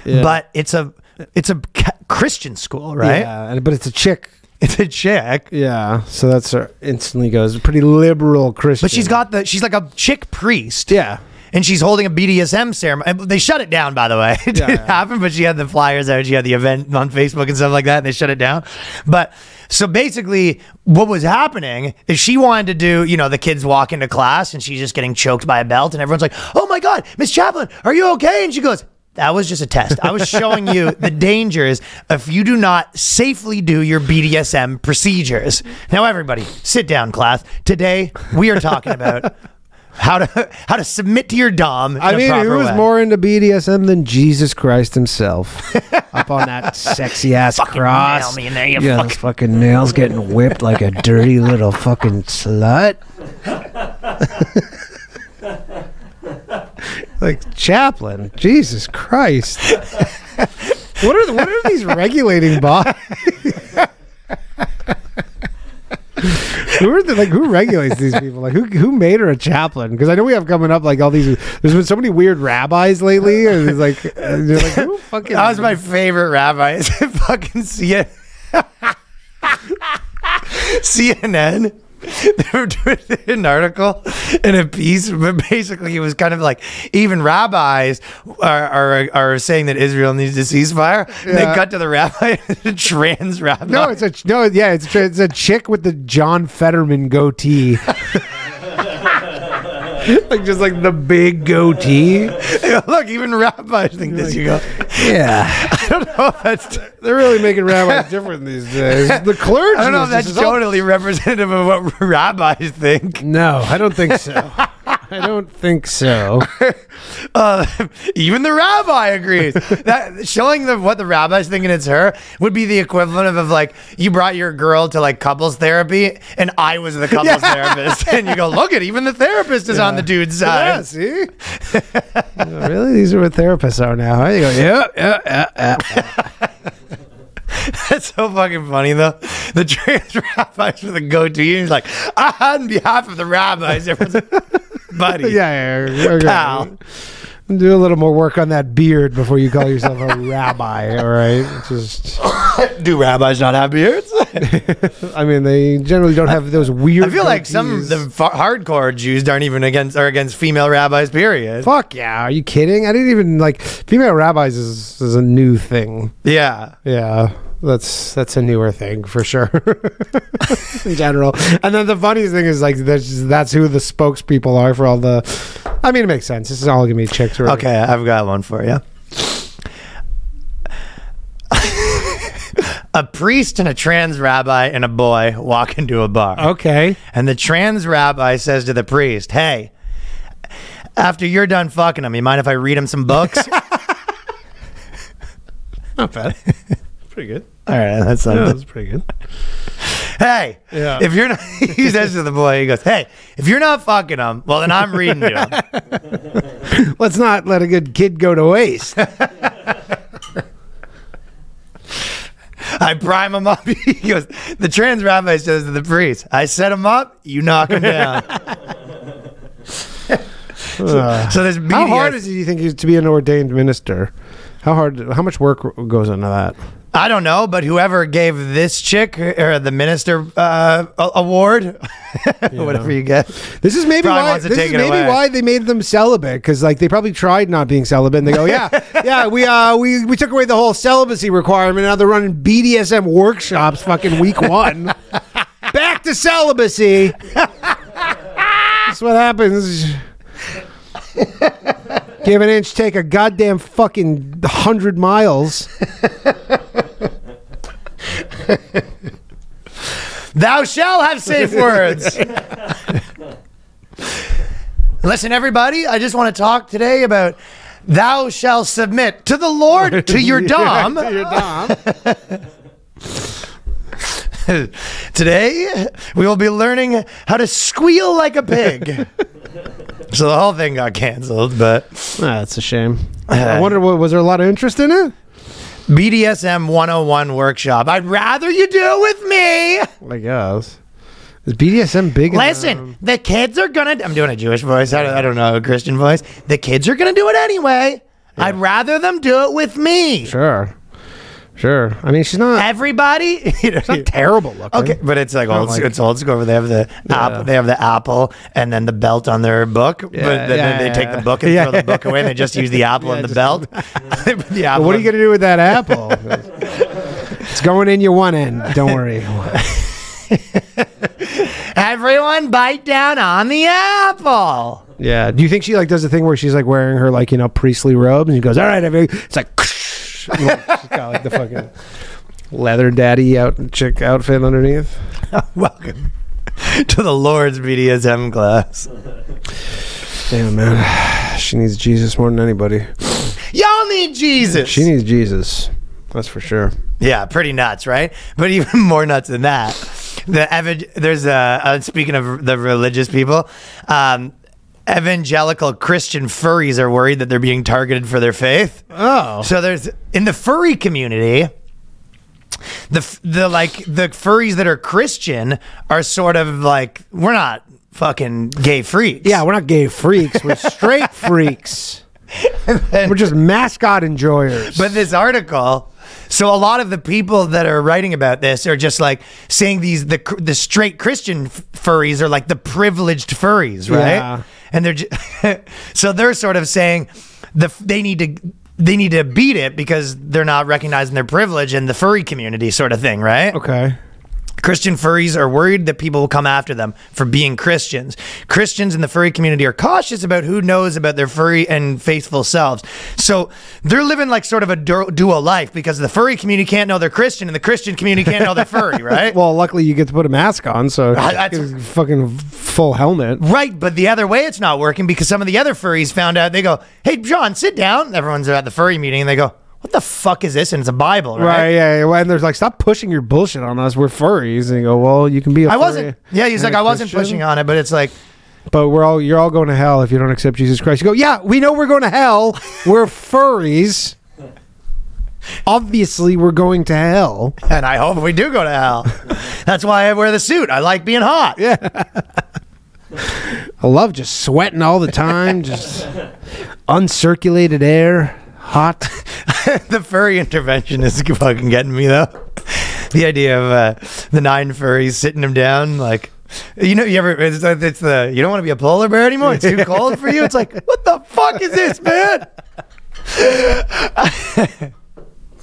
Speaker 1: but it's a it's a ca- Christian school, right?
Speaker 2: Yeah, and- but it's a chick.
Speaker 1: It's a chick.
Speaker 2: Yeah, so that's her instantly goes pretty liberal Christian.
Speaker 1: But she's got the she's like a chick priest.
Speaker 2: yeah.
Speaker 1: And she's holding a BDSM ceremony. Uh, They shut it down, by the way. It
Speaker 2: Yeah,
Speaker 1: didn't
Speaker 2: yeah.
Speaker 1: happen, but she had the flyers out. She had the event on Facebook and stuff like that, and they shut it down. But so basically, what was happening is she wanted to do, you know, the kids walk into class and she's just getting choked by a belt, and everyone's like, oh my God, Miss Chaplin, are you okay? And she goes, that was just a test. I was showing you the dangers if you do not safely do your BDSM procedures. Now, everybody, sit down, class. Today, we are talking about how to how to submit to your dom. in
Speaker 2: I
Speaker 1: a
Speaker 2: mean,
Speaker 1: proper
Speaker 2: who was
Speaker 1: way.
Speaker 2: more into BDSM than Jesus Christ himself? Up on that sexy ass
Speaker 1: Fucking
Speaker 2: cross.
Speaker 1: nail me in there, you
Speaker 2: yeah,
Speaker 1: fuck.
Speaker 2: those fucking nails getting whipped like a dirty little fucking slut. like Chaplin, Jesus Christ. what are the, what are these regulating bodies? who are the, like who regulates these people? Like who who made her a chaplain? Because I know we have coming up like all these. There's been so many weird rabbis lately, and it's like, uh, you're like who fucking.
Speaker 1: That was my favorite rabbi. Is it fucking CNN? CNN. They were doing an article in a piece, but basically it was kind of like even rabbis are are, are saying that Israel needs a ceasefire. And they
Speaker 2: Yeah.
Speaker 1: cut to the rabbi, the trans rabbi.
Speaker 2: No, it's a no. Yeah, it's a, it's a chick with the John Fetterman goatee. like just like the big goatee.
Speaker 1: look, even rabbis think this. You go,
Speaker 2: Yeah,
Speaker 1: I don't know if that's.
Speaker 2: they're really making rabbis different these days. The clergy.
Speaker 1: I don't know if
Speaker 2: is
Speaker 1: that's
Speaker 2: just all-
Speaker 1: totally representative of what rabbis think.
Speaker 2: No, I don't think so. I don't think so.
Speaker 1: Uh, even the rabbi agrees. that showing the what the rabbi's thinking it's her would be the equivalent of, of like you brought your girl to like couples therapy and I was the couples therapist and you go look at even the therapist is on the dude's side.
Speaker 2: Yeah, see? Yeah, really? These are what therapists are now. Huh? You go, yeah, yeah, yeah, yeah.
Speaker 1: That's so fucking funny though. The trans rabbis with a goatee and he's like on behalf of the rabbis, everyone's like, buddy.
Speaker 2: Yeah, yeah, yeah. okay.
Speaker 1: Pal.
Speaker 2: Do a little more work on that beard before you call yourself a rabbi, all right? Just,
Speaker 1: Do rabbis not have beards?
Speaker 2: I mean, they generally don't have those weird.
Speaker 1: I feel like some of the fa- hardcore Jews aren't even against are against female rabbis. Period.
Speaker 2: Fuck yeah! Are you kidding? I didn't even like female rabbis is is a new thing.
Speaker 1: Yeah.
Speaker 2: Yeah, that's that's a newer thing for sure. in general, and then the funniest thing is like that's just, that's who the spokespeople are for all the. I mean, it makes sense. This is all gonna be chicks. Right?
Speaker 1: Okay, I've got one for you. a priest and a trans rabbi and a boy walk into a bar.
Speaker 2: Okay.
Speaker 1: And the trans rabbi says to the priest, Hey, after you're done fucking him, you mind if I read him some books? All
Speaker 2: Not bad. pretty good.
Speaker 1: right, that's something.
Speaker 2: pretty good.
Speaker 1: Hey,
Speaker 2: Yeah.
Speaker 1: if you're not, he says to the boy, he goes, Hey, if you're not fucking him, well, then I'm reading to him.
Speaker 2: Let's not let a good kid go to waste.
Speaker 1: I prime him up. He goes, the trans rabbi says to the priest, I set him up, you knock him down. so there's
Speaker 2: How
Speaker 1: BDS
Speaker 2: hard is it? You think to be an ordained minister? How hard? How much work goes into that?
Speaker 1: I don't know, but whoever gave this chick or the minister uh, a- award, whatever you get,
Speaker 2: This is maybe
Speaker 1: Brian
Speaker 2: why
Speaker 1: wants to
Speaker 2: this
Speaker 1: take
Speaker 2: is
Speaker 1: it
Speaker 2: maybe
Speaker 1: away.
Speaker 2: why they made them celibate because like they probably tried not being celibate and they go yeah yeah we uh we we took away the whole celibacy requirement now they're running BDSM workshops fucking week one back to celibacy that's what happens give an inch take a goddamn fucking hundred miles
Speaker 1: thou shall have safe words. Listen, everybody, I just want to talk today about thou shall submit to the Lord, to your Dom.
Speaker 2: Your dom.
Speaker 1: Today, we will be learning how to squeal like a pig. so the whole thing got canceled, but
Speaker 2: that's a shame I wonder what was there a lot of interest in it
Speaker 1: BDSM 101 workshop. I'd rather you do it with me.
Speaker 2: I guess. Is BDSM big? in the-
Speaker 1: Listen, the kids are going to. I'm doing a Jewish voice. I don't, I don't know, a Christian voice. The kids are going to do it anyway. I'd rather them do it with me.
Speaker 2: Sure. Sure. I mean, she's not
Speaker 1: Everybody, you know,
Speaker 2: terrible looking.
Speaker 1: Okay, but it's like old.
Speaker 2: like
Speaker 1: sc- it's old school. Where they have the apple. They have the apple and then the belt on their book. but then,
Speaker 2: yeah,
Speaker 1: then they
Speaker 2: yeah,
Speaker 1: take the
Speaker 2: yeah.
Speaker 1: book and
Speaker 2: Yeah.
Speaker 1: throw the book away. and They just use the apple and the
Speaker 2: just-
Speaker 1: belt. the apple
Speaker 2: What are you going to do with that apple? it's going in your one end. Don't worry.
Speaker 1: Everyone bite down on the apple.
Speaker 2: yeah. Do you think she like does the thing where she's like wearing her like you know priestly robe and she goes, "All right, every-" it's like, she's got like the fucking leather daddy out chick outfit underneath.
Speaker 1: Welcome to the Lord's BDSM class.
Speaker 2: Damn man, she needs Jesus more than anybody.
Speaker 1: Y'all need Jesus.
Speaker 2: She needs Jesus. That's for sure.
Speaker 1: Yeah, pretty nuts, right? But even more nuts than that, the evan- there's a uh, speaking of the religious people, um, evangelical Christian furries are worried that they're being targeted for their faith.
Speaker 2: Oh.
Speaker 1: So there's in the furry community, the f- the like the furries that are Christian are sort of like we're not fucking gay freaks.
Speaker 2: Yeah, we're not gay freaks. We're straight freaks. We're just mascot enjoyers.
Speaker 1: But this article So a lot of the people that are writing about this are just like saying these the cr- the straight Christian f- furries are like the privileged furries, right?
Speaker 2: Yeah.
Speaker 1: And they're just, so they're sort of saying the f- they need to they need to beat it because they're not recognizing their privilege in the furry community sort of thing, right?
Speaker 2: Okay.
Speaker 1: Christian furries are worried that people will come after them for being Christians. Christians in the furry community are cautious about who knows about their furry and faithful selves. So they're living like sort of a du- dual life because the furry community can't know they're Christian and the Christian community can't know they're furry, right?
Speaker 2: Well, luckily you get to put a mask on, so
Speaker 1: Ah, that's-
Speaker 2: it's a fucking full helmet.
Speaker 1: Right, but the other way it's not working because some of the other furries found out. They go, "Hey, John, sit down." Everyone's at the furry meeting and they go, "What the fuck is this?" And it's a Bible, right?
Speaker 2: Right, yeah, yeah. Well, And there's like, stop pushing your bullshit on us. We're furries, and you go, well, you can be. a
Speaker 1: I
Speaker 2: furry
Speaker 1: wasn't. Yeah, he's
Speaker 2: and
Speaker 1: like,
Speaker 2: a
Speaker 1: I wasn't
Speaker 2: Christian,
Speaker 1: pushing on it, but it's like,
Speaker 2: But we're all, you're all going to hell if you don't accept Jesus Christ. You go, yeah, we know we're going to hell. We're furries. Obviously, we're going to hell.
Speaker 1: and I hope we do go to hell. That's why I wear the suit. I like being hot. Yeah.
Speaker 2: I love just sweating all the time, just uncirculated air, hot.
Speaker 1: the furry intervention is fucking getting me though. The idea of uh, the nine furries sitting him down, like, you know, you ever it's, it's the you don't want to be a polar bear anymore. It's too cold for you. It's like, what the fuck is this, man?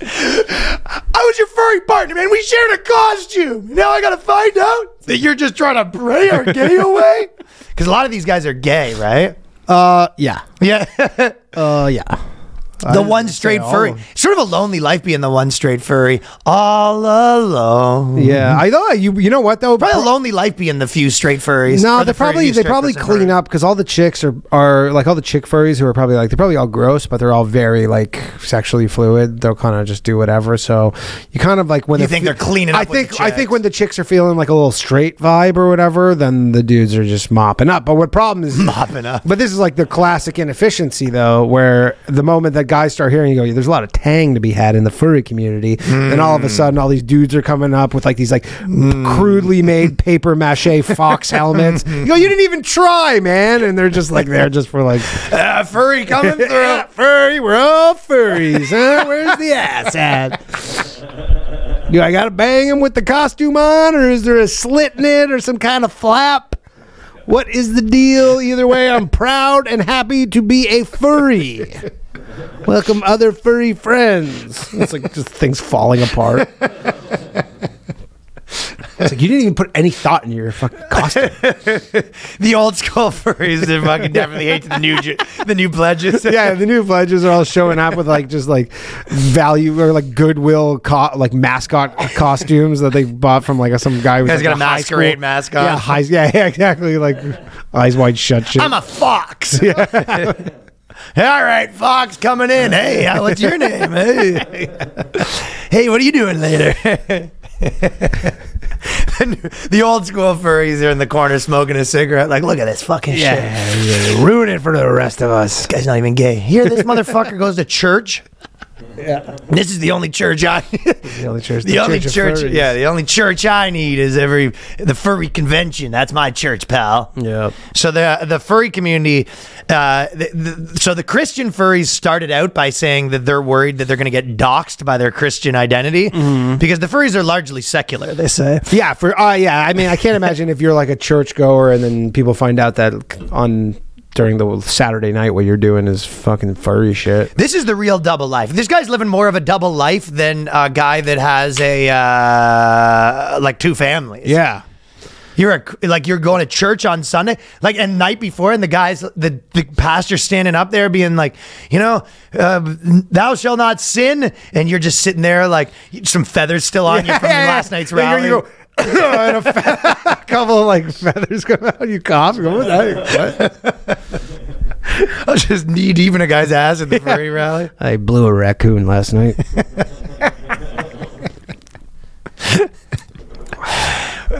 Speaker 1: I was your furry partner, man. We shared a costume. Now I gotta find out that you're just trying to pray our gay away. Because a lot of these guys are gay, right?
Speaker 2: Uh, yeah.
Speaker 1: Yeah.
Speaker 2: Uh, yeah.
Speaker 1: the one straight
Speaker 2: all
Speaker 1: furry.
Speaker 2: of 'em.
Speaker 1: Sort of a lonely life being the one straight furry all alone.
Speaker 2: Yeah. I thought you. You know what though?
Speaker 1: Probably a lonely life being the few straight furries.
Speaker 2: No,
Speaker 1: Or
Speaker 2: they
Speaker 1: the furry
Speaker 2: probably
Speaker 1: few
Speaker 2: they
Speaker 1: straight
Speaker 2: probably
Speaker 1: person
Speaker 2: clean
Speaker 1: furry.
Speaker 2: up because all the chicks are are like all the chick furries who are probably like they're probably all gross, but they're all very like sexually fluid. They'll kind of just do whatever. So you kind of like when
Speaker 1: You
Speaker 2: the
Speaker 1: think
Speaker 2: fe-
Speaker 1: they're cleaning
Speaker 2: I
Speaker 1: up with
Speaker 2: think
Speaker 1: the
Speaker 2: I
Speaker 1: chicks.
Speaker 2: think when the chicks are feeling like a little straight vibe or whatever, then the dudes are just mopping up. But what problem is
Speaker 1: Popping up.
Speaker 2: But this is like the classic inefficiency, though, where the moment that guys start hearing, you go, there's a lot of tang to be had in the furry community. And all of
Speaker 1: Hmm.
Speaker 2: a sudden, all these dudes are coming up with like these like crudely made paper mache fox helmets.
Speaker 1: Hmm.
Speaker 2: you go, you didn't even try, man. And they're just like, they're just for like,
Speaker 1: Ah, furry coming through.
Speaker 2: "Ah, furry, we're all furries, huh? Where's the ass at? Do I got to bang him with the costume on, or is there a slit in it, or some kind of flap? What is the deal? Either way, I'm proud and happy to be a furry. Welcome, other furry friends. It's like just things falling apart. It's like you didn't even put any thought into your fucking costume.
Speaker 1: The old school furries they fucking definitely hate the new ge- the new pledges.
Speaker 2: yeah, the new pledges are all showing up with like just like value or like goodwill co- like mascot costumes that they bought from like some guy who's
Speaker 1: Guys
Speaker 2: like
Speaker 1: got a
Speaker 2: high
Speaker 1: masquerade
Speaker 2: school-
Speaker 1: mascot.
Speaker 2: Yeah, high, yeah, yeah, exactly. Like eyes wide shut shit.
Speaker 1: I'm a fox. All right, fox coming in. Hey, how- what's your name? Hey, hey, what are you doing later? the old school furries are in the corner smoking a cigarette. Like, look at this fucking shit.
Speaker 2: yeah, ruin it for the rest of us.
Speaker 1: This guy's not even gay. Here, this motherfucker goes to church. Yeah. This is the only church I.
Speaker 2: The only church.
Speaker 1: The, only
Speaker 2: of
Speaker 1: church,
Speaker 2: furries.
Speaker 1: yeah, the only church I need is every the furry convention. That's my church, pal.
Speaker 2: Yeah.
Speaker 1: So the the furry community, uh, the, the, so the Christian furries started out by saying that they're worried that they're going to get doxxed by their Christian identity
Speaker 2: Mm-hmm.
Speaker 1: because the furries are largely secular. They say.
Speaker 2: Yeah, for uh, yeah. I mean, I can't imagine if you're like a churchgoer and then people find out that on during the Saturday night what you're doing is fucking furry shit.
Speaker 1: This is the real double life. This guy's living more of a double life than a guy that has a uh, like two families.
Speaker 2: Yeah.
Speaker 1: You're a, like you're going to church on Sunday, like and night before, and the guys, the, the pastor standing up there being like, you know, uh, thou shall not sin, and you're just sitting there like some feathers still on you from
Speaker 2: Yeah, yeah,
Speaker 1: last night's
Speaker 2: yeah. Like,
Speaker 1: rally.
Speaker 2: You go, and a fe- couple of like feathers come out. You cough. You go, "What the heck? What?"
Speaker 1: I was just knee deep in a guy's ass at the furry rally.
Speaker 2: I blew a raccoon last night.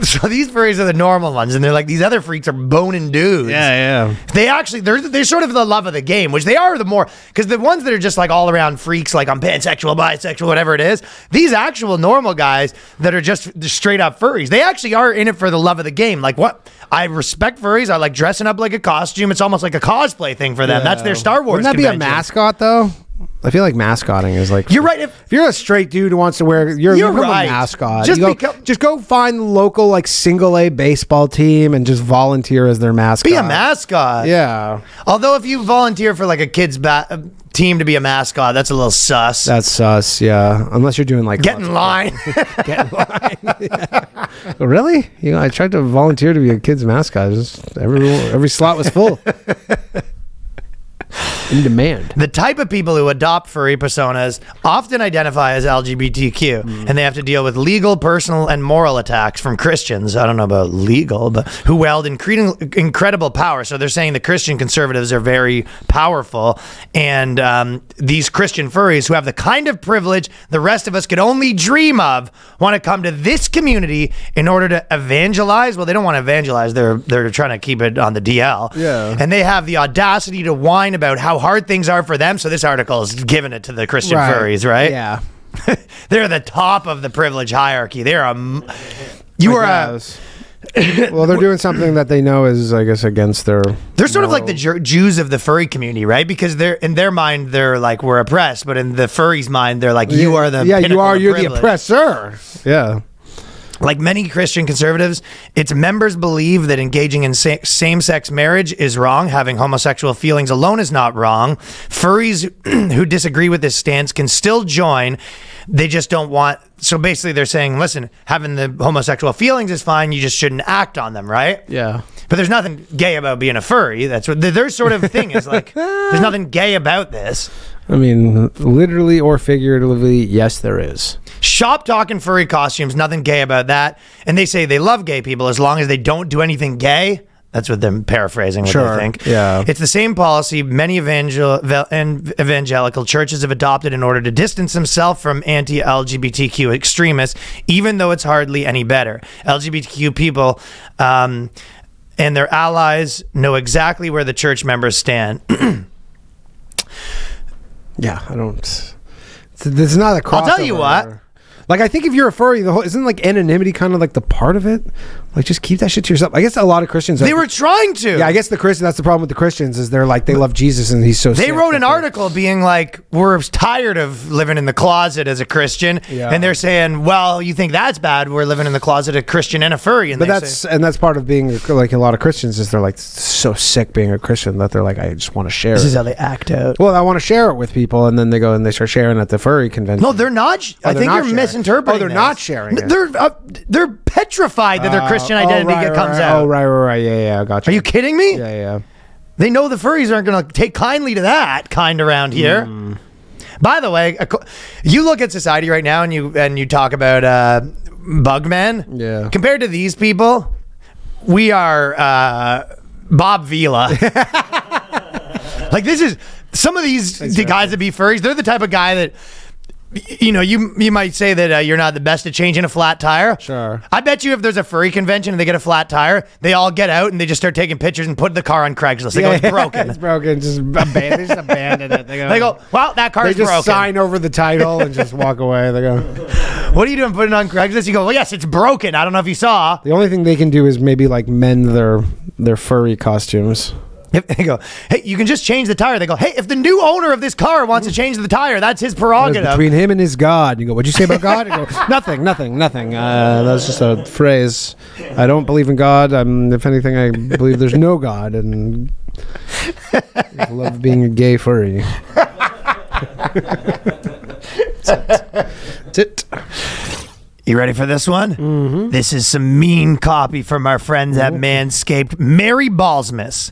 Speaker 1: So these furries are the normal ones, and they're like these other freaks are boning dudes.
Speaker 2: yeah.
Speaker 1: They actually they're they're sort of the love of the game, which they are the more because the ones that are just like all around freaks, like I'm pansexual, bisexual, whatever it is. These actual normal guys that are just just straight up furries, they actually are in it for the love of the game. Like what I respect furries. I like dressing up like a costume. It's almost like a cosplay thing for them. That's their Star Wars.
Speaker 2: Wouldn't that be a
Speaker 1: convention.
Speaker 2: mascot though? I feel like mascotting is like
Speaker 1: You're right, if-
Speaker 2: you're a straight dude who wants to wear, you're,
Speaker 1: You're
Speaker 2: you become
Speaker 1: right.
Speaker 2: a mascot.
Speaker 1: Just
Speaker 2: You go,
Speaker 1: become-
Speaker 2: just go find the local like single A baseball team and just volunteer as their mascot.
Speaker 1: Be a mascot.
Speaker 2: Yeah,
Speaker 1: Although if you volunteer for like a kid's ba- uh, team to be a mascot, that's a little sus.
Speaker 2: that's sus. Yeah, unless you're doing like
Speaker 1: Get in line.
Speaker 2: Really? You know, I tried to volunteer to be a kid's mascot. It was- every every slot was full. In demand.
Speaker 1: the type of people who adopt furry personas often identify as LGBTQ, and they have to deal with legal, personal, and moral attacks from Christians. I don't know about legal, but who wield incre- incredible power. So they're saying the Christian conservatives are very powerful, and um, these Christian furries who have the kind of privilege the rest of us could only dream of want to come to this community in order to evangelize. Well, they don't want to evangelize; they're they're trying to keep it on the DL.
Speaker 2: Yeah.
Speaker 1: And they have the audacity to whine about how hard things are for them. So this article is giving it to the Christian furries, right?
Speaker 2: Yeah.
Speaker 1: They're the top of the privilege hierarchy. They're a. m- You are uh, a.
Speaker 2: Yes. well, they're doing something that they know is, I guess, against their.
Speaker 1: They're sort of like the Jer- Jews of the furry community, right? Because they're in their mind, they're like we're oppressed, but in the furries' mind, they're like you are the
Speaker 2: Yeah, you
Speaker 1: pinnacle
Speaker 2: are.
Speaker 1: of
Speaker 2: You're the
Speaker 1: privilege.
Speaker 2: oppressor. Yeah.
Speaker 1: Like many Christian conservatives, its members believe that engaging in sa- same sex marriage is wrong. Having homosexual feelings alone is not wrong. Furries who disagree with this stance can still join. They just don't want. So basically, they're saying, listen, having the homosexual feelings is fine. You just shouldn't act on them, right?
Speaker 2: Yeah.
Speaker 1: But there's nothing gay about being a furry. That's what th- their sort of thing is like. there's nothing gay about this.
Speaker 2: I mean, literally or figuratively, yes, there is.
Speaker 1: Shop talk and furry costumes, nothing gay about that. And they say they love gay people as long as they don't do anything gay. That's what they're paraphrasing what
Speaker 2: Sure,
Speaker 1: they think.
Speaker 2: yeah.
Speaker 1: It's the same policy many evangel- vel- and evangelical churches have adopted in order to distance themselves from anti LGBTQ extremists, even though it's hardly any better. LGBTQ people um, and their allies know exactly where the church members stand.
Speaker 2: Yeah, I don't. It's, it's not a crossover.
Speaker 1: I'll tell you what.
Speaker 2: Like I think if you're a furry, the whole isn't like anonymity kind of like the part of it. Like just keep that shit to yourself. I guess a lot of Christians
Speaker 1: they were trying to.
Speaker 2: Yeah, I guess the Christian. That's the problem with the Christians is they're like they love Jesus and he's so.
Speaker 1: They
Speaker 2: sick.
Speaker 1: wrote an article being like, "We're tired of living in the closet as a Christian,"
Speaker 2: Yeah.
Speaker 1: and they're saying, "Well, you think that's bad? We're living in the closet, a Christian and a furry." And
Speaker 2: But
Speaker 1: they
Speaker 2: that's
Speaker 1: say,
Speaker 2: and that's part of being like a lot of Christians is they're like so sick being a Christian that they're like I just want to share.
Speaker 1: this is
Speaker 2: It.
Speaker 1: how they act out.
Speaker 2: Well, I want to share it with people, and then they go and they start sharing at the furry convention.
Speaker 1: No, they're not. sh I
Speaker 2: Oh, they're
Speaker 1: think
Speaker 2: not
Speaker 1: you're
Speaker 2: sharing.
Speaker 1: misinterpreting.
Speaker 2: Oh, they're
Speaker 1: this.
Speaker 2: not sharing
Speaker 1: N-
Speaker 2: it.
Speaker 1: They're uh, they're petrified that their Christian
Speaker 2: Oh,
Speaker 1: identity
Speaker 2: right,
Speaker 1: comes
Speaker 2: right,
Speaker 1: out.
Speaker 2: Oh right, right, right. Yeah, yeah. I got you.
Speaker 1: Are you kidding me?
Speaker 2: Yeah, yeah.
Speaker 1: They know the furries aren't going to take kindly to that kind around here.
Speaker 2: Hmm.
Speaker 1: By the way, ac- you look at society right now and you and you talk about uh, bugmen.
Speaker 2: Yeah.
Speaker 1: Compared to these people, we are uh, Bob Vila. like this is some of these the guys that be furries. They're the type of guy that. You know, you you might say that uh, you're not the best at changing a flat tire.
Speaker 2: Sure.
Speaker 1: I bet you if there's a furry convention and they get a flat tire, they all get out and they just start taking pictures and put the car on Craigslist. They go, it's broken.
Speaker 2: it's broken. Just abandon. They just abandon it. They go.
Speaker 1: They go, well, that car's
Speaker 2: They just
Speaker 1: broken.
Speaker 2: sign over the title and just walk away. They go.
Speaker 1: What are you doing putting it on Craigslist? You go, well, yes, it's broken. I don't know if you saw.
Speaker 2: The only thing they can do is maybe like mend their their furry costumes.
Speaker 1: If they go, hey, you can just change the tire. They go, hey, if the new owner of this car wants to change the tire, that's his
Speaker 2: It's
Speaker 1: prerogative.
Speaker 2: between him and his God. You go, what'd you say about God? You go, nothing, nothing, nothing. Uh, that's just a phrase. I don't believe in God. I'm, if anything, I believe there's no God. And I love being a gay furry. that's it. That's it.
Speaker 1: you ready for this one? Mm-hmm. This is some mean copy from our friends at Manscaped. Mary Balsmus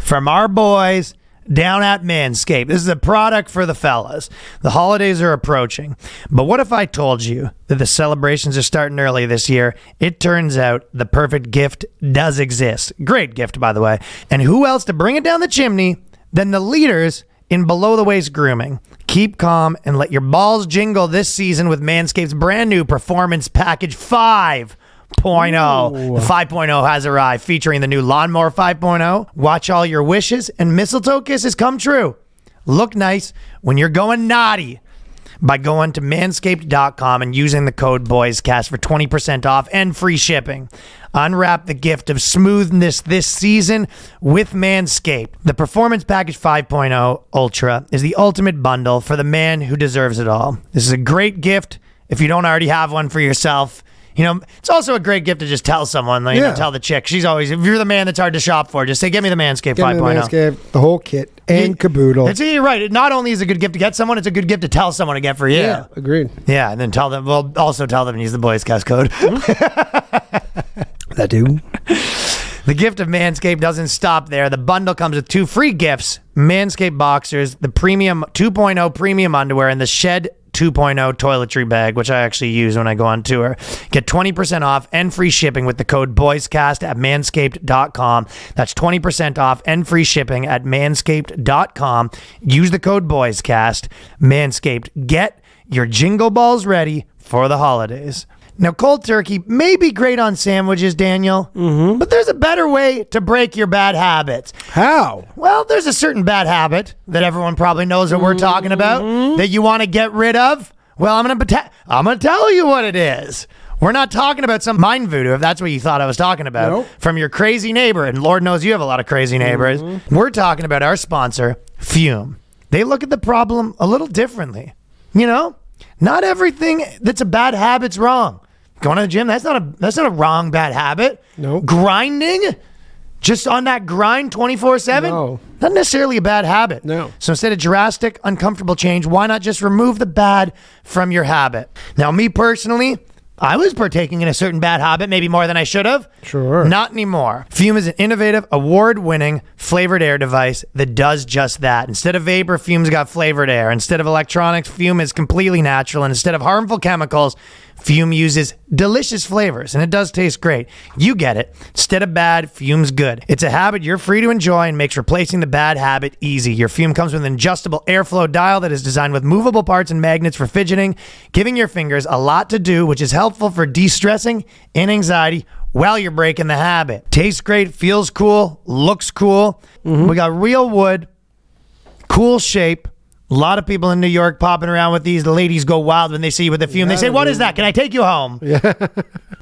Speaker 1: from our boys down at Manscaped. This is a product for the fellas. The holidays are approaching. But what if I told you that the celebrations are starting early this year? It turns out the perfect gift does exist. Great gift, by the way. And who else to bring it down the chimney than the leaders in below the waist grooming? Keep calm and let your balls jingle this season with Manscaped's brand new Performance Package 5. 5.0. The 5.0 has arrived, featuring the new Lawnmower 5.0. Watch all your wishes and mistletoe kisses come true. Look nice when you're going naughty by going to manscaped.com and using the code BOYSCAST for 20% off and free shipping. Unwrap the gift of smoothness this season with Manscaped. The Performance Package 5.0 Ultra is the ultimate bundle for the man who deserves it all. This is a great gift if you don't already have one for yourself. You know, it's also a great gift to just tell someone, like, you know,
Speaker 2: Yeah.
Speaker 1: tell the chick. She's always, if you're the man that's hard to shop for, just say, give me the Manscaped
Speaker 2: Get me the
Speaker 1: 5.0.
Speaker 2: Manscaped, the whole kit and caboodle.
Speaker 1: It's, you're right. It not only is it a good gift to get someone, it's a good gift to tell someone to get for you.
Speaker 2: yeah, agreed.
Speaker 1: Yeah, and then tell them. Well, also tell them to use the Boys Cast code.
Speaker 2: That do.
Speaker 1: the gift of Manscaped doesn't stop there. The bundle comes with two free gifts: Manscaped boxers, the premium 2.0 premium underwear, and the Shed 2.0 toiletry bag, which I actually use when I go on tour. Get 20% off and free shipping with the code BoysCast at manscaped.com. That's 20% off and free shipping at manscaped.com. Use the code BoysCast. Manscaped. Get your jingle balls ready for the holidays. Now, cold turkey may be great on sandwiches, Daniel, mm-hmm. but there's a better way to break your bad habits.
Speaker 2: How?
Speaker 1: Well, there's a certain bad habit that everyone probably knows what we're talking
Speaker 2: Mm-hmm.
Speaker 1: about that you want to get rid of. Well, I'm gonna beta- I'm gonna tell you what it is. We're not talking about some mind voodoo, if that's what you thought I was talking about,
Speaker 2: Nope.
Speaker 1: from your crazy neighbor. And Lord knows you have a lot of crazy neighbors.
Speaker 2: Mm-hmm.
Speaker 1: We're talking about our sponsor, Fume. They look at the problem a little differently. You know, not everything that's a bad habit's wrong. Going to the gym, that's not a that's not a wrong bad habit.
Speaker 2: Nope.
Speaker 1: Grinding, just on that grind 24 7?
Speaker 2: No.
Speaker 1: Not necessarily a bad habit.
Speaker 2: No.
Speaker 1: So instead of drastic, uncomfortable change, why not just remove the bad from your habit? Now, me personally, I was partaking in a certain bad habit, maybe more than I should have.
Speaker 2: Sure.
Speaker 1: Not anymore. Fume is an innovative, award winning flavored air device that does just that. Instead of vapor, Fume's got flavored air. Instead of electronics, Fume is completely natural. And instead of harmful chemicals, Fume uses delicious flavors, and it does taste great. You get it. Instead of bad, Fume's good. It's a habit you're free to enjoy and makes replacing the bad habit easy. Your Fume comes with an adjustable airflow dial that is designed with movable parts and magnets for fidgeting, giving your fingers a lot to do, which is helpful for de stressing and anxiety while you're breaking the habit. Tastes great, feels cool, looks cool. We got real wood, cool shape. A lot of people in New York popping around with these. The ladies go wild when they see you with the fume. they say, "What is that? Can I take you home?"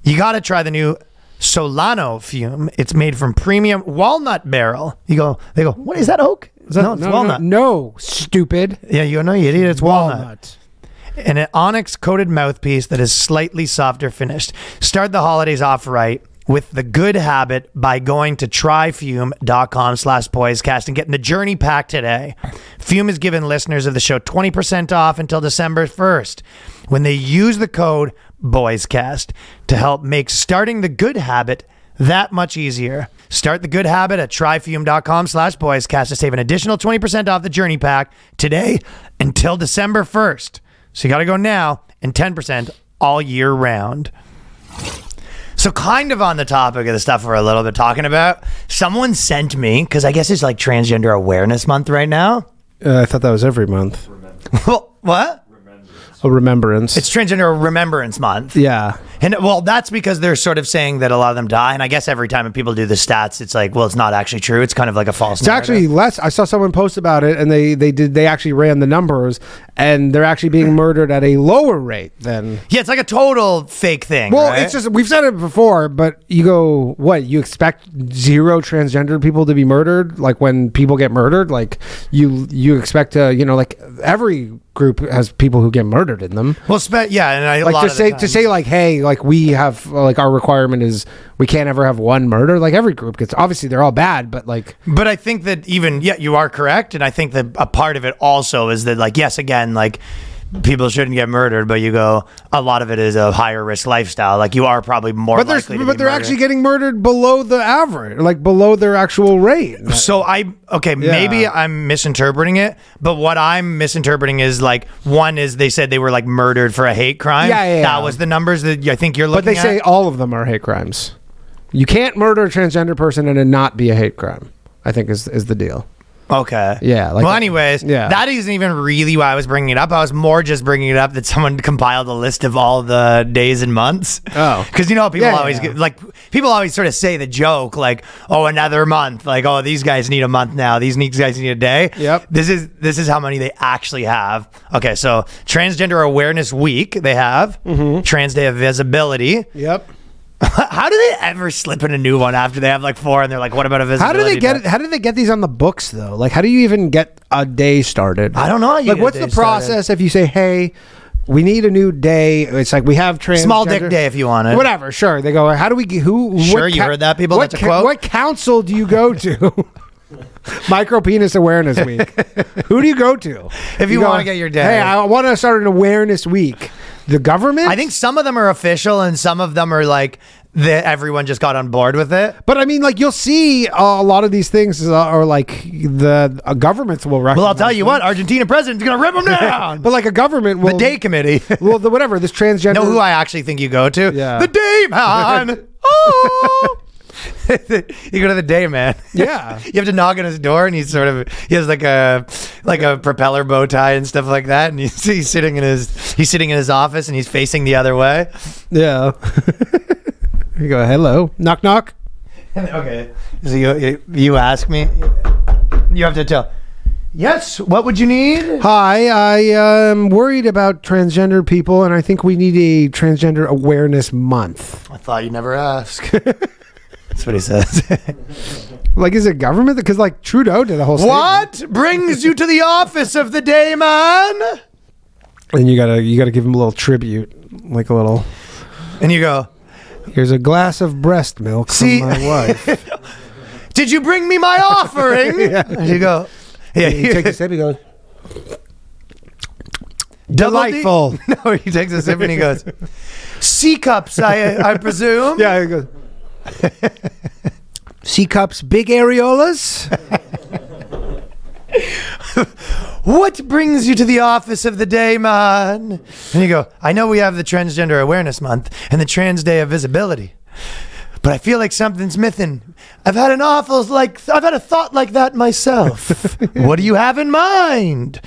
Speaker 1: You got to try the new Solano fume. It's made from premium walnut barrel. You go, they go, "What is that oak?" no, it's walnut.
Speaker 2: No, stupid.
Speaker 1: Yeah, you go, no, you idiot. It's walnut
Speaker 2: Walnut.
Speaker 1: and an onyx coated mouthpiece that is slightly softer finished. Start the holidays off right with the good habit by going to tryfume.com slash poisecast and getting the journey pack today. Fume is giving listeners of the show 20% off until December 1st when they use the code boyscast to help make starting the good habit that much easier. Start the good habit at tryfume.com slash boyscast to save an additional 20% off the journey pack today until December 1st. So you got to go now and 10% all year round. So, kind of on the topic of the stuff we're a little bit talking about, someone sent me, because I guess it's like Transgender Awareness Month right now.
Speaker 2: Uh, I thought that was every month.
Speaker 1: well, what?
Speaker 2: A remembrance.
Speaker 1: It's Transgender Remembrance Month.
Speaker 2: yeah.
Speaker 1: And well, that's because they're sort of saying that a lot of them die. And I guess every time people do the stats, it's like, well, it's not actually true. It's kind of like a false.
Speaker 2: It's actually less. I saw someone post about it, and they they did they actually ran the numbers, and they're actually being murdered at a lower rate than.
Speaker 1: yeah, it's like a total fake thing.
Speaker 2: Well,
Speaker 1: right?
Speaker 2: it's just we've said it before, but you go what you expect zero transgender people to be murdered, like when people get murdered, like you you expect to you know like every group has people who get murdered in them.
Speaker 1: well, spe- yeah, and I, a lot
Speaker 2: like to
Speaker 1: of the
Speaker 2: say to
Speaker 1: times-
Speaker 2: say like hey like we have like our requirement is we can't ever have one murder like every group gets obviously they're all bad but like
Speaker 1: But I think that even yeah, you are correct, and I think that a part of it also is that like yes, again, like people shouldn't get murdered, but you go a lot of it is a higher risk lifestyle. Like you are probably more.
Speaker 2: but
Speaker 1: likely
Speaker 2: they're
Speaker 1: to
Speaker 2: but
Speaker 1: be
Speaker 2: they're
Speaker 1: murdered.
Speaker 2: actually getting murdered below the average like below their actual rate
Speaker 1: So I okay, maybe I'm misinterpreting it, but what I'm misinterpreting is like one is they said they were like murdered for a hate crime.
Speaker 2: Yeah, yeah,
Speaker 1: That
Speaker 2: yeah.
Speaker 1: was the numbers that I think you're looking.
Speaker 2: but they
Speaker 1: at.
Speaker 2: say all of them are hate crimes you can't murder a transgender person and it not be a hate crime i think is is the deal
Speaker 1: Okay.
Speaker 2: Yeah, like-
Speaker 1: well, anyways,
Speaker 2: Yeah.
Speaker 1: that isn't even really why I was bringing it up. I was more just bringing it up that someone compiled a list of all the days and months.
Speaker 2: Oh.
Speaker 1: Because you know how people
Speaker 2: Yeah, yeah,
Speaker 1: always
Speaker 2: yeah.
Speaker 1: get like people always sort of say the joke like, oh, another month. Like, oh, these guys need a month now. These ne- guys need a day.
Speaker 2: Yep.
Speaker 1: This is this is how many they actually have. Okay, so
Speaker 2: Mm-hmm.
Speaker 1: Transgender Awareness Week they have. Trans Day of Visibility.
Speaker 2: yep
Speaker 1: How do they ever slip in a new one after they have like four and they're like, what about a
Speaker 2: How
Speaker 1: visibility?
Speaker 2: do they get
Speaker 1: day?
Speaker 2: it? How do they get these on the books though? Like, how do you even get a day started?
Speaker 1: I don't know how you
Speaker 2: like,
Speaker 1: get a
Speaker 2: what's
Speaker 1: day
Speaker 2: the process if you say, "Hey, we need a new day"? It's like we have trans
Speaker 1: Small dick day if you want it.
Speaker 2: Whatever. Sure. They go. How do we? get Who?
Speaker 1: Sure,
Speaker 2: what
Speaker 1: you heard that, people?
Speaker 2: What,
Speaker 1: That's a quote.
Speaker 2: what council do you go to? Micro penis awareness week. Who do you go to
Speaker 1: If you
Speaker 2: go,
Speaker 1: wanna get your day.
Speaker 2: Hey, I want to start an awareness week. The government.
Speaker 1: I think some of them are official and some of them are like that everyone just got on board with it.
Speaker 2: But I mean, like you'll see uh, a lot of these things uh, are like the uh, governments will recognize.
Speaker 1: Well, I'll tell you
Speaker 2: them.
Speaker 1: what, Argentina president's gonna rip them down.
Speaker 2: But like a government will
Speaker 1: the day committee.
Speaker 2: well, the, whatever this transgender.
Speaker 1: know who I actually think you go to?
Speaker 2: Yeah.
Speaker 1: The day man. oh. you go to the day man.
Speaker 2: Yeah.
Speaker 1: you have to knock on his door, and he's sort of he has like a like a propeller bow tie and stuff like that, and he's, he's sitting in his he's sitting in his office, and he's facing the other way.
Speaker 2: yeah. you go. Hello. Knock knock.
Speaker 1: okay, so you you- you ask me, you have to tell. Yes. What would you need?
Speaker 2: Hi, I am worried about transgender people, and I think we need a transgender awareness month.
Speaker 1: I thought you'd never ask. That's what he says.
Speaker 2: Like, is it government? Because like Trudeau did a whole statement.
Speaker 1: what brings you to the office of the day man?
Speaker 2: and you gotta you gotta give him a little tribute, like a little.
Speaker 1: And you go.
Speaker 2: Here's a glass of breast milk
Speaker 1: See-
Speaker 2: from my wife.
Speaker 1: Did you bring me my offering? And you go, yeah,
Speaker 2: he takes a sip. He goes,
Speaker 1: double D-
Speaker 2: delightful.
Speaker 1: no, he takes a sip and he goes, C cups, I I presume.
Speaker 2: Yeah, he goes. C cups, big areolas.
Speaker 1: What brings you to the office of the day, man? And you go, I know we have the Transgender Awareness Month and the Trans Day of Visibility. But I feel like something's missing. I've had an awful like I've had a thought like that myself. what do you have in mind?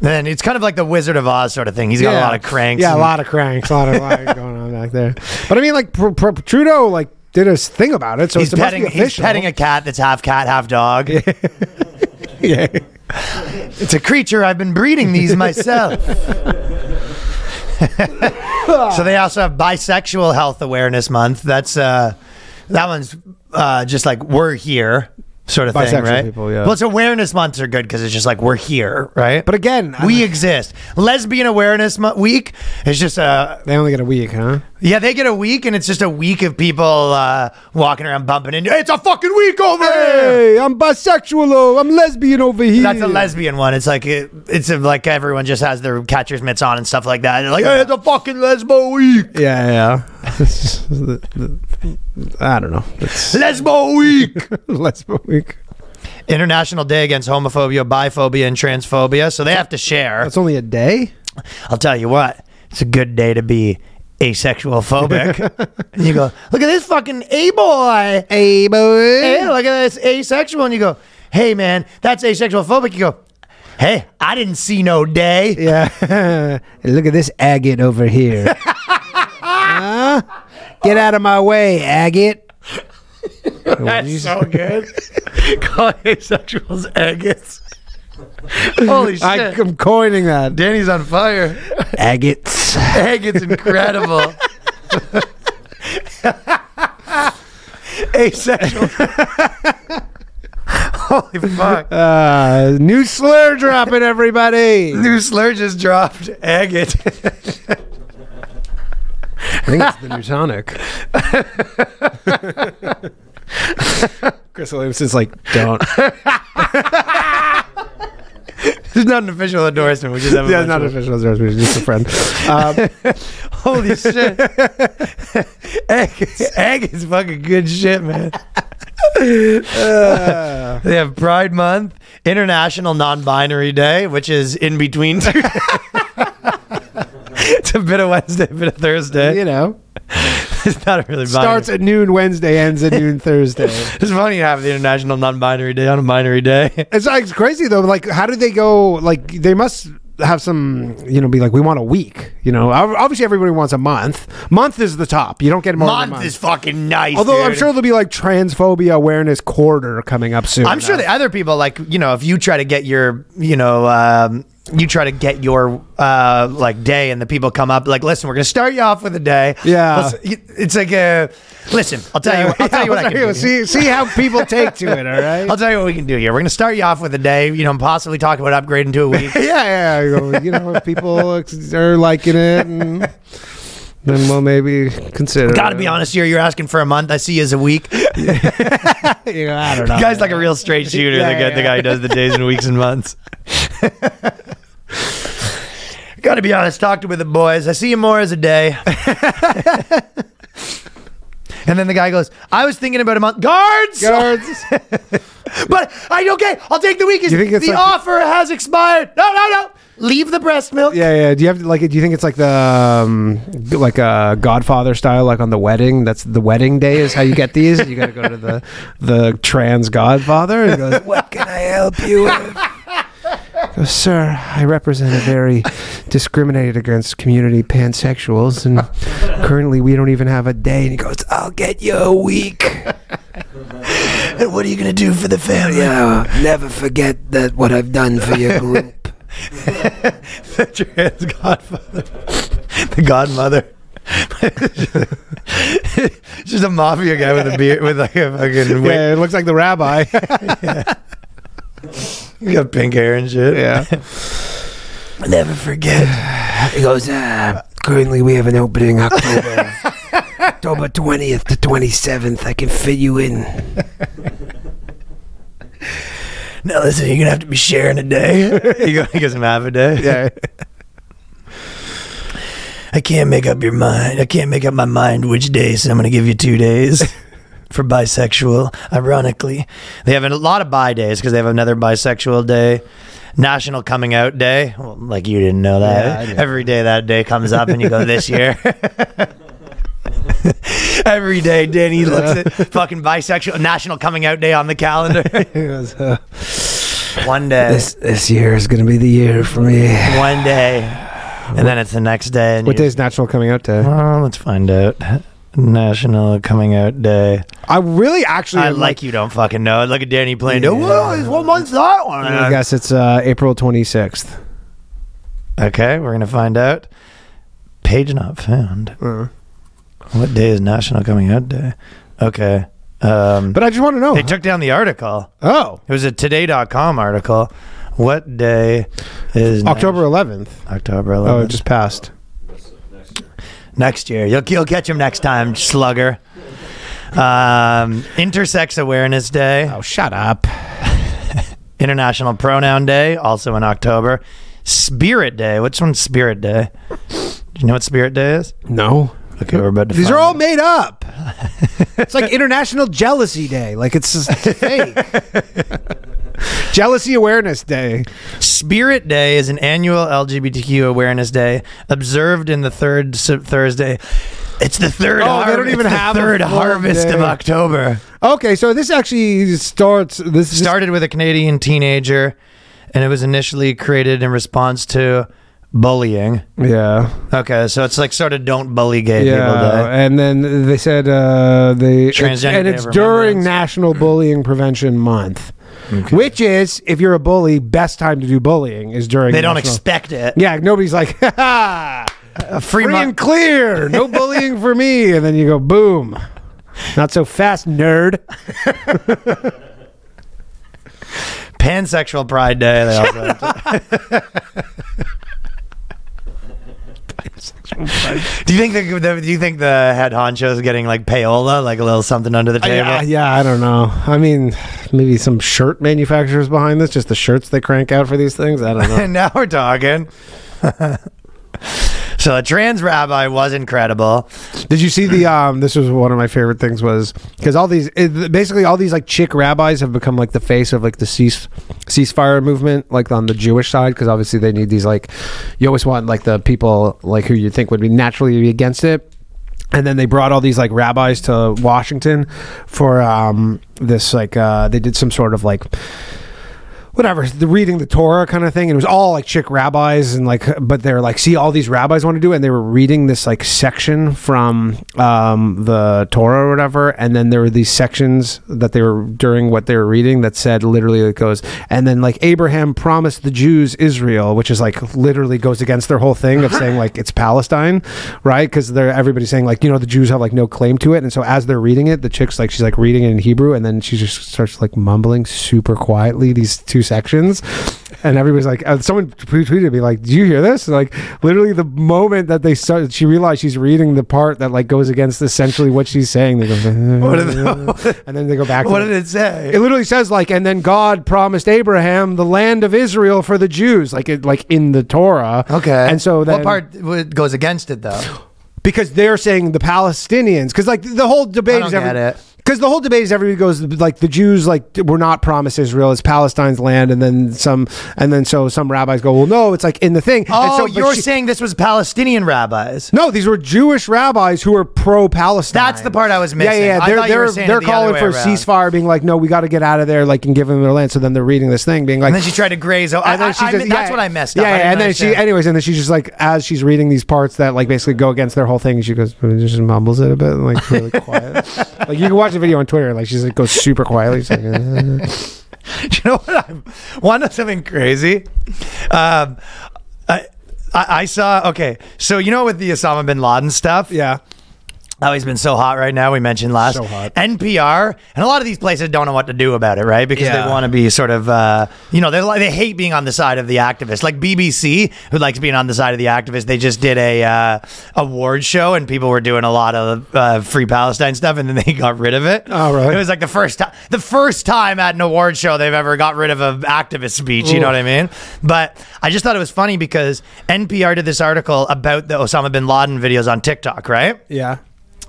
Speaker 1: Then it's kind of like the Wizard of Oz sort of thing. He's got a lot of cranks.
Speaker 2: Yeah,
Speaker 1: and-
Speaker 2: a lot of cranks. A lot of, lot going on back there. But I mean, like pr- pr- Trudeau, like did his thing about it. So
Speaker 1: He's
Speaker 2: it's supposed
Speaker 1: petting,
Speaker 2: to be
Speaker 1: he's
Speaker 2: official.
Speaker 1: petting a cat that's half cat, half dog.
Speaker 2: yeah.
Speaker 1: It's a creature. I've been breeding these myself. so they also have bisexual health awareness month. That's uh, that one's uh, just like we're here sort of thing,
Speaker 2: Bisexual
Speaker 1: right?
Speaker 2: people, yeah.
Speaker 1: Well, it's awareness months are good because it's just like we're here, right?
Speaker 2: But again, I
Speaker 1: we
Speaker 2: mean-
Speaker 1: exist. Lesbian Awareness Mo- Week is just uh,
Speaker 2: They only get a week, huh?
Speaker 1: yeah, they get a week and it's just a week of people uh, walking around bumping into. It's a fucking week over here.
Speaker 2: Hey, I'm bisexual. Oh, I'm lesbian over here.
Speaker 1: That's a lesbian one. It's like it, it's like everyone just has their catcher's mitts on and stuff like that. They're like, hey, it's a fucking lesbo week,
Speaker 2: Yeah, yeah. It's just the- the- I don't know. It's
Speaker 1: lesbo week.
Speaker 2: lesbian week.
Speaker 1: International Day Against Homophobia, Biphobia, and Transphobia. So they have to share.
Speaker 2: That's only a day.
Speaker 1: I'll tell you what, it's a good day to be asexual phobic. and you go, look at this fucking a boy.
Speaker 2: Hey, boy.
Speaker 1: Hey, look at this asexual. And you go, hey man, that's asexual phobic. You go, hey, I didn't see no day.
Speaker 2: Yeah. Look at this agate over here. Huh? Get out of my way, agate.
Speaker 1: That's so good. Call asexuals agates. Holy shit.
Speaker 2: I, am coining that.
Speaker 1: Danny's on fire.
Speaker 2: Agates.
Speaker 1: Agate's incredible. Asexual. Holy fuck.
Speaker 2: Uh, new slur dropping, everybody.
Speaker 1: New slur just dropped. Agate.
Speaker 2: I think it's the new tonic. Chris Williamson's like, don't.
Speaker 1: It's not an official endorsement. We just have a
Speaker 2: yeah,
Speaker 1: bunch
Speaker 2: not
Speaker 1: of-
Speaker 2: official. It's just a friend. Um,
Speaker 1: Holy shit. Egg, egg is fucking good shit, man.
Speaker 2: uh,
Speaker 1: they have Pride Month, International Non-Binary Day, which is in between. two- it's a bit of Wednesday, a bit of Thursday.
Speaker 2: you know,
Speaker 1: It's not really binary.
Speaker 2: starts at noon Wednesday, ends at noon Thursday.
Speaker 1: It's funny to have the International Non-Binary Day on a binary day.
Speaker 2: It's like crazy though. Like, how do they go? Like, they must have some, you know, be like, we want a week. You know, Ob- obviously everybody wants a month. Month is the top. You don't get more. than a
Speaker 1: Month is fucking nice.
Speaker 2: Although I'm
Speaker 1: dude.
Speaker 2: sure there'll be like transphobia awareness quarter coming up soon.
Speaker 1: I'm sure
Speaker 2: now.
Speaker 1: the other people, like you know, if you try to get your, you know, um, you try to get your uh, like day, and the people come up like, listen, we're gonna start you off with a day.
Speaker 2: Yeah.
Speaker 1: Let's- it's like a listen. I'll tell you. I'll tell you what I can do.
Speaker 2: see, see how people take to it, all right?
Speaker 1: I'll tell you what we can do here. We're gonna start you off with a day. You know, possibly talk about upgrading to a week.
Speaker 2: yeah, yeah. You know, you know, if people are liking it, and then we'll maybe consider.
Speaker 1: Gotta
Speaker 2: it.
Speaker 1: be honest here. You're asking for a month. I see you as a week.
Speaker 2: You know, I don't know.
Speaker 1: guy's like a real straight shooter.
Speaker 2: Yeah,
Speaker 1: the, guy,
Speaker 2: yeah,
Speaker 1: the guy who does the days and weeks and months. Got to be honest. Talked with the boys. I see you more as a day. and then the guy goes, "I was thinking about a month. Guards,
Speaker 2: Guards.
Speaker 1: but I okay. I'll take the weekends.
Speaker 2: You think it's
Speaker 1: the
Speaker 2: like-
Speaker 1: offer has expired. No, no, no. Leave the breast milk.
Speaker 2: Yeah, yeah. Do you have to, like? Do you think it's like the um, like uh, Godfather style, like on the wedding? That's the wedding day is how you get these. You got to go to the the trans Godfather and goes, "What can I help you with?" Goes, Sir, I represent a very discriminated against community pansexuals, and currently we don't even have a day. And he goes, "I'll get you a week."
Speaker 1: And what are you gonna do for the family?
Speaker 4: Yeah, never forget that what I've done for your group.
Speaker 1: the trans godfather, the godmother. She's a mafia guy with a beard, with like a fucking wig,
Speaker 2: Yeah, it looks like the rabbi.
Speaker 1: You got pink hair and shit.
Speaker 2: yeah.
Speaker 4: I'll never forget. He goes, ah, currently we have an opening October. October 20th to 27th. I can fit you in.
Speaker 1: Now listen, you're gonna have to be sharing a day. you gonna give him half a day.
Speaker 2: Yeah.
Speaker 1: I can't make up your mind. I can't make up my mind which days. so I'm gonna give you two days. For bisexual, ironically, they have a lot of bi days because they have another bisexual day, National Coming Out Day. Well, like you didn't know that.
Speaker 2: Yeah, I didn't.
Speaker 1: Every day that day comes up, and you go, "This year." Every day, Danny looks at fucking bisexual National Coming Out Day on the calendar.
Speaker 2: He goes, uh,
Speaker 1: One day,
Speaker 4: This this year is going to be the year for me.
Speaker 1: one day, and then it's the next day. And
Speaker 2: what
Speaker 1: you're-
Speaker 2: day's National coming out day?
Speaker 1: Well, let's find out. National Coming Out Day.
Speaker 2: I really actually
Speaker 1: I
Speaker 2: am,
Speaker 1: like you don't fucking know. Look at Danny playing.
Speaker 2: Yeah.
Speaker 1: Whoa, what month's that one?
Speaker 2: I guess it's uh, April 26th.
Speaker 1: Okay, we're gonna find out. Page not found. What day is National Coming Out Day? Okay. Um,
Speaker 2: But I just want to know.
Speaker 1: they took down the article.
Speaker 2: oh,
Speaker 1: It was a Today.com article. What day is
Speaker 2: October 11th.
Speaker 1: Nat- October 11th.
Speaker 2: Oh, it just passed.
Speaker 1: next year. You'll, you'll catch him next time, slugger. Um, Intersex Awareness Day.
Speaker 2: shut up.
Speaker 1: International Pronoun Day, also in October. Spirit Day. Which one's Spirit Day? Do you know what Spirit Day is?
Speaker 2: No.
Speaker 1: Okay, we're about to.
Speaker 2: These
Speaker 1: find
Speaker 2: are all
Speaker 1: out.
Speaker 2: made up. it's like International Jealousy Day. Like it's just fake. Jealousy Awareness Day.
Speaker 1: Spirit Day is an annual LGBTQ awareness day observed in the third s- Thursday. It's the third.
Speaker 2: Oh, they
Speaker 1: harv-
Speaker 2: don't
Speaker 1: it's
Speaker 2: even
Speaker 1: the
Speaker 2: have a
Speaker 1: third
Speaker 2: full
Speaker 1: harvest of
Speaker 2: day.
Speaker 1: October.
Speaker 2: Okay, so this actually starts. This is-
Speaker 1: started with a Canadian teenager, and it was initially created in response to bullying.
Speaker 2: yeah,
Speaker 1: Okay, so it's like sort of don't bully gay people
Speaker 2: yeah,
Speaker 1: day.
Speaker 2: and then they said uh, they it's-
Speaker 1: Transgender
Speaker 2: and
Speaker 1: Day
Speaker 2: it's
Speaker 1: of
Speaker 2: during
Speaker 1: Remembrance.
Speaker 2: National Bullying Prevention Month, which is if you're a bully, best time to do bullying is during.
Speaker 1: They don't
Speaker 2: National-
Speaker 1: expect it.
Speaker 2: Yeah, nobody's like, ha ha,
Speaker 1: A free,
Speaker 2: free
Speaker 1: mon-
Speaker 2: and clear, no bullying for me, and then you go boom, not so fast, nerd.
Speaker 1: Pansexual Pride Day. They also have to- do you think the, the do you think the head honcho is getting like payola, like a little something under the table?
Speaker 2: Uh, Yeah, yeah, I don't know. I mean, maybe some shirt manufacturers behind this, just the shirts they crank out for these things. I don't know.
Speaker 1: and now we're talking. so a trans rabbi was incredible.
Speaker 2: Did you see the um? This was one of my favorite things was because all these it, basically all these like chick rabbis have become like the face of like the cease ceasefire movement like on the Jewish side because obviously they need these like you always want like the people like who you think would be naturally be against it. And then they brought all these like rabbis to Washington for um, this like uh, they did some sort of like whatever the reading the Torah kind of thing. And it was all like chick rabbis and like, but they're like, see, all these rabbis want to do, it. and they were reading this like section from um, the Torah or whatever. And then there were these sections that they were during what they were reading that said literally it goes, and then like Abraham promised the Jews Israel, which is like literally goes against their whole thing of saying like it's Palestine, right? Because they're everybody's saying like you know the Jews have like no claim to it, and so as they're reading it, the chick's like she's like reading it in Hebrew, and then she just starts like mumbling super quietly these two sections, and everybody's like uh, someone t- tweeted me like, "Do you hear this?" And, like literally the moment that they started, she realized she's reading the part that like goes against essentially what she's saying. They go,
Speaker 1: What did the-
Speaker 2: and then they go back. to
Speaker 1: What
Speaker 2: the-
Speaker 1: did it say?
Speaker 2: it literally says like, and then God promised Abraham the land of Israel for the Jews, like it, like in the Torah.
Speaker 1: okay.
Speaker 2: and so then,
Speaker 1: what part w- goes against it though?
Speaker 2: because they're saying the Palestinians, because like the whole debate
Speaker 1: I
Speaker 2: is
Speaker 1: don't
Speaker 2: every-
Speaker 1: get it.
Speaker 2: Because the whole debate is everybody goes like the Jews like were not promised Israel; it's Palestine's land, and then some, and then so some rabbis go, well, no, it's like in the thing. And
Speaker 1: Oh,
Speaker 2: so, but
Speaker 1: you're
Speaker 2: she-
Speaker 1: saying this was Palestinian rabbis.
Speaker 2: no, these were Jewish rabbis who were pro-Palestine.
Speaker 1: That's the part I was missing.
Speaker 2: Yeah, yeah,
Speaker 1: I
Speaker 2: yeah. They're
Speaker 1: thought you were
Speaker 2: they're,
Speaker 1: saying it
Speaker 2: they're
Speaker 1: the
Speaker 2: calling
Speaker 1: other way
Speaker 2: for a
Speaker 1: around.
Speaker 2: ceasefire, being like, no, we got to get out of there, like, and give them their land. So then they're reading this thing, being like,
Speaker 1: And then she tried to graze over. I,
Speaker 2: and then
Speaker 1: I,
Speaker 2: she
Speaker 1: I
Speaker 2: just-
Speaker 1: mean, that's
Speaker 2: yeah,
Speaker 1: what I messed
Speaker 2: yeah,
Speaker 1: up. I
Speaker 2: Yeah,
Speaker 1: didn't
Speaker 2: and then she,
Speaker 1: understand.
Speaker 2: anyways, and then she's just like, as she's reading these parts that like basically go against their whole thing, she goes, just mumbles it a bit, and, like really quiet. like you can watch the video on Twitter, like she just goes super quietly. She's like, "Uh."
Speaker 1: Do you know what I'm? Want to know something crazy? Um, I, I I saw. Okay, so you know with the Osama bin Laden stuff.
Speaker 2: yeah,
Speaker 1: Oh, he's been so hot right now. We mentioned last
Speaker 2: So hot.
Speaker 1: NPR, and a lot of these places don't know what to do about it, right? Because
Speaker 2: Yeah.
Speaker 1: they want to be sort of, uh, you know, they li- they hate being on the side of the activist. Like BBC, who likes being on the side of the activist, they just did a uh, award show, and people were doing a lot of uh, free Palestine stuff, and then they got rid of it.
Speaker 2: Oh, really?
Speaker 1: It was like the first time, the first time at an award show they've ever got rid of an activist speech. You know what I mean? But I just thought it was funny because NPR did this article about the Osama bin Laden videos on TikTok, right?
Speaker 2: yeah.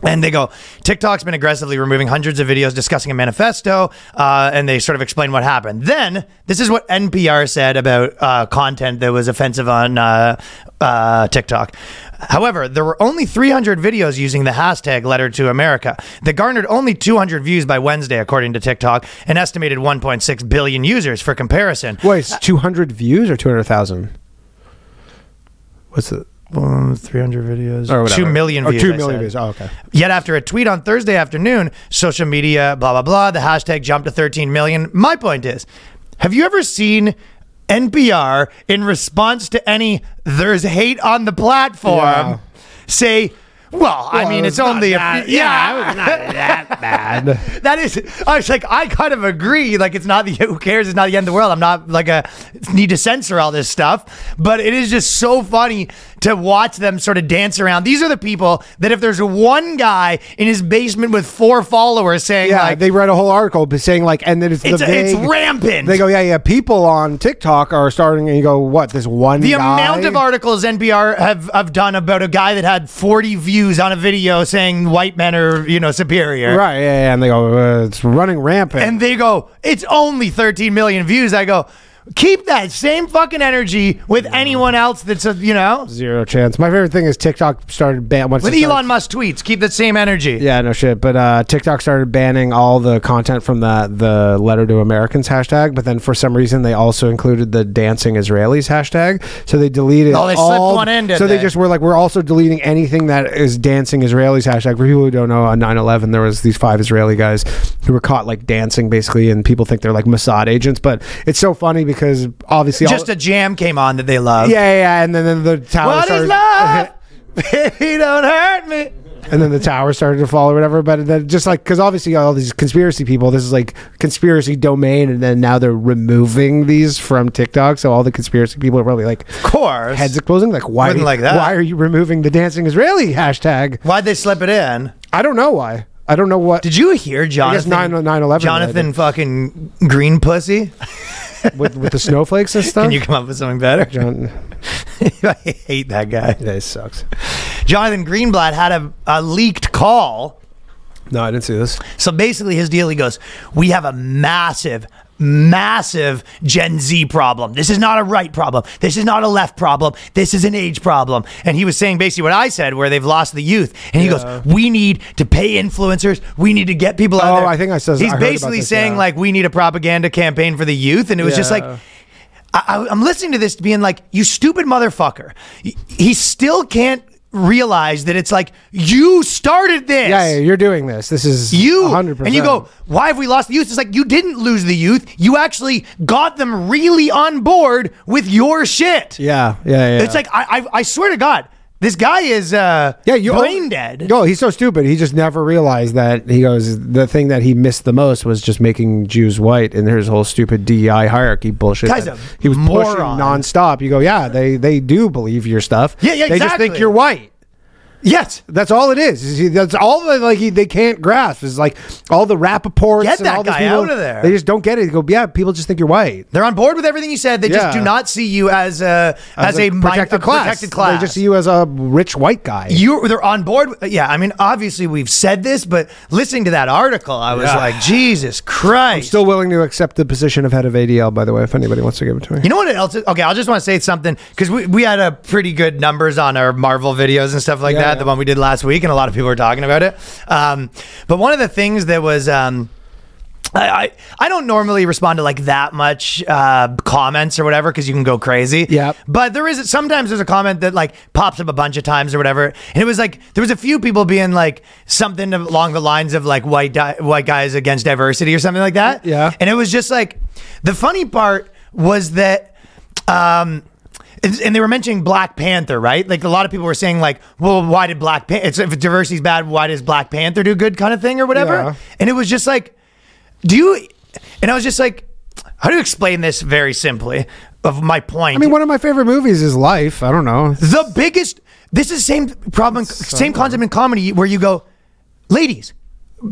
Speaker 1: And they go, TikTok's been aggressively removing hundreds of videos discussing a manifesto, uh, and they sort of explain what happened. Then, this is what NPR said about uh, content that was offensive on uh, uh, TikTok. However, there were only 300 videos using the hashtag letter to America that garnered only 200 views by Wednesday, according to TikTok, an estimated 1.6 billion users for comparison.
Speaker 2: Wait, it's two hundred views or two hundred thousand? What's the
Speaker 1: Um, 300 videos.
Speaker 2: or whatever?
Speaker 1: 2 million
Speaker 2: Or
Speaker 1: views.
Speaker 2: two
Speaker 1: I
Speaker 2: million
Speaker 1: said.
Speaker 2: views. Oh, okay.
Speaker 1: Yet after a tweet on Thursday afternoon, social media, blah, blah, blah, the hashtag jumped to 13 million. My point is have you ever seen NPR in response to any there's hate on the platform
Speaker 2: Yeah.
Speaker 1: say, well, I
Speaker 2: Well,
Speaker 1: mean,
Speaker 2: it
Speaker 1: it's
Speaker 2: was not
Speaker 1: only a
Speaker 2: that-
Speaker 1: few- yeah,
Speaker 2: it was not that bad.
Speaker 1: that is, I was like, I kind of agree. Like, it's not the who cares. It's not the end of the world. I'm not like a need to censor all this stuff, but it is just so funny to watch them sort of dance around. These are the people that if there's one guy in his basement with four followers saying
Speaker 2: Yeah,
Speaker 1: like
Speaker 2: they read a whole article, but saying like, and then it's
Speaker 1: it's
Speaker 2: the
Speaker 1: it's
Speaker 2: vague-
Speaker 1: rampant.
Speaker 2: They go, yeah, yeah. People on TikTok are starting, and you go, what? This one.
Speaker 1: the
Speaker 2: guy?
Speaker 1: amount of articles NPR have, have done about a guy that had 40 views on a video saying white men are, you know, superior.
Speaker 2: Right, yeah, yeah, and they go, uh, it's running rampant.
Speaker 1: and they go, it's only 13 million views. I go, keep that same fucking energy with anyone else that's, a, you know,
Speaker 2: Zero chance. My favorite thing is TikTok started ban once
Speaker 1: with
Speaker 2: it
Speaker 1: Elon
Speaker 2: started-
Speaker 1: Musk tweets. Keep that same energy.
Speaker 2: Yeah, no shit. But uh, TikTok started banning all the content from the the letter to Americans hashtag. But then for some reason they also included the dancing Israelis hashtag. So they deleted.
Speaker 1: Oh, they slipped
Speaker 2: all-
Speaker 1: one in, did
Speaker 2: so they?
Speaker 1: they?
Speaker 2: just were like, we're also deleting anything that is dancing Israelis hashtag. For people who don't know, on 9-11, there was these five Israeli guys who were caught like dancing basically, and people think they're like Mossad agents. But it's so funny because obviously
Speaker 1: Just
Speaker 2: all,
Speaker 1: a jam came on that they love.
Speaker 2: yeah, yeah, yeah, and then, then the tower
Speaker 1: What
Speaker 2: started,
Speaker 1: is love? Baby, don't hurt me.
Speaker 2: and then the tower started to fall or whatever. But then just like because obviously all these conspiracy people, this is like conspiracy domain, and then now they're removing these from TikTok. So all the conspiracy people are probably like
Speaker 1: Of course.
Speaker 2: heads exploding, like why?
Speaker 1: Wouldn't
Speaker 2: are you-
Speaker 1: like that.
Speaker 2: Why are you removing the dancing Israeli hashtag?
Speaker 1: Why'd they slip it in?
Speaker 2: I don't know why. I don't know what.
Speaker 1: Did you hear Jonathan?
Speaker 2: 9 9/11
Speaker 1: Jonathan
Speaker 2: related.
Speaker 1: fucking green pussy.
Speaker 2: with, with the snowflakes and stuff.
Speaker 1: Can you come up with something better?
Speaker 2: John,
Speaker 1: I hate that guy.
Speaker 2: this sucks.
Speaker 1: Jonathan Greenblatt had a, a leaked call
Speaker 2: No, I didn't see this.
Speaker 1: So basically, his deal, he goes, We have a massive, massive Gen Z problem. This is not a right problem. This is not a left problem. This is an age problem. And he was saying basically what I said, where they've lost the youth. And he goes, "We need to pay influencers. We need to get people out
Speaker 2: Oh,
Speaker 1: there."
Speaker 2: I think I says- I
Speaker 1: He's
Speaker 2: heard about
Speaker 1: basically
Speaker 2: this,
Speaker 1: saying
Speaker 2: yeah.
Speaker 1: like, "We need a propaganda campaign for the youth," and it was just like.
Speaker 2: Yeah.
Speaker 1: I, I- I'm listening to this being like, you stupid motherfucker. He- He still can't realize that it's like, you started this.
Speaker 2: Yeah, yeah, you're doing this. This is
Speaker 1: You
Speaker 2: 100%.
Speaker 1: and you go. Why have we lost the youth? It's like you didn't lose the youth. You actually got them really on board with your shit.
Speaker 2: Yeah, yeah, yeah.
Speaker 1: It's like I, I, I swear to God, this guy is uh,
Speaker 2: yeah, you
Speaker 1: brain dead.
Speaker 2: No, he's so stupid. He just never realized that he goes. The thing that he missed the most was just making Jews white and his whole stupid DEI hierarchy bullshit.
Speaker 1: Guy's
Speaker 2: that
Speaker 1: a
Speaker 2: he was pushing
Speaker 1: moron.
Speaker 2: nonstop. You go, yeah, they they do believe your stuff.
Speaker 1: Yeah, yeah,
Speaker 2: They just think
Speaker 1: exactly.
Speaker 2: you're white.
Speaker 1: Yes,
Speaker 2: That's all it is. Is he- That's all that like he, they can't grasp is like all the Rappaports
Speaker 1: Get
Speaker 2: and
Speaker 1: that
Speaker 2: all these
Speaker 1: guy
Speaker 2: people,
Speaker 1: out of there.
Speaker 2: They just don't get it. They go, yeah, people just think you're white.
Speaker 1: they're on board with everything you said. They
Speaker 2: Yeah.
Speaker 1: just do not see you as a as, a, mi-
Speaker 2: protected
Speaker 1: a
Speaker 2: class.
Speaker 1: protected class.
Speaker 2: They just see you as a rich white guy.
Speaker 1: you they're on board. with- Yeah, I mean, obviously we've said this, but listening to that article, I was
Speaker 2: Yeah.
Speaker 1: like, Jesus Christ!
Speaker 2: Still willing to accept the position of head of ADL, by the way, if anybody wants to give it to me.
Speaker 1: You know what else? is- Okay, I just want to say something because we, we had a pretty good numbers on our Marvel videos and stuff like
Speaker 2: Yeah,
Speaker 1: that.
Speaker 2: yeah.
Speaker 1: The one we did last week, and a lot of people were talking about it. Um, but one of the things that was. Um, I, I, I don't normally respond to like that much uh, comments or whatever because you can go crazy.
Speaker 2: Yep.
Speaker 1: But there is sometimes there's a comment that like pops up a bunch of times or whatever, and it was like there was a few people being like something along the lines of like white di- white guys against diversity or something like that.
Speaker 2: Yeah.
Speaker 1: And it was just like the funny part was that um and and they were mentioning Black Panther, right? Like a lot of people were saying, like, "Well, why did Black Panther? If diversity's bad, why does Black Panther do good?" Kind of thing or whatever.
Speaker 2: Yeah.
Speaker 1: And it was just like, "Do you?" And I was just like, "How do you explain this very simply?" Of my point.
Speaker 2: I mean, one of my favorite movies is Life. I don't know.
Speaker 1: The biggest. This is the same problem, same concept in comedy where you go, ladies,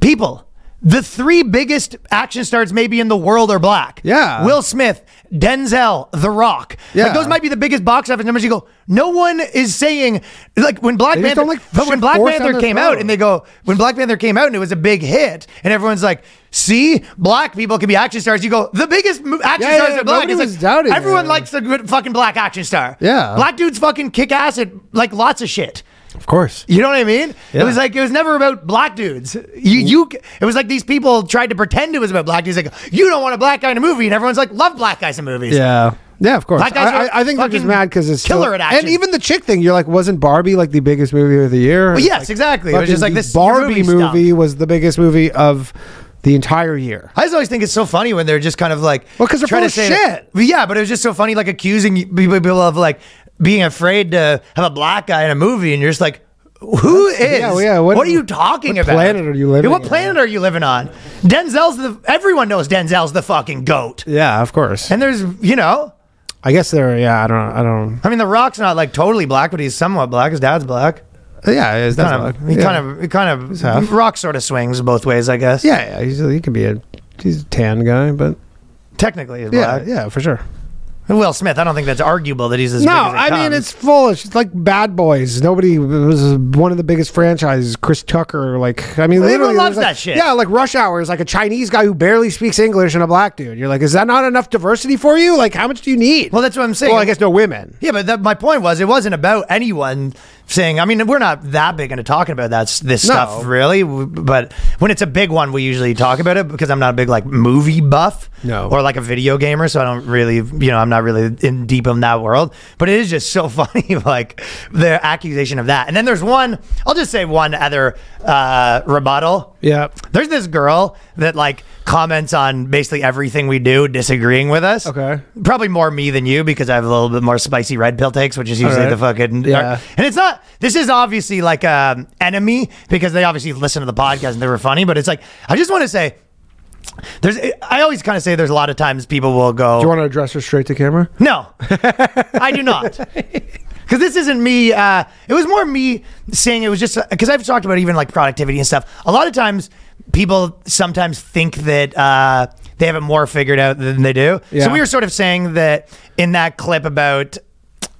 Speaker 1: people, the three biggest action stars maybe in the world are black.
Speaker 2: Yeah.
Speaker 1: Will Smith, Denzel, The Rock. Yeah.
Speaker 2: Yeah.
Speaker 1: Like those might be the biggest box office numbers. You go, no one is saying like when Black
Speaker 2: They just
Speaker 1: Panther.
Speaker 2: don't, like,
Speaker 1: but when
Speaker 2: shove
Speaker 1: Black
Speaker 2: force
Speaker 1: Panther
Speaker 2: down their
Speaker 1: came out
Speaker 2: throat.
Speaker 1: and they go, when Black Panther came out and it was a big hit, and everyone's like. See, black people can be action stars. You go, the biggest mo- action
Speaker 2: Yeah,
Speaker 1: stars
Speaker 2: yeah,
Speaker 1: are black.
Speaker 2: nobody
Speaker 1: It's
Speaker 2: was
Speaker 1: like,
Speaker 2: doubting
Speaker 1: everyone
Speaker 2: it.
Speaker 1: likes the good fucking black action star.
Speaker 2: Yeah.
Speaker 1: Black dudes fucking kick ass at like lots of shit.
Speaker 2: Of course.
Speaker 1: You know what I mean? It
Speaker 2: Yeah. Mm.
Speaker 1: was like it was never about black dudes. You you it was like these people tried to pretend it was about black dudes. Like you don't want a black guy in a movie, and everyone's like love black guys in movies.
Speaker 2: Yeah. Yeah, of course.
Speaker 1: Black guys
Speaker 2: I,
Speaker 1: are
Speaker 2: I, I think they're just
Speaker 1: fucking
Speaker 2: mad because it's
Speaker 1: killer
Speaker 2: so-
Speaker 1: at action.
Speaker 2: And even the chick thing, you're like, wasn't Barbie like the biggest movie of the year?
Speaker 1: Well, yes,
Speaker 2: Like,
Speaker 1: exactly. It was
Speaker 2: fucking
Speaker 1: just like
Speaker 2: the
Speaker 1: this
Speaker 2: Barbie
Speaker 1: movie stuff.
Speaker 2: movie was the biggest movie of the entire year.
Speaker 1: I just always think it's so funny when they're just kind of like,
Speaker 2: Well, 'cause they're
Speaker 1: trying
Speaker 2: full of shit.
Speaker 1: But yeah, but it was just so funny, like accusing people people of like being afraid to have a black guy in a movie, and you're just like, who is?
Speaker 2: yeah, well, yeah,
Speaker 1: What,
Speaker 2: what-
Speaker 1: are you talking
Speaker 2: what
Speaker 1: about?
Speaker 2: planet are you living
Speaker 1: What
Speaker 2: on?
Speaker 1: planet are you living on? Denzel's the. Everyone knows Denzel's the fucking goat,
Speaker 2: Yeah, of course.
Speaker 1: and there's you know,
Speaker 2: I guess they're yeah. I don't. I don't.
Speaker 1: I mean, The Rock's not like totally black, but he's somewhat black. His dad's black.
Speaker 2: Yeah, it's
Speaker 1: Kind of, he kind of, he kind of,
Speaker 2: half.
Speaker 1: Rock sort of swings both ways, I guess.
Speaker 2: Yeah, yeah he's, he could be a he's a tan guy, but
Speaker 1: technically, he's
Speaker 2: yeah,
Speaker 1: black.
Speaker 2: yeah, for sure.
Speaker 1: Will Smith, I don't think that's arguable that he's as
Speaker 2: No,
Speaker 1: big as it
Speaker 2: I mean
Speaker 1: comes.
Speaker 2: it's foolish. It's like Bad Boys. Nobody it was one of the biggest franchises. Chris Tucker, like I mean,
Speaker 1: Everyone
Speaker 2: literally,
Speaker 1: loves
Speaker 2: there's, like-
Speaker 1: that shit.
Speaker 2: Yeah, like Rush Hour is like a Chinese guy who barely speaks English and a black dude. You're like, is that not enough diversity for you? Like, how much do you need?
Speaker 1: Well, that's what I'm saying.
Speaker 2: Well, I guess no women.
Speaker 1: Yeah, but that, my point was it wasn't about anyone saying. I mean, we're not that big into talking about that s- this
Speaker 2: No.
Speaker 1: stuff really. w- But when it's a big one, we usually talk about it because I'm not a big like movie buff,
Speaker 2: No.
Speaker 1: or like a video gamer. So I don't really, you know, I'm not really in deep in that world. But it is just so funny, like the accusation of that. And then there's one. I'll just say one other uh, rebuttal.
Speaker 2: Yeah.
Speaker 1: There's this girl that like comments on basically everything we do, disagreeing with us.
Speaker 2: Okay.
Speaker 1: Probably more me than you because I have a little bit more spicy red pill takes, which is usually
Speaker 2: Alright.
Speaker 1: the fucking.
Speaker 2: Yeah.
Speaker 1: And it's not. This is obviously like um, enemy because they obviously listen to the podcast and they were funny, but it's like I just want to say. There's, I always kind of say there's a lot of times people will go.
Speaker 2: Do you want to address her straight to camera?
Speaker 1: No, I do not. Because this isn't me. Uh, it was more me saying it was just because I've talked about even like productivity and stuff. A lot of times, people sometimes think that uh, they have it more figured out than they do.
Speaker 2: Yeah.
Speaker 1: So we were sort of saying that in that clip about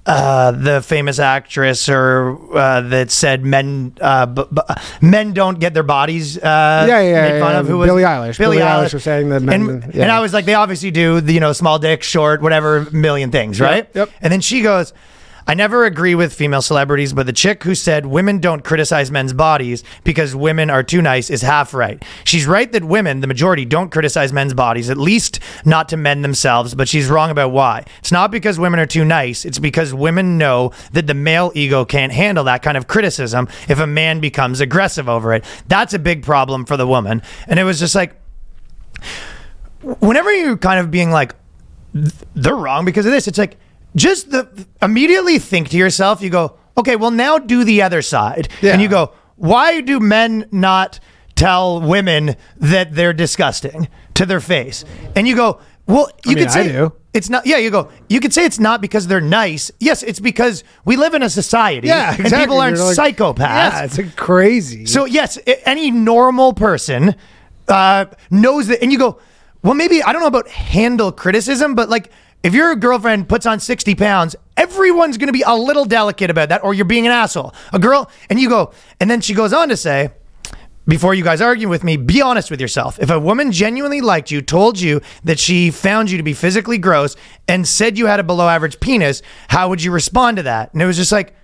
Speaker 1: uh, the famous actress or uh, that said men uh, b- b- men don't get their bodies uh,
Speaker 2: Yeah, yeah,
Speaker 1: made fun
Speaker 2: yeah,
Speaker 1: of.
Speaker 2: yeah.
Speaker 1: Who was-
Speaker 2: Billie Eilish.
Speaker 1: Billie,
Speaker 2: Billie
Speaker 1: Eilish
Speaker 2: Eilish was saying that men-
Speaker 1: and,
Speaker 2: yeah.
Speaker 1: and I was like, they obviously do the you know small dick, short, whatever, million things, right?
Speaker 2: yep.
Speaker 1: And then she goes. I never agree with female celebrities, but the chick who said women don't criticize men's bodies because women are too nice is half right. She's right that women, the majority, don't criticize men's bodies, at least not to men themselves, but she's wrong about why. It's not because women are too nice, it's because women know that the male ego can't handle that kind of criticism if a man becomes aggressive over it. That's a big problem for the woman. And it was just like, whenever you're kind of being like they're wrong because of this it's like just the immediately think to yourself you go okay well now do the other side
Speaker 2: Yeah.
Speaker 1: and you go why do men not tell women that they're disgusting to their face and you go well you
Speaker 2: mean,
Speaker 1: could
Speaker 2: I
Speaker 1: say
Speaker 2: do.
Speaker 1: it's not yeah you go you could say it's not because they're nice yes it's because we live in a society
Speaker 2: Yeah,
Speaker 1: and
Speaker 2: exactly.
Speaker 1: people aren't
Speaker 2: You're like-
Speaker 1: psychopaths
Speaker 2: Yeah, it's like crazy.
Speaker 1: so yes, i- any normal person uh, knows that, and you go, well, maybe I don't know about handle criticism, but like if your girlfriend puts on sixty pounds, everyone's going to be a little delicate about that, or you're being an asshole. A girl, and you go, and then she goes on to say. Before you guys argue with me, be honest with yourself. If a woman genuinely liked you, told you that she found you to be physically gross, and said you had a below average penis, how would you respond to that? And it was just like,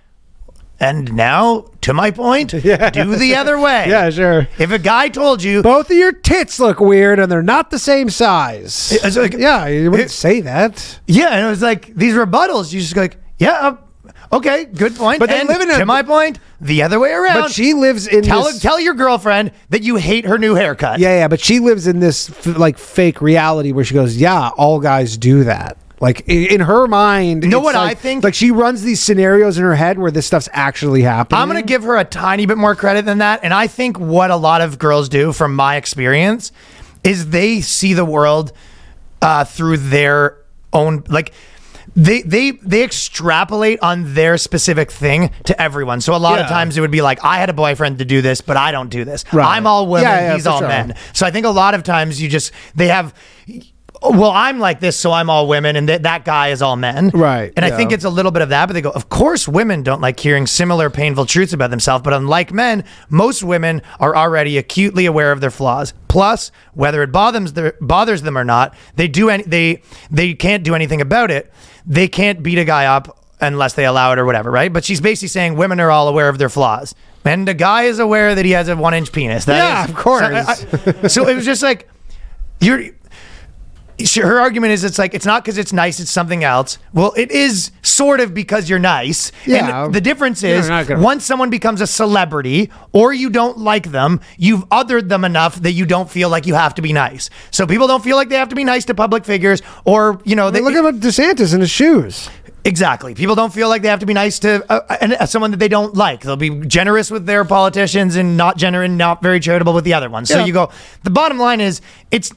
Speaker 1: and now, to my point, do the other way.
Speaker 2: Yeah, sure.
Speaker 1: If a guy told you,
Speaker 2: both of your tits look weird and they're not the same size.
Speaker 1: It's like-
Speaker 2: yeah, you wouldn't
Speaker 1: it-
Speaker 2: say that.
Speaker 1: yeah, and it was like these rebuttals, you just like, yeah, uh, okay, good point.
Speaker 2: But they
Speaker 1: and
Speaker 2: live in a-
Speaker 1: to my point, the other way around.
Speaker 2: But she lives in
Speaker 1: tell
Speaker 2: this,
Speaker 1: tell your girlfriend that you hate her new haircut.
Speaker 2: yeah, yeah, but she lives in this f- like fake reality where she goes, yeah, all guys do that. Like i- in her mind,
Speaker 1: know
Speaker 2: it's
Speaker 1: what I
Speaker 2: like-
Speaker 1: think?
Speaker 2: Like she runs these scenarios in her head where this stuff's actually happening.
Speaker 1: I'm going to give her a tiny bit more credit than that. And I think what a lot of girls do, from my experience, is they see the world uh, through their own like. They, they they extrapolate on their specific thing to everyone. So a lot of
Speaker 2: Yeah.
Speaker 1: times it would be like, I had a boyfriend to do this, but I don't do this.
Speaker 2: Right.
Speaker 1: I'm all women,
Speaker 2: Yeah, yeah,
Speaker 1: he's
Speaker 2: for
Speaker 1: all
Speaker 2: sure.
Speaker 1: men. So I think a lot of times you just they have. Well, I'm like this, so I'm all women, and that that guy is all men.
Speaker 2: Right,
Speaker 1: And I
Speaker 2: yeah.
Speaker 1: think it's it's a little bit of that, but they go, of course, women don't like hearing similar painful truths about themselves. But unlike men, most women are already acutely aware of their flaws. Plus, whether it bothers their, bothers them or not, they do any, they they can't do anything about it. They can't beat a guy up unless they allow it or whatever, right? But she's basically saying women are all aware of their flaws, and the guy is aware that he has a one inch penis. That
Speaker 2: Yeah,
Speaker 1: is-
Speaker 2: of course.
Speaker 1: So, I- I- so it was just like you're she, her argument is it's like it's not because it's nice it's something else well it is sort of because you're nice
Speaker 2: Yeah.
Speaker 1: and the difference
Speaker 2: You're
Speaker 1: is
Speaker 2: not gonna-
Speaker 1: once someone becomes a celebrity or you don't like them you've othered them enough that you don't feel like you have to be nice so people don't feel like they have to be nice to public figures or you know they
Speaker 2: Look at what DeSantis in his shoes.
Speaker 1: Exactly. People don't feel like they have to be nice to uh, and, uh, someone that they don't like. They'll be generous with their politicians and not generous, not very charitable with the other ones. So
Speaker 2: Yeah.
Speaker 1: you go. The bottom line is it's.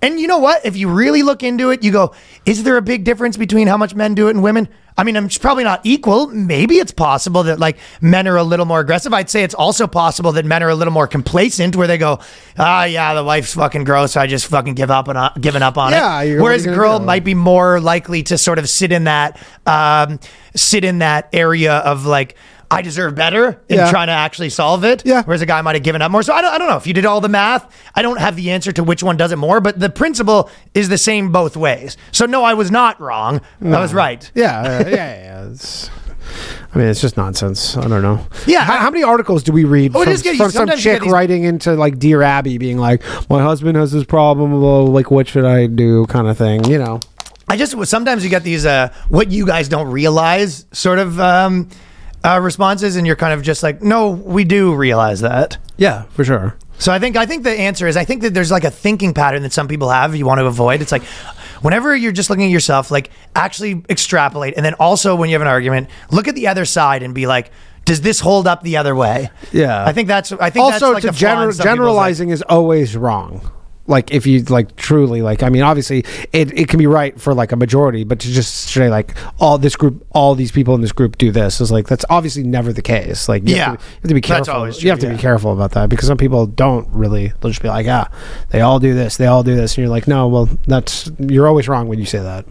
Speaker 1: And you know what? If you really look into it, you go, is there a big difference between how much men do it and women? I mean, I'm it's probably not equal. Maybe it's possible that like men are a little more aggressive. I'd say it's also possible that men are a little more complacent where they go, ah, yeah, the wife's fucking gross. I just fucking give up and giving up on
Speaker 2: Yeah,
Speaker 1: it.
Speaker 2: you're- what are
Speaker 1: Whereas
Speaker 2: you
Speaker 1: a
Speaker 2: gonna
Speaker 1: girl
Speaker 2: do?
Speaker 1: might be more likely to sort of sit in that um, sit in that area of like I deserve better in
Speaker 2: Yeah.
Speaker 1: trying to actually solve it.
Speaker 2: Yeah.
Speaker 1: Whereas a guy might have given up more. So I don't, I don't know if you did all the math. I don't have the answer to which one does it more, but the principle is the same both ways. So no, I was not wrong. I was right.
Speaker 2: Yeah, uh, yeah, yeah. It's, I mean, it's just nonsense. I don't know.
Speaker 1: Yeah,
Speaker 2: How,
Speaker 1: I-
Speaker 2: how many articles do we read
Speaker 1: Oh, it
Speaker 2: from,
Speaker 1: is good. You
Speaker 2: from some
Speaker 1: sometimes get
Speaker 2: chick
Speaker 1: these-
Speaker 2: writing into like Dear Abby, being like, "My husband has this problem. Well, like, what should I do?" Kind of thing. You know.
Speaker 1: I just sometimes you get these uh, what you guys don't realize sort of um, uh, responses, and you're kind of just like, no, we do realize that.
Speaker 2: Yeah, for sure.
Speaker 1: So I think I think the answer is I think that there's like a thinking pattern that some people have you want to avoid. It's like whenever you're just looking at yourself, like actually extrapolate, and then also when you have an argument, look at the other side and be like, does this hold up the other way?
Speaker 2: Yeah.
Speaker 1: I think that's I think that's
Speaker 2: Also,
Speaker 1: like
Speaker 2: to
Speaker 1: the flaw in
Speaker 2: general,
Speaker 1: some people's, like-
Speaker 2: generalizing is always wrong. Like, if you like truly like, I mean, obviously, it, it can be right for like a majority, but to just say like, all this group, all these people in this group do this is like that's obviously never the case. Like, you
Speaker 1: Yeah.
Speaker 2: have to, you have to be careful.
Speaker 1: That's always true,
Speaker 2: you have to
Speaker 1: yeah.
Speaker 2: be careful about that because some people don't really. They'll just be like, ah, they all do this, they all do this, and you're like, no, well, that's you're always wrong when you say that.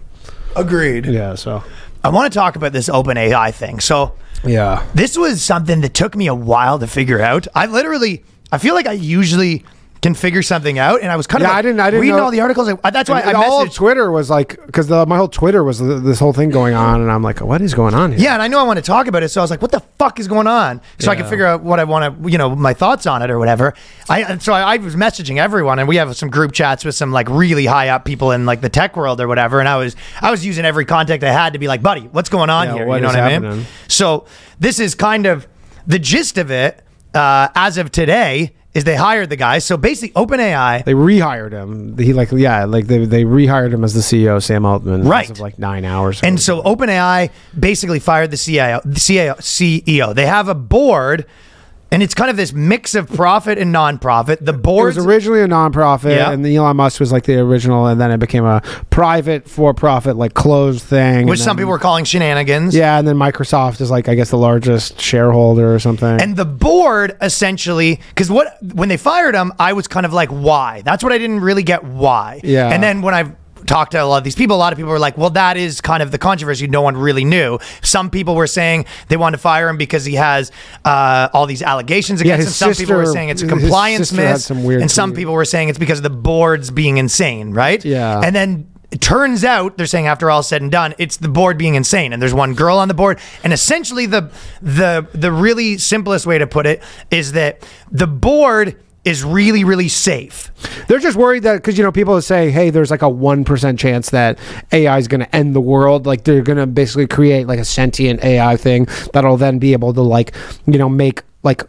Speaker 1: agreed.
Speaker 2: Yeah, so
Speaker 1: I want to talk about this open AI thing. So
Speaker 2: Yeah.
Speaker 1: this was something that took me a while to figure out. I literally, I feel like I usually can figure something out, and I was kind of
Speaker 2: Yeah,
Speaker 1: like
Speaker 2: I didn't- I didn't
Speaker 1: reading
Speaker 2: know-
Speaker 1: all the articles. I- that's why I
Speaker 2: And all of
Speaker 1: messaged.
Speaker 2: Twitter was like, because my whole Twitter was th- this whole thing going on, and I'm like, what is going on here?
Speaker 1: yeah, and I know I want to talk about it, so I was like, "What the fuck is going on?" So I can
Speaker 2: Yeah.
Speaker 1: figure out what I want to, you know, my thoughts on it or whatever. I and so I, I was messaging everyone, and we have some group chats with some like really high up people in like the tech world or whatever. And I was I was using every contact I had to be like, "Buddy, what's going on
Speaker 2: Yeah,
Speaker 1: here?"
Speaker 2: what
Speaker 1: you know
Speaker 2: is
Speaker 1: what I mean?
Speaker 2: happening?
Speaker 1: So this is kind of the gist of it uh, as of today. Is they hired the guy? So basically, OpenAI.
Speaker 2: They rehired him. He like yeah, like they, they rehired him as the CEO, Sam Altman, as
Speaker 1: Right.
Speaker 2: Of like nine hours.
Speaker 1: And so OpenAI basically fired the CIO, the CIO, CEO. E They have a board, and it's kind of this mix of profit and nonprofit. The
Speaker 2: it
Speaker 1: board,
Speaker 2: was originally a nonprofit,
Speaker 1: Yeah.
Speaker 2: and Elon Musk was like the original, and then it became a private for-profit, like closed thing. and
Speaker 1: which some
Speaker 2: then-
Speaker 1: people were calling shenanigans,
Speaker 2: yeah, and then Microsoft is like I guess the largest shareholder or something.
Speaker 1: And the board essentially, because what when they fired him, I was kind of like, why? That's what I didn't really get why.
Speaker 2: Yeah.
Speaker 1: And then when I talked to a lot of these people, a lot of people were like, well, that is kind of the controversy. No one really knew. Some people were saying they wanted to fire him because he has uh, all these allegations against him.
Speaker 2: his
Speaker 1: Some people were
Speaker 2: sister-
Speaker 1: saying it's a
Speaker 2: his
Speaker 1: compliance
Speaker 2: sister had
Speaker 1: miss,
Speaker 2: some weird
Speaker 1: and some
Speaker 2: tweet.
Speaker 1: people were saying it's because of the board's being insane, right?
Speaker 2: Yeah.
Speaker 1: And then. It turns out they're saying after all said and done, it's the board being insane, and there's one girl on the board, and essentially the the the really simplest way to put it is that the board is really really safe.
Speaker 2: They're just worried that because you know people say, "Hey, there's like a one percent chance that AI is going to end the world. Like they're going to basically create like a sentient AI thing that'll then be able to like you know make like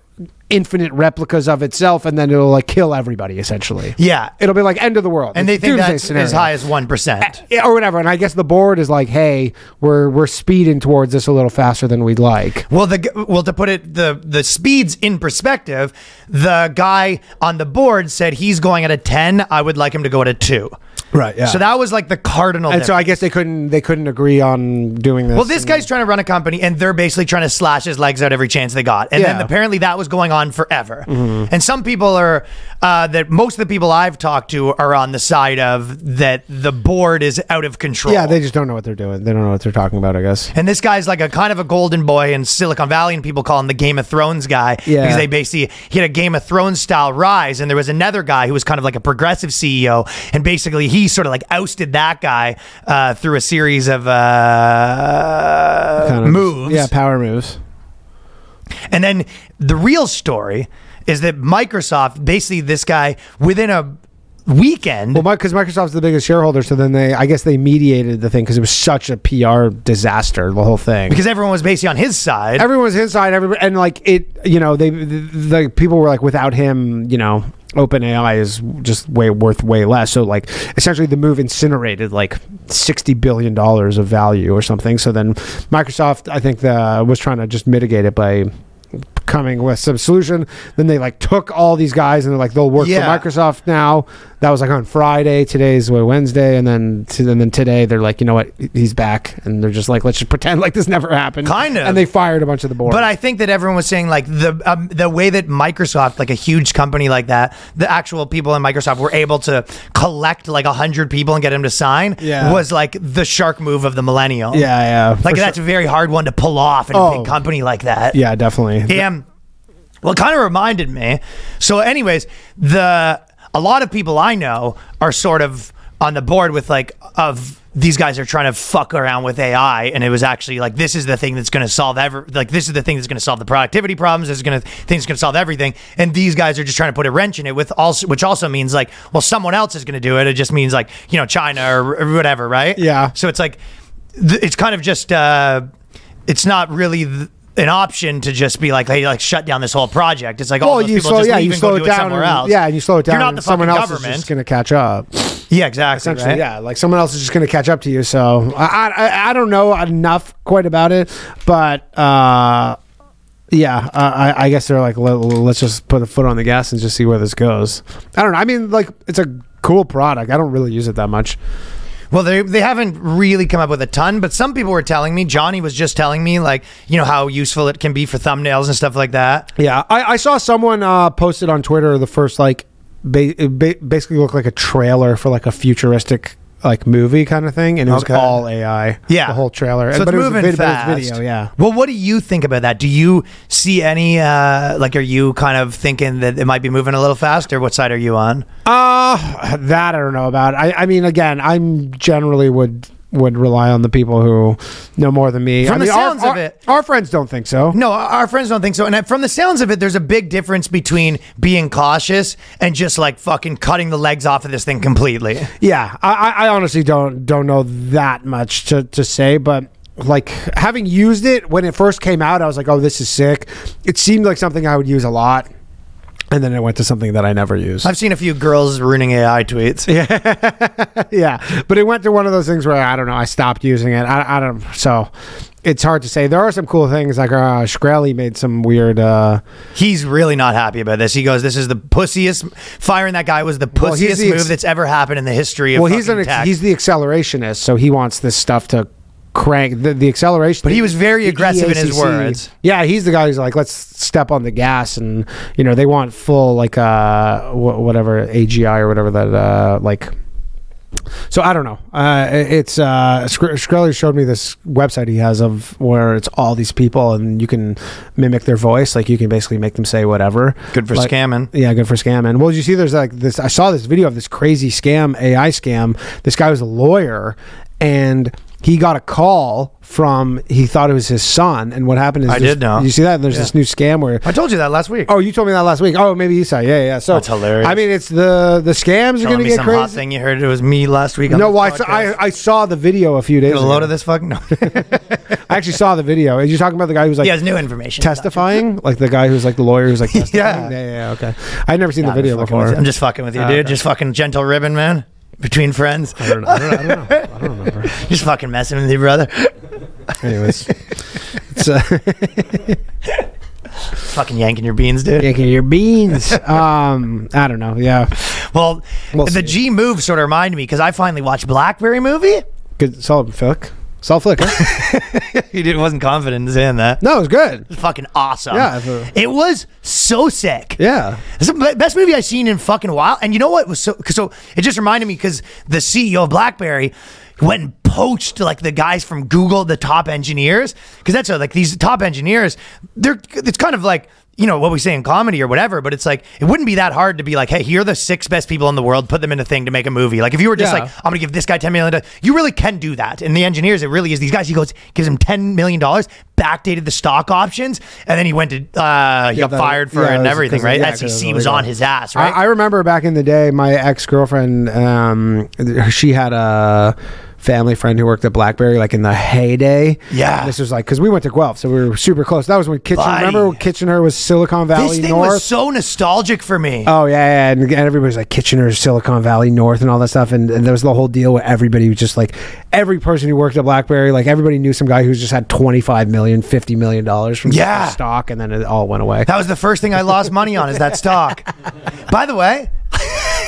Speaker 2: infinite replicas of itself, and then it'll like kill everybody essentially.
Speaker 1: Yeah,
Speaker 2: It'll be like end of the world,
Speaker 1: and they
Speaker 2: It's
Speaker 1: think
Speaker 2: doomsday
Speaker 1: that's as
Speaker 2: scenario.
Speaker 1: high as one percent.
Speaker 2: Yeah, or whatever. And I guess the board is like, "Hey, we're we're speeding towards this a little faster than we'd like."
Speaker 1: Well, the g- well to put it the the speeds in perspective, the guy on the board said he's going at a ten. I would like him to go at a two.
Speaker 2: Right, yeah.
Speaker 1: So that was like the cardinal.
Speaker 2: And so
Speaker 1: difference.
Speaker 2: I guess they couldn't they couldn't agree on doing this.
Speaker 1: Well, this guy's trying to run a company, and they're basically trying to slash his legs out every chance they got. And then
Speaker 2: Yeah. Mm-hmm.
Speaker 1: apparently that was going on forever. And some people are uh, that most of the people I've talked to are on the side of that the board is out of control.
Speaker 2: yeah, they just don't know what they're doing. They don't know what they're talking about. I guess.
Speaker 1: And this guy's like a kind of a golden boy in Silicon Valley, and people call him the Game of Thrones guy
Speaker 2: Yeah.
Speaker 1: because they basically he had a Game of Thrones style rise. And there was another guy who was kind of like a progressive CEO, and basically he sort of like ousted that guy uh, through a series of uh,
Speaker 2: Kind of-
Speaker 1: moves.
Speaker 2: Yeah, power moves.
Speaker 1: And then the real story is that Microsoft, basically, this guy within a weekend.
Speaker 2: Well, because Microsoft's the biggest shareholder, so then they, I guess, they mediated the thing because it was such a PR disaster, the whole thing.
Speaker 1: because everyone was basically on his side.
Speaker 2: everyone was inside, everybody, and like it, you know, they, the, the people were like, without him, you know, OpenAI is just way worth way less. So like, essentially, the move incinerated like sixty billion dollars of value or something. So then Microsoft, I think, the, was trying to just mitigate it by coming with some solution then they like took all these guys and they're like they'll work
Speaker 1: Yeah.
Speaker 2: for microsoft now that was like on friday today's what, wednesday and then to, and then today they're like you know what he's back and they're just like let's just pretend like this never happened
Speaker 1: Kind of.
Speaker 2: and they fired a bunch of the board
Speaker 1: but I think that everyone was saying like the um, the way that Microsoft, like a huge company like that, the actual people in Microsoft were able to collect like hundred people and get them to sign
Speaker 2: Yeah.
Speaker 1: was like the shark move of the millennial.
Speaker 2: yeah yeah for
Speaker 1: like
Speaker 2: sure.
Speaker 1: that's a very hard one to pull off in a
Speaker 2: Oh.
Speaker 1: big company like that.
Speaker 2: yeah definitely
Speaker 1: Damn. Well, it kind of um, reminded me. So, anyways, the a lot of people I know are sort of on the board with like of these guys are trying to fuck around with AI, and it was actually like this is the thing that's going to solve ever like this is the thing that's going to solve the productivity problems. This is going to things going to solve everything, and these guys are just trying to put a wrench in it with also which also means like well someone else is going to do it. It just means like you know China or, or whatever, right?
Speaker 2: Yeah.
Speaker 1: So it's like th- it's kind of just uh, it's not really th- an option to just be like, hey, like shut down this whole project. It's like all
Speaker 2: well,
Speaker 1: those
Speaker 2: you
Speaker 1: people
Speaker 2: slow,
Speaker 1: just
Speaker 2: yeah,
Speaker 1: leave
Speaker 2: you
Speaker 1: and go
Speaker 2: slow
Speaker 1: do
Speaker 2: it
Speaker 1: it
Speaker 2: down,
Speaker 1: somewhere else.
Speaker 2: Yeah, and you slow it down.
Speaker 1: You're not
Speaker 2: and
Speaker 1: the
Speaker 2: someone
Speaker 1: fucking
Speaker 2: else
Speaker 1: government.
Speaker 2: is just going to catch up.
Speaker 1: yeah, exactly.
Speaker 2: essentially
Speaker 1: right?
Speaker 2: yeah like someone else is just going to catch up to you so I, I i don't know enough quite about it but uh yeah, uh, I, I guess they're like, Let, let's just put a foot on the gas and just see where this goes. I don't know. I mean, like, it's a cool product. I don't really use it that much.
Speaker 1: Well, they, they haven't really come up with a ton, but some people were telling me, Johnny was just telling me, like, you know, how useful it can be for thumbnails and stuff like that.
Speaker 2: Yeah, I, I saw someone uh, posted on Twitter the first like ba- it ba- basically looked like a trailer for like a futuristic like movie kind of thing, and it was
Speaker 1: Okay.
Speaker 2: all AI.
Speaker 1: Yeah.
Speaker 2: the whole trailer.
Speaker 1: So
Speaker 2: but
Speaker 1: it's
Speaker 2: it was a
Speaker 1: moving
Speaker 2: vid- but it was
Speaker 1: fast.
Speaker 2: video, yeah.
Speaker 1: Well, what do you think about that? Do you see any, uh, like, are you kind of thinking that it might be moving a little faster? What side are you on?
Speaker 2: Uh that I don't know about. I, I mean, again, I'm generally would would rely on the people who know more than me.
Speaker 1: From
Speaker 2: I
Speaker 1: the
Speaker 2: mean, our-
Speaker 1: sounds of
Speaker 2: our-
Speaker 1: it-
Speaker 2: our friends don't think so.
Speaker 1: No, our our friends don't think so. And I- from the sounds of it, there's a big difference between being cautious and just like fucking cutting the legs off of this thing completely.
Speaker 2: Yeah, I, I- I honestly don't don't know that much to, to say, but like having used it when it first came out, I was like, oh, this is sick. It seemed like something I would use a lot, and then it went to something that I never use.
Speaker 1: I've seen a few girls ruining AI tweets.
Speaker 2: yeah, but it went to one of those things where I don't know. I stopped using it. I, I don't. So it's hard to say. There are some cool things like uh, Shkreli made some weird. Uh,
Speaker 1: He's really not happy about this. He goes, "This is the pussiest." Firing that guy was the pussiest
Speaker 2: Well, he's the ex-
Speaker 1: move that's ever happened in the history of.
Speaker 2: well, he's an
Speaker 1: fucking
Speaker 2: ex-
Speaker 1: tech."
Speaker 2: he's the accelerationist, so he wants this stuff to crank the, the acceleration.
Speaker 1: But he was very
Speaker 2: the E
Speaker 1: aggressive in his
Speaker 2: EACC.
Speaker 1: words.
Speaker 2: Yeah, he's the guy who's like, let's step on the gas, and you know they want full like uh wh- whatever AGI or whatever that uh like. So I don't know. Uh, it- it's uh, Skr- Shkreli showed me this website he has of where it's all these people and you can mimic their voice. Like you can basically make them say whatever.
Speaker 1: good for
Speaker 2: Like-
Speaker 1: scamming.
Speaker 2: Yeah, good for scamming. Well, did you see there's like this? I saw this video of this crazy scam, AI scam. This guy was a lawyer and he got a call from, he thought it was his son. And what happened is,
Speaker 1: I
Speaker 2: this-
Speaker 1: did know.
Speaker 2: You see that? There's this new scam where.
Speaker 1: I told you that last week.
Speaker 2: Oh, you told me that last week. Oh, maybe you saw. Yeah, yeah, yeah. So
Speaker 1: That's hilarious.
Speaker 2: I mean, it's the the scams are
Speaker 1: Telling
Speaker 2: going to
Speaker 1: me
Speaker 2: get
Speaker 1: some hot
Speaker 2: crazy.
Speaker 1: thing you heard. It was me last week. On
Speaker 2: No,
Speaker 1: this
Speaker 2: well, I,
Speaker 1: podcast.
Speaker 2: saw- I I saw the video a few days.
Speaker 1: Get a
Speaker 2: ago.
Speaker 1: load of this fucking. No.
Speaker 2: I actually saw the video. Are you talking about the guy who's like
Speaker 1: he has new information.
Speaker 2: testifying? Like the guy who's like the lawyer who's like testifying?
Speaker 1: Yeah.
Speaker 2: yeah, yeah, okay. I'd never seen
Speaker 1: Nah,
Speaker 2: the video
Speaker 1: I'm just fucking
Speaker 2: before.
Speaker 1: with you. I'm just fucking with you, dude. Just fucking gentle ribbon, man. Between friends,
Speaker 2: I don't, know. I, don't, know. I don't know. I don't remember.
Speaker 1: just fucking messing with you, brother.
Speaker 2: Anyways, it's uh,
Speaker 1: fucking yanking your beans, dude.
Speaker 2: taking your beans. Um, I don't know. Yeah,
Speaker 1: Well,
Speaker 2: We'll
Speaker 1: the
Speaker 2: see.
Speaker 1: G move sort of reminded me because I finally watched Blackberry movie.
Speaker 2: good solid flick. Solid flick. Huh?
Speaker 1: He did, wasn't confident in saying that.
Speaker 2: no, it was good.
Speaker 1: Fucking awesome.
Speaker 2: Yeah, it's a-
Speaker 1: it was so sick.
Speaker 2: Yeah.
Speaker 1: It's the be- best movie I've seen in fucking while. And you know what was so? 'cause So it just reminded me because the CEO of BlackBerry went and poached like the guys from Google, the top engineers, because that's how, like these top engineers. They're it's kind of like you know what we say in comedy or whatever, but it's like it wouldn't be that hard to be like, hey, here are the six best people in the world, put them in a thing to make a movie. Like if you were just
Speaker 2: Yeah.
Speaker 1: like, I'm gonna give this guy ten million. You really can do that. And the engineers, it really is these guys. He goes, gives them ten million dollars, backdated the stock options, and then he went to uh, he
Speaker 2: Yeah,
Speaker 1: got
Speaker 2: that-
Speaker 1: fired for
Speaker 2: yeah,
Speaker 1: it and
Speaker 2: it was
Speaker 1: everything,
Speaker 2: 'cause of-
Speaker 1: right?
Speaker 2: yeah, 'cause it was
Speaker 1: SEC was
Speaker 2: illegal.
Speaker 1: on his ass, right?
Speaker 2: I, I remember back in the day, my ex girlfriend, um, she had a family friend who worked at BlackBerry, like in the heyday.
Speaker 1: Yeah.
Speaker 2: this was like because we went to Guelph, so we were super close. That was when Kitchener.
Speaker 1: Buddy.
Speaker 2: Remember when Kitchener was Silicon Valley
Speaker 1: this thing
Speaker 2: North.
Speaker 1: was so nostalgic for me.
Speaker 2: Oh yeah, yeah, and, and everybody's like Kitchener, Silicon Valley North, and all that stuff, and, and there was the whole deal where everybody was just like, every person who worked at BlackBerry, like everybody knew some guy who's just had 25 million, 50 million dollars from
Speaker 1: Yeah.
Speaker 2: stock, and then it all went away.
Speaker 1: that was the first thing I lost money on is that stock. By the way,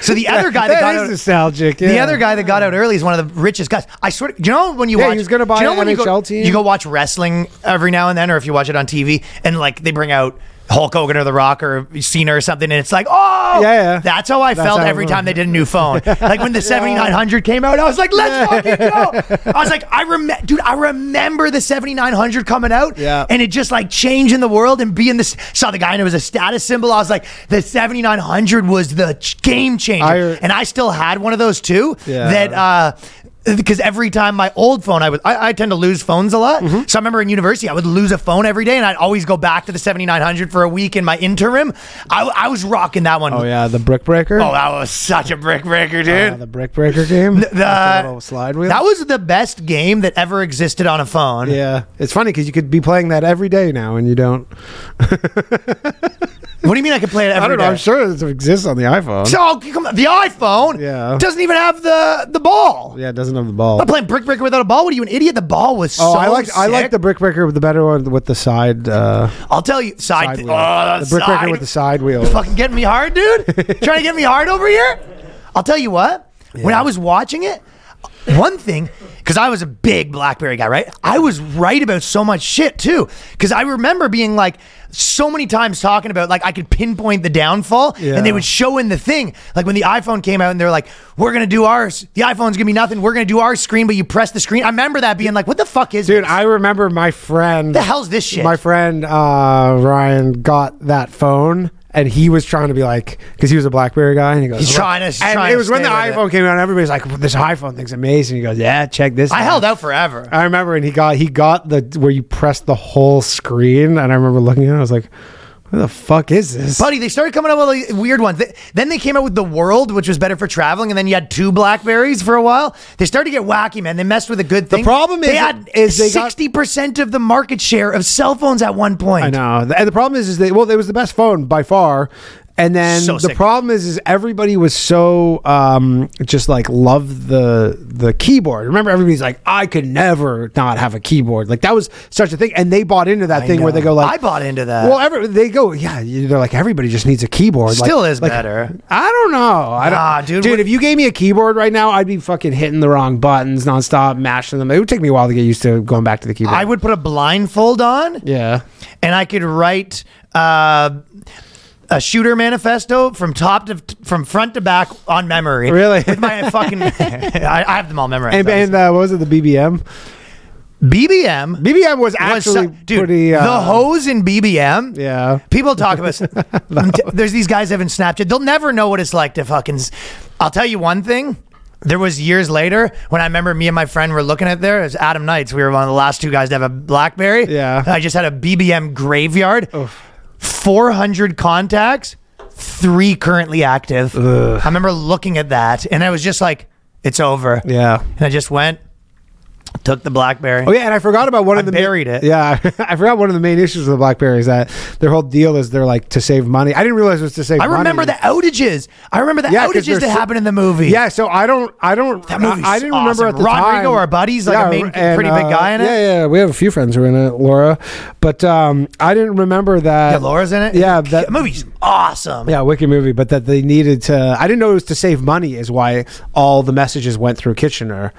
Speaker 1: so the other guy that,
Speaker 2: That
Speaker 1: got
Speaker 2: is
Speaker 1: out,
Speaker 2: nostalgic.
Speaker 1: the
Speaker 2: yeah.
Speaker 1: other guy that got out early is one of the richest guys. I swear, do you know when you
Speaker 2: Yeah,
Speaker 1: watch?
Speaker 2: he was gonna
Speaker 1: do you
Speaker 2: buy
Speaker 1: know
Speaker 2: an
Speaker 1: when you go,
Speaker 2: NHL team.
Speaker 1: You go watch wrestling every now and then, or if you watch it on TV, and like they bring out. Hulk Hogan or The Rock or Cena or something, and it's like, oh,
Speaker 2: Yeah, yeah.
Speaker 1: That's how I
Speaker 2: That's
Speaker 1: felt
Speaker 2: how I
Speaker 1: every
Speaker 2: remember.
Speaker 1: time they did a new phone. like when the 7900 came out, I was like, let's fucking go. I was like, I remember, dude, I remember the 7900 coming out,
Speaker 2: Yeah.
Speaker 1: and it just like changing the world and being this. Saw the guy and it was a status symbol. I was like, the 7900 was the ch- game changer,
Speaker 2: I-
Speaker 1: and I still had one of those too
Speaker 2: Yeah.
Speaker 1: that uh because every time my old phone I would I, I tend to lose phones a lot.
Speaker 2: Mm-hmm.
Speaker 1: So I remember in university I would lose a phone every day and I'd always go back to the 7900 for a week in my interim. I, I was rocking that one.
Speaker 2: Oh yeah, the brick breaker.
Speaker 1: Oh, that was such a brick breaker,
Speaker 2: Yeah,
Speaker 1: dude.
Speaker 2: the brick breaker game.
Speaker 1: The-
Speaker 2: Like the little slide wheel.
Speaker 1: That was the best game that ever existed on a phone.
Speaker 2: yeah, it's funny because you could be playing that every day now, and you don't.
Speaker 1: What do you mean I could play it every
Speaker 2: I don't know.
Speaker 1: day?
Speaker 2: I'm sure it exists on the iPhone.
Speaker 1: So come on, the iPhone
Speaker 2: Yeah.
Speaker 1: doesn't even have the the ball.
Speaker 2: yeah, it doesn't have the ball.
Speaker 1: I'm playing brick breaker without a ball. What are you, an idiot? The ball was
Speaker 2: Oh,
Speaker 1: so.
Speaker 2: I like I
Speaker 1: sick.
Speaker 2: like the brick breaker with the better one with the side uh,
Speaker 1: I'll tell you, side.
Speaker 2: side wheel.
Speaker 1: oh,
Speaker 2: the brick
Speaker 1: side-
Speaker 2: breaker with the side wheel.
Speaker 1: fucking getting me hard, dude. Trying to get me hard over here. I'll tell you what. When I was watching it, one thing, because I was a big Blackberry guy, right? I was right about so much shit too. Because I remember being like so many times talking about like I could pinpoint the downfall, and they
Speaker 2: Yeah.
Speaker 1: would show in the thing. Like when the iPhone came out, and they're like, "We're gonna do ours. The iPhone's gonna be nothing. We're gonna do our screen, but you press the screen." I remember that being like, "What the fuck is
Speaker 2: Dude,
Speaker 1: this?
Speaker 2: I remember my friend.
Speaker 1: the hell's this shit?"
Speaker 2: My friend uh, Ryan got that phone, and he was trying to be like, because he was a BlackBerry guy, and he goes,
Speaker 1: He's trying to- he's
Speaker 2: And
Speaker 1: trying
Speaker 2: it
Speaker 1: to
Speaker 2: was when
Speaker 1: stay
Speaker 2: the
Speaker 1: with it.
Speaker 2: iPhone came out, and everybody's like, "This iPhone thing's amazing." He goes, "Yeah, check this."
Speaker 1: I
Speaker 2: out."
Speaker 1: held out forever.
Speaker 2: I remember, and he got he got the where you press the whole screen, and I remember looking at, it, I was like, "What the fuck is this?"
Speaker 1: Buddy, they started coming out with like, weird ones. Th- Then they came out with the World, which was better for traveling, and then you had two Blackberries for a while. They started to get wacky, man. They messed with a good thing.
Speaker 2: problem
Speaker 1: they
Speaker 2: is-
Speaker 1: had
Speaker 2: is they got-
Speaker 1: sixty percent of the market share of cell phones at one point.
Speaker 2: I know. The- And the problem is, is that well, it was the best phone by far. And then
Speaker 1: So
Speaker 2: the
Speaker 1: sick.
Speaker 2: problem is, is everybody was so um, just like love the the keyboard. Remember, everybody's like, I could never not have a keyboard. Like that was such a thing, and they bought into that thing where
Speaker 1: know.
Speaker 2: they go like,
Speaker 1: I bought into that.
Speaker 2: Well, every, they go, yeah, you- they're like everybody just needs a keyboard. Like-
Speaker 1: Still is
Speaker 2: like,
Speaker 1: better.
Speaker 2: I don't know. I
Speaker 1: Nah,
Speaker 2: don't,
Speaker 1: dude,
Speaker 2: Dude,
Speaker 1: what-
Speaker 2: if you gave me a keyboard right now, I'd be fucking hitting the wrong buttons nonstop, mashing them. It would take me a while to get used to going back to the keyboard.
Speaker 1: I would put a blindfold on,
Speaker 2: yeah.
Speaker 1: and I could write uh, a shooter manifesto from top to from front to back on memory.
Speaker 2: Really?
Speaker 1: With my fucking, I, I have them all memorized.
Speaker 2: And, and uh, what was it? The BBM.
Speaker 1: BBM.
Speaker 2: BBM was
Speaker 1: was so-
Speaker 2: actually
Speaker 1: dude,
Speaker 2: pretty. Uh,
Speaker 1: the hose in BBM.
Speaker 2: Yeah.
Speaker 1: People talk about. there's these guys having Snapchat. They'll never know what it's like to fucking. s- I'll tell you one thing. There was years later when I remember me and my friend were looking at there. It was Adam Knights. We were one of the last two guys to have a BlackBerry.
Speaker 2: Yeah.
Speaker 1: I just had a BBM graveyard. 400 contacts, three currently active. I remember looking at that and I was just like, it's over.
Speaker 2: Yeah.
Speaker 1: And I just went, took the BlackBerry.
Speaker 2: Oh yeah, and I forgot about one
Speaker 1: I
Speaker 2: of the ma-
Speaker 1: buried it.
Speaker 2: Yeah, I forgot one of the main issues with the BlackBerry is that their whole deal is they're like to save money. I didn't realize it was to save.
Speaker 1: I remember the
Speaker 2: money.
Speaker 1: outages. I remember the
Speaker 2: Yeah, 'cause
Speaker 1: outages
Speaker 2: there's
Speaker 1: that
Speaker 2: so-
Speaker 1: happened in the movie.
Speaker 2: Yeah, so I don't, I don't.
Speaker 1: That movie's
Speaker 2: I, I didn't remember
Speaker 1: awesome.
Speaker 2: at the
Speaker 1: Rodrigo,
Speaker 2: time. uh,
Speaker 1: our buddy, he's like a main- pretty big guy in it.
Speaker 2: Yeah, yeah, we have a few friends who are in it, Laura, but um, I didn't remember that.
Speaker 1: Yeah, Laura's in it.
Speaker 2: Yeah, that
Speaker 1: that movie's awesome.
Speaker 2: Yeah, wicked movie, but that they needed to. I didn't know it was to save money, is why all the messages went through Kitchener.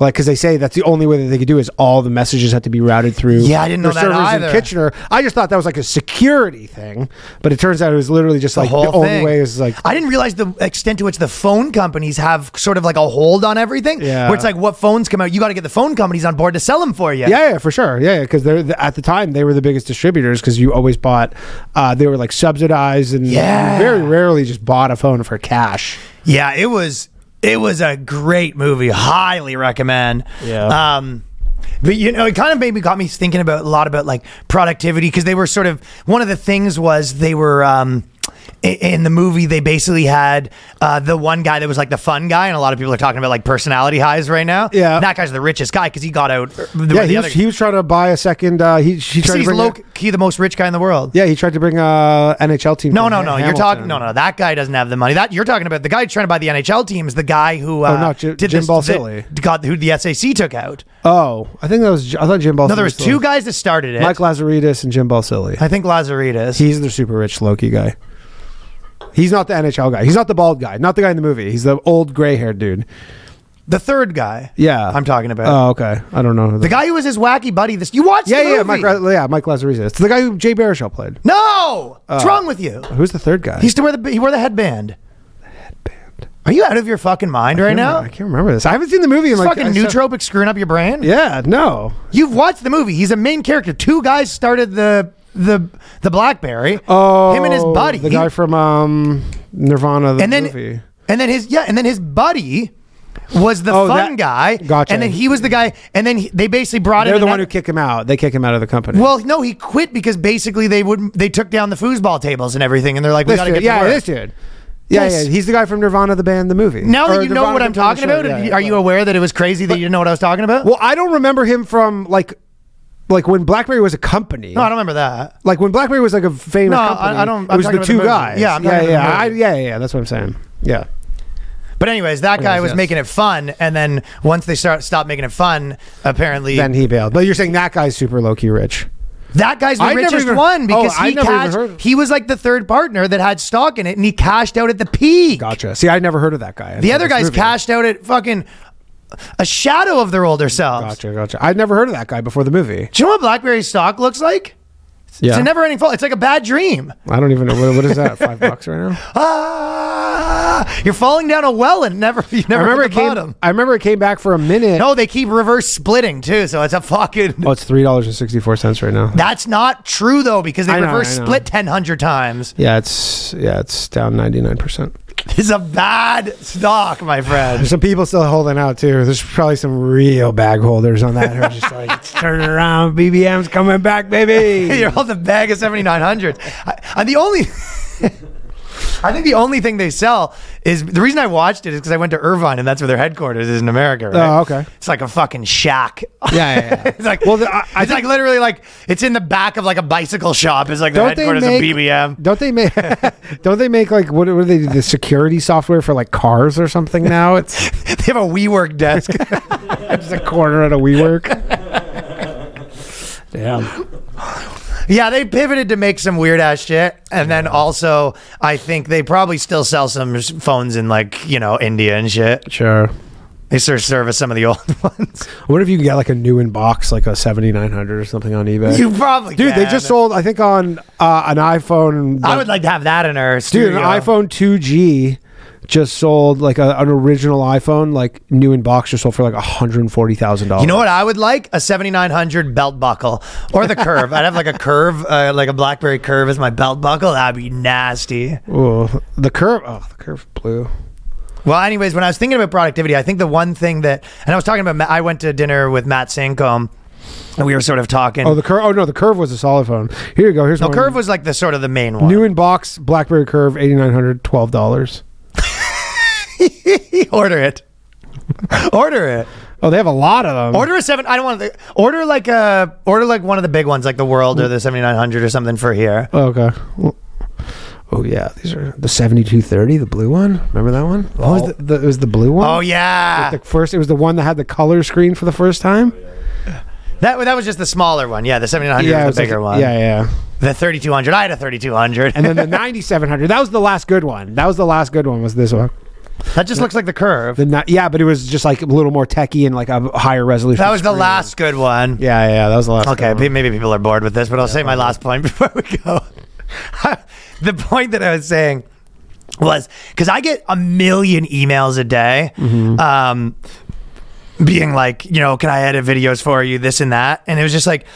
Speaker 2: Like, because they say that's the only way that they could do is all the messages had to be routed through.
Speaker 1: Yeah, I didn't know
Speaker 2: their
Speaker 1: that
Speaker 2: servers
Speaker 1: either.
Speaker 2: In Kitchener, I just thought that was like a security thing, but it turns out it was literally just like the only way is like.
Speaker 1: I didn't realize the extent to which the phone companies have sort of like a hold on everything.
Speaker 2: Yeah.
Speaker 1: Where it's like what phones come out, you got to get the phone companies on board to sell them for you.
Speaker 2: Yeah, yeah, for sure. Yeah, because they're the, at the time they were the biggest distributors because you always bought. Uh, they were like subsidized and
Speaker 1: Yeah.
Speaker 2: you very rarely just bought a phone for cash.
Speaker 1: Yeah, it was it was a great movie. Highly recommend.
Speaker 2: Yeah.
Speaker 1: Um but you know, it kind of maybe got me thinking about a lot about like productivity because they were sort of one of the things was they were um i- in the movie they basically had uh, the one guy that was like the fun guy and a lot of people are talking about like personality highs right now.
Speaker 2: Yeah.
Speaker 1: that guy's the richest guy because he got out. The,
Speaker 2: Yeah,
Speaker 1: the
Speaker 2: he
Speaker 1: other,
Speaker 2: was, he was trying to buy a second. Uh, he she
Speaker 1: So
Speaker 2: tried to
Speaker 1: he's
Speaker 2: bring
Speaker 1: low, key the most rich guy in the world.
Speaker 2: Yeah, he tried to bring uh, a NHL team.
Speaker 1: No,
Speaker 2: from
Speaker 1: no,
Speaker 2: Ha-
Speaker 1: no. You're
Speaker 2: Hamilton.
Speaker 1: talking. No, no. That guy doesn't have the money. That you're talking about. The guy trying to buy the NHL team is the guy who uh,
Speaker 2: Oh, no, Jim-
Speaker 1: did
Speaker 2: Jim
Speaker 1: this,
Speaker 2: Balsillie.
Speaker 1: that- got who the SAC took out.
Speaker 2: Oh, I think that was. J- I thought Jim Balsillie.
Speaker 1: No, there was two guys that started it.
Speaker 2: Mike Lazaridis and Jim Balsillie.
Speaker 1: I think Lazaridis.
Speaker 2: He's the super rich Loki guy. He's not the NHL guy. He's not the bald guy. Not the guy in the movie. He's the old gray haired dude.
Speaker 1: the third guy.
Speaker 2: Yeah,
Speaker 1: I'm talking about
Speaker 2: Oh, okay. I don't know. Who
Speaker 1: the guy who was his wacky buddy. This you watched?
Speaker 2: Yeah,
Speaker 1: the
Speaker 2: yeah, Mike.
Speaker 1: movie.
Speaker 2: La- Yeah, Mike Lazaridis. It's the guy who Jay Baruchel played.
Speaker 1: No,
Speaker 2: Uh,
Speaker 1: what's wrong with you?
Speaker 2: Who's the third guy?
Speaker 1: He used to wear the he wore the headband. Are you out of your fucking mind right now?
Speaker 2: I can't remember this. I haven't seen the movie in like
Speaker 1: fucking
Speaker 2: I saw-
Speaker 1: nootropic screwing up your brain.
Speaker 2: Yeah, no.
Speaker 1: You've watched the movie. He's a main character. Two guys started the the the BlackBerry.
Speaker 2: Oh,
Speaker 1: him and his buddy.
Speaker 2: the
Speaker 1: He-
Speaker 2: guy from um, Nirvana, the
Speaker 1: and then
Speaker 2: movie.
Speaker 1: and then his yeah, and then his buddy was the
Speaker 2: Oh,
Speaker 1: fun
Speaker 2: that-
Speaker 1: guy.
Speaker 2: gotcha.
Speaker 1: And then he was the guy. And then he, they basically brought
Speaker 2: They're
Speaker 1: in
Speaker 2: the one who
Speaker 1: another-
Speaker 2: kick him out. They kick him out of the company.
Speaker 1: Well, no, he quit because basically they wouldn't. They took down the foosball tables and everything, and they're like, "We
Speaker 2: this
Speaker 1: got to
Speaker 2: dude,
Speaker 1: get to
Speaker 2: yeah,
Speaker 1: work."
Speaker 2: this dude. Yeah,
Speaker 1: Yes.
Speaker 2: yeah, he's the guy from Nirvana, the band, the movie.
Speaker 1: Now
Speaker 2: Or
Speaker 1: that you know
Speaker 2: Nirvana,
Speaker 1: what
Speaker 2: the
Speaker 1: I'm
Speaker 2: band, the
Speaker 1: talking
Speaker 2: show,
Speaker 1: about,
Speaker 2: yeah, yeah.
Speaker 1: are you aware that it was crazy that you didn't know what I was talking about?
Speaker 2: Well, I don't remember him from like, like when BlackBerry was a company.
Speaker 1: no, I don't remember that.
Speaker 2: like when BlackBerry was like a famous
Speaker 1: No, I-
Speaker 2: company.
Speaker 1: I don't-
Speaker 2: It
Speaker 1: I'm
Speaker 2: was
Speaker 1: talking
Speaker 2: the
Speaker 1: about
Speaker 2: two
Speaker 1: the movie.
Speaker 2: guys.
Speaker 1: Yeah, I'm
Speaker 2: yeah,
Speaker 1: talking
Speaker 2: yeah,
Speaker 1: about
Speaker 2: I,
Speaker 1: the
Speaker 2: yeah, yeah. That's what I'm saying. Yeah,
Speaker 1: But anyways, that guy
Speaker 2: Yes,
Speaker 1: was
Speaker 2: yes.
Speaker 1: making it fun, and then once they start stopped making it fun, apparently
Speaker 2: then he bailed. But you're saying that guy's super low key rich.
Speaker 1: That guy's the
Speaker 2: I never
Speaker 1: richest
Speaker 2: even-
Speaker 1: one because
Speaker 2: Oh, I
Speaker 1: he
Speaker 2: never even
Speaker 1: cashed.
Speaker 2: heard-
Speaker 1: He was like the third partner that had stock in it, and he cashed out at the peak.
Speaker 2: Gotcha. See, I never heard of that guy.
Speaker 1: The other guy's
Speaker 2: cash.
Speaker 1: cashed out at fucking a shadow of their older selves.
Speaker 2: Gotcha, gotcha. I'd never heard of that guy before the movie.
Speaker 1: Do you know what BlackBerry stock looks like? It's
Speaker 2: Yeah.
Speaker 1: a never-ending fall. It's like a bad dream.
Speaker 2: I don't even know what, what is that. Five bucks right now.
Speaker 1: Ah, you're falling down a well and never you
Speaker 2: I
Speaker 1: never remember
Speaker 2: remember it
Speaker 1: hit the
Speaker 2: came.
Speaker 1: bottom.
Speaker 2: I remember it came back for a minute.
Speaker 1: No, they keep reverse splitting too, so it's a fucking.
Speaker 2: Oh, it's three dollars and sixty four cents right now.
Speaker 1: That's not true though, because they
Speaker 2: I know,
Speaker 1: reverse
Speaker 2: I know.
Speaker 1: split ten hundred times.
Speaker 2: yeah, it's yeah, it's down ninety nine percent.
Speaker 1: It's a bad stock, my friend.
Speaker 2: There's some people still holding out too. There's probably some real bag holders on that. who are just like, it's turning around. BBM's coming back, baby.
Speaker 1: You're holding a bag of seventy nine hundred. And the only. I think the only thing they sell is the reason I watched it is because I went to Irvine and that's where their headquarters is in America. Right?
Speaker 2: Oh, okay.
Speaker 1: It's like a fucking shack.
Speaker 2: Yeah, yeah, yeah.
Speaker 1: it's like
Speaker 2: Well,
Speaker 1: well,
Speaker 2: the- I- I
Speaker 1: it's like literally like it's in the back of like a bicycle shop. It's like the
Speaker 2: Don't they
Speaker 1: headquarters
Speaker 2: make-
Speaker 1: of BBM.
Speaker 2: Don't they make? don't they make like what? What do they do? The security software for like cars or something now? It's
Speaker 1: They have a WeWork desk.
Speaker 2: just a corner at a WeWork.
Speaker 1: yeah, they pivoted to make some weird ass shit, and then also I think they probably still sell some s- phones in like you know India and shit.
Speaker 2: Sure.
Speaker 1: They sort of service some of the old ones.
Speaker 2: I wonder if you can get like a new in box, like a seventy nine hundred or something on eBay.
Speaker 1: You probably
Speaker 2: Dude, they
Speaker 1: can.
Speaker 2: just sold. I think on uh, an iPhone.
Speaker 1: I would like to have that in our studio.
Speaker 2: Dude, an iPhone 2G just sold like a, an original iPhone, like new in box, just sold for like hundred and forty thousand dollars.
Speaker 1: You know what I would like? A 7900 belt buckle or the curve. I'd have like a curve, uh, like a BlackBerry curve as my belt buckle. That'd be nasty.
Speaker 2: Ooh, the curve. Oh, the curve blue.
Speaker 1: Well, anyways, when I was thinking about productivity, I think the one thing that, and I was talking about, Ma- I went to dinner with Matt Sancombe, and we were sort of talking.
Speaker 2: Oh, the curve. Oh no, the curve was a solid phone. Here you go. Here's
Speaker 1: no,
Speaker 2: one.
Speaker 1: Curve was like the sort of the main one.
Speaker 2: new in box BlackBerry Curve, eighty nine hundred, twelve dollars.
Speaker 1: order it. order it.
Speaker 2: Oh, they have a lot of them.
Speaker 1: Order a seven. I don't want to. Order like a. Order like one of the big ones, like the World
Speaker 2: Mm.
Speaker 1: or the seventy nine hundred or something for here.
Speaker 2: Oh, okay. Well- Oh yeah, these are the seventy two thirty, the blue one. Remember that one? What was the, the, it was the blue one.
Speaker 1: Oh yeah,
Speaker 2: The first, it was the one that had the color screen for the first time.
Speaker 1: that that was just the smaller one. Yeah, the seventy nine hundred
Speaker 2: it
Speaker 1: was
Speaker 2: was
Speaker 1: the
Speaker 2: like-
Speaker 1: bigger one.
Speaker 2: Yeah, yeah.
Speaker 1: The thirty two hundred. I had a thirty two hundred.
Speaker 2: And then the 9700. That was the last good one. That was the last good one. Was this one?
Speaker 1: that just looks like the Curve.
Speaker 2: The ni- yeah, but it was just like a little more techie and like a higher resolution.
Speaker 1: That was the
Speaker 2: screen.
Speaker 1: last good one.
Speaker 2: Yeah, yeah, that was the last.
Speaker 1: Okay,
Speaker 2: good one.
Speaker 1: pe- maybe people are bored with this, but I'll say my last point before we go. the point that I was saying was because I get a million emails a day,
Speaker 2: Mm-hmm.
Speaker 1: um, being like, you know, can I edit videos for you, this and that, and it was just like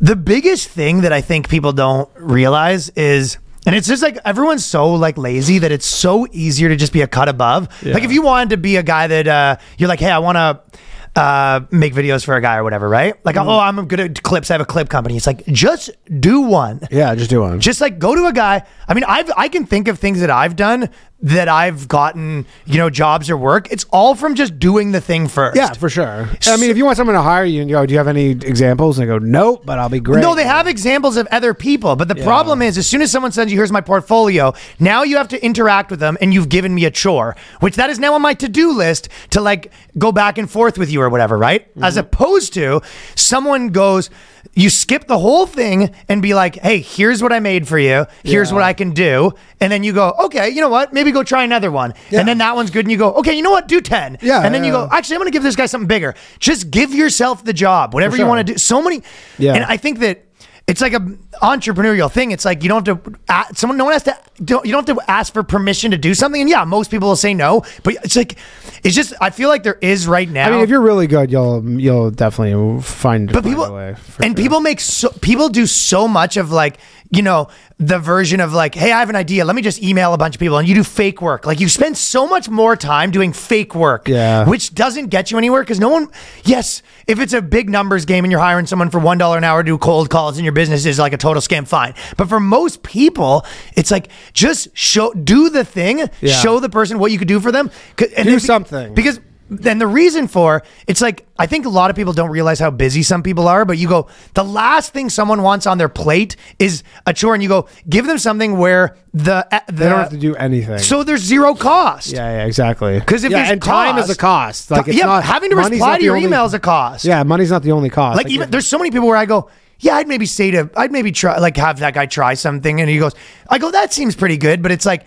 Speaker 1: the biggest thing that I think people don't realize is. And it's just like everyone's so like lazy that it's so easier to just be a cut above. Like if you wanted to be a guy that uh, you're like, hey, I want to uh, make videos for a guy or whatever, right? Like, oh, I'm good at clips. I have a clip company. It's like just do one.
Speaker 2: Yeah, just do one.
Speaker 1: Just like go to a guy. I mean, I've I can think of things that I've done that I've gotten, you know, jobs or work. It's all from just doing the thing first.
Speaker 2: yeah, for sure. I mean, if you want someone to hire you and you go, do you have any examples? And I go, nope, but I'll be great.
Speaker 1: No, they have examples of other people, but the problem is, as soon as someone sends you, "Here's my portfolio," now you have to interact with them, and you've given me a chore, which that is now on my to-do list to like go back and forth with you or whatever, right?
Speaker 2: Mm-hmm.
Speaker 1: As opposed to someone goes, you skip the whole thing and be like, "Hey, here's what I made for you. Here's what I can do," and then you go, "Okay, you know what? Maybe go try another one," and then that one's good, and you go, "Okay, you know what? Do ten,
Speaker 2: Yeah,
Speaker 1: and then you
Speaker 2: yeah.
Speaker 1: go, "Actually, I'm going to give this guy something bigger." Just give yourself the job, whatever you
Speaker 2: sure.
Speaker 1: want to do. So many,
Speaker 2: Yeah.
Speaker 1: and I think that it's like a entrepreneurial thing. It's like you don't have to. Uh, someone, no one has to. Don't, you don't have to ask for permission to do something. And yeah, most people will say no. But it's like, it's just. I feel like there is right now.
Speaker 2: I mean, if you're really good, you'll you'll definitely find.
Speaker 1: but
Speaker 2: find
Speaker 1: people
Speaker 2: a way, for
Speaker 1: and
Speaker 2: sure.
Speaker 1: people make so people do so much of like you know the version of like hey i have an idea let me just email a bunch of people and you do fake work like you spend so much more time doing fake work
Speaker 2: Yeah.
Speaker 1: which doesn't get you anywhere because no one yes if it's a big numbers game and you're hiring someone for one dollar an hour to do cold calls and your business is like a total scam fine but for most people it's like just show do the thing
Speaker 2: Yeah.
Speaker 1: show the person what you could do for them c- and
Speaker 2: Do
Speaker 1: then
Speaker 2: something.
Speaker 1: because because then the reason for it's like I think a lot of people don't realize how busy some people are, but you go, the last thing someone wants on their plate is a chore, and you go, give them something where the, eh, the
Speaker 2: they don't have to do anything.
Speaker 1: so there's zero cost.
Speaker 2: yeah, yeah, exactly.
Speaker 1: 'Cause if
Speaker 2: yeah,
Speaker 1: there's
Speaker 2: and time is a cost. Like, it's
Speaker 1: yeah,
Speaker 2: not,
Speaker 1: having to
Speaker 2: money's
Speaker 1: reply
Speaker 2: not
Speaker 1: to
Speaker 2: the
Speaker 1: your
Speaker 2: only-
Speaker 1: email is a cost.
Speaker 2: Yeah, money's not the only cost.
Speaker 1: Like even there's so many people where I go, yeah, I'd maybe say to I'd maybe try like have that guy try something and he goes, I go, that seems pretty good, but it's like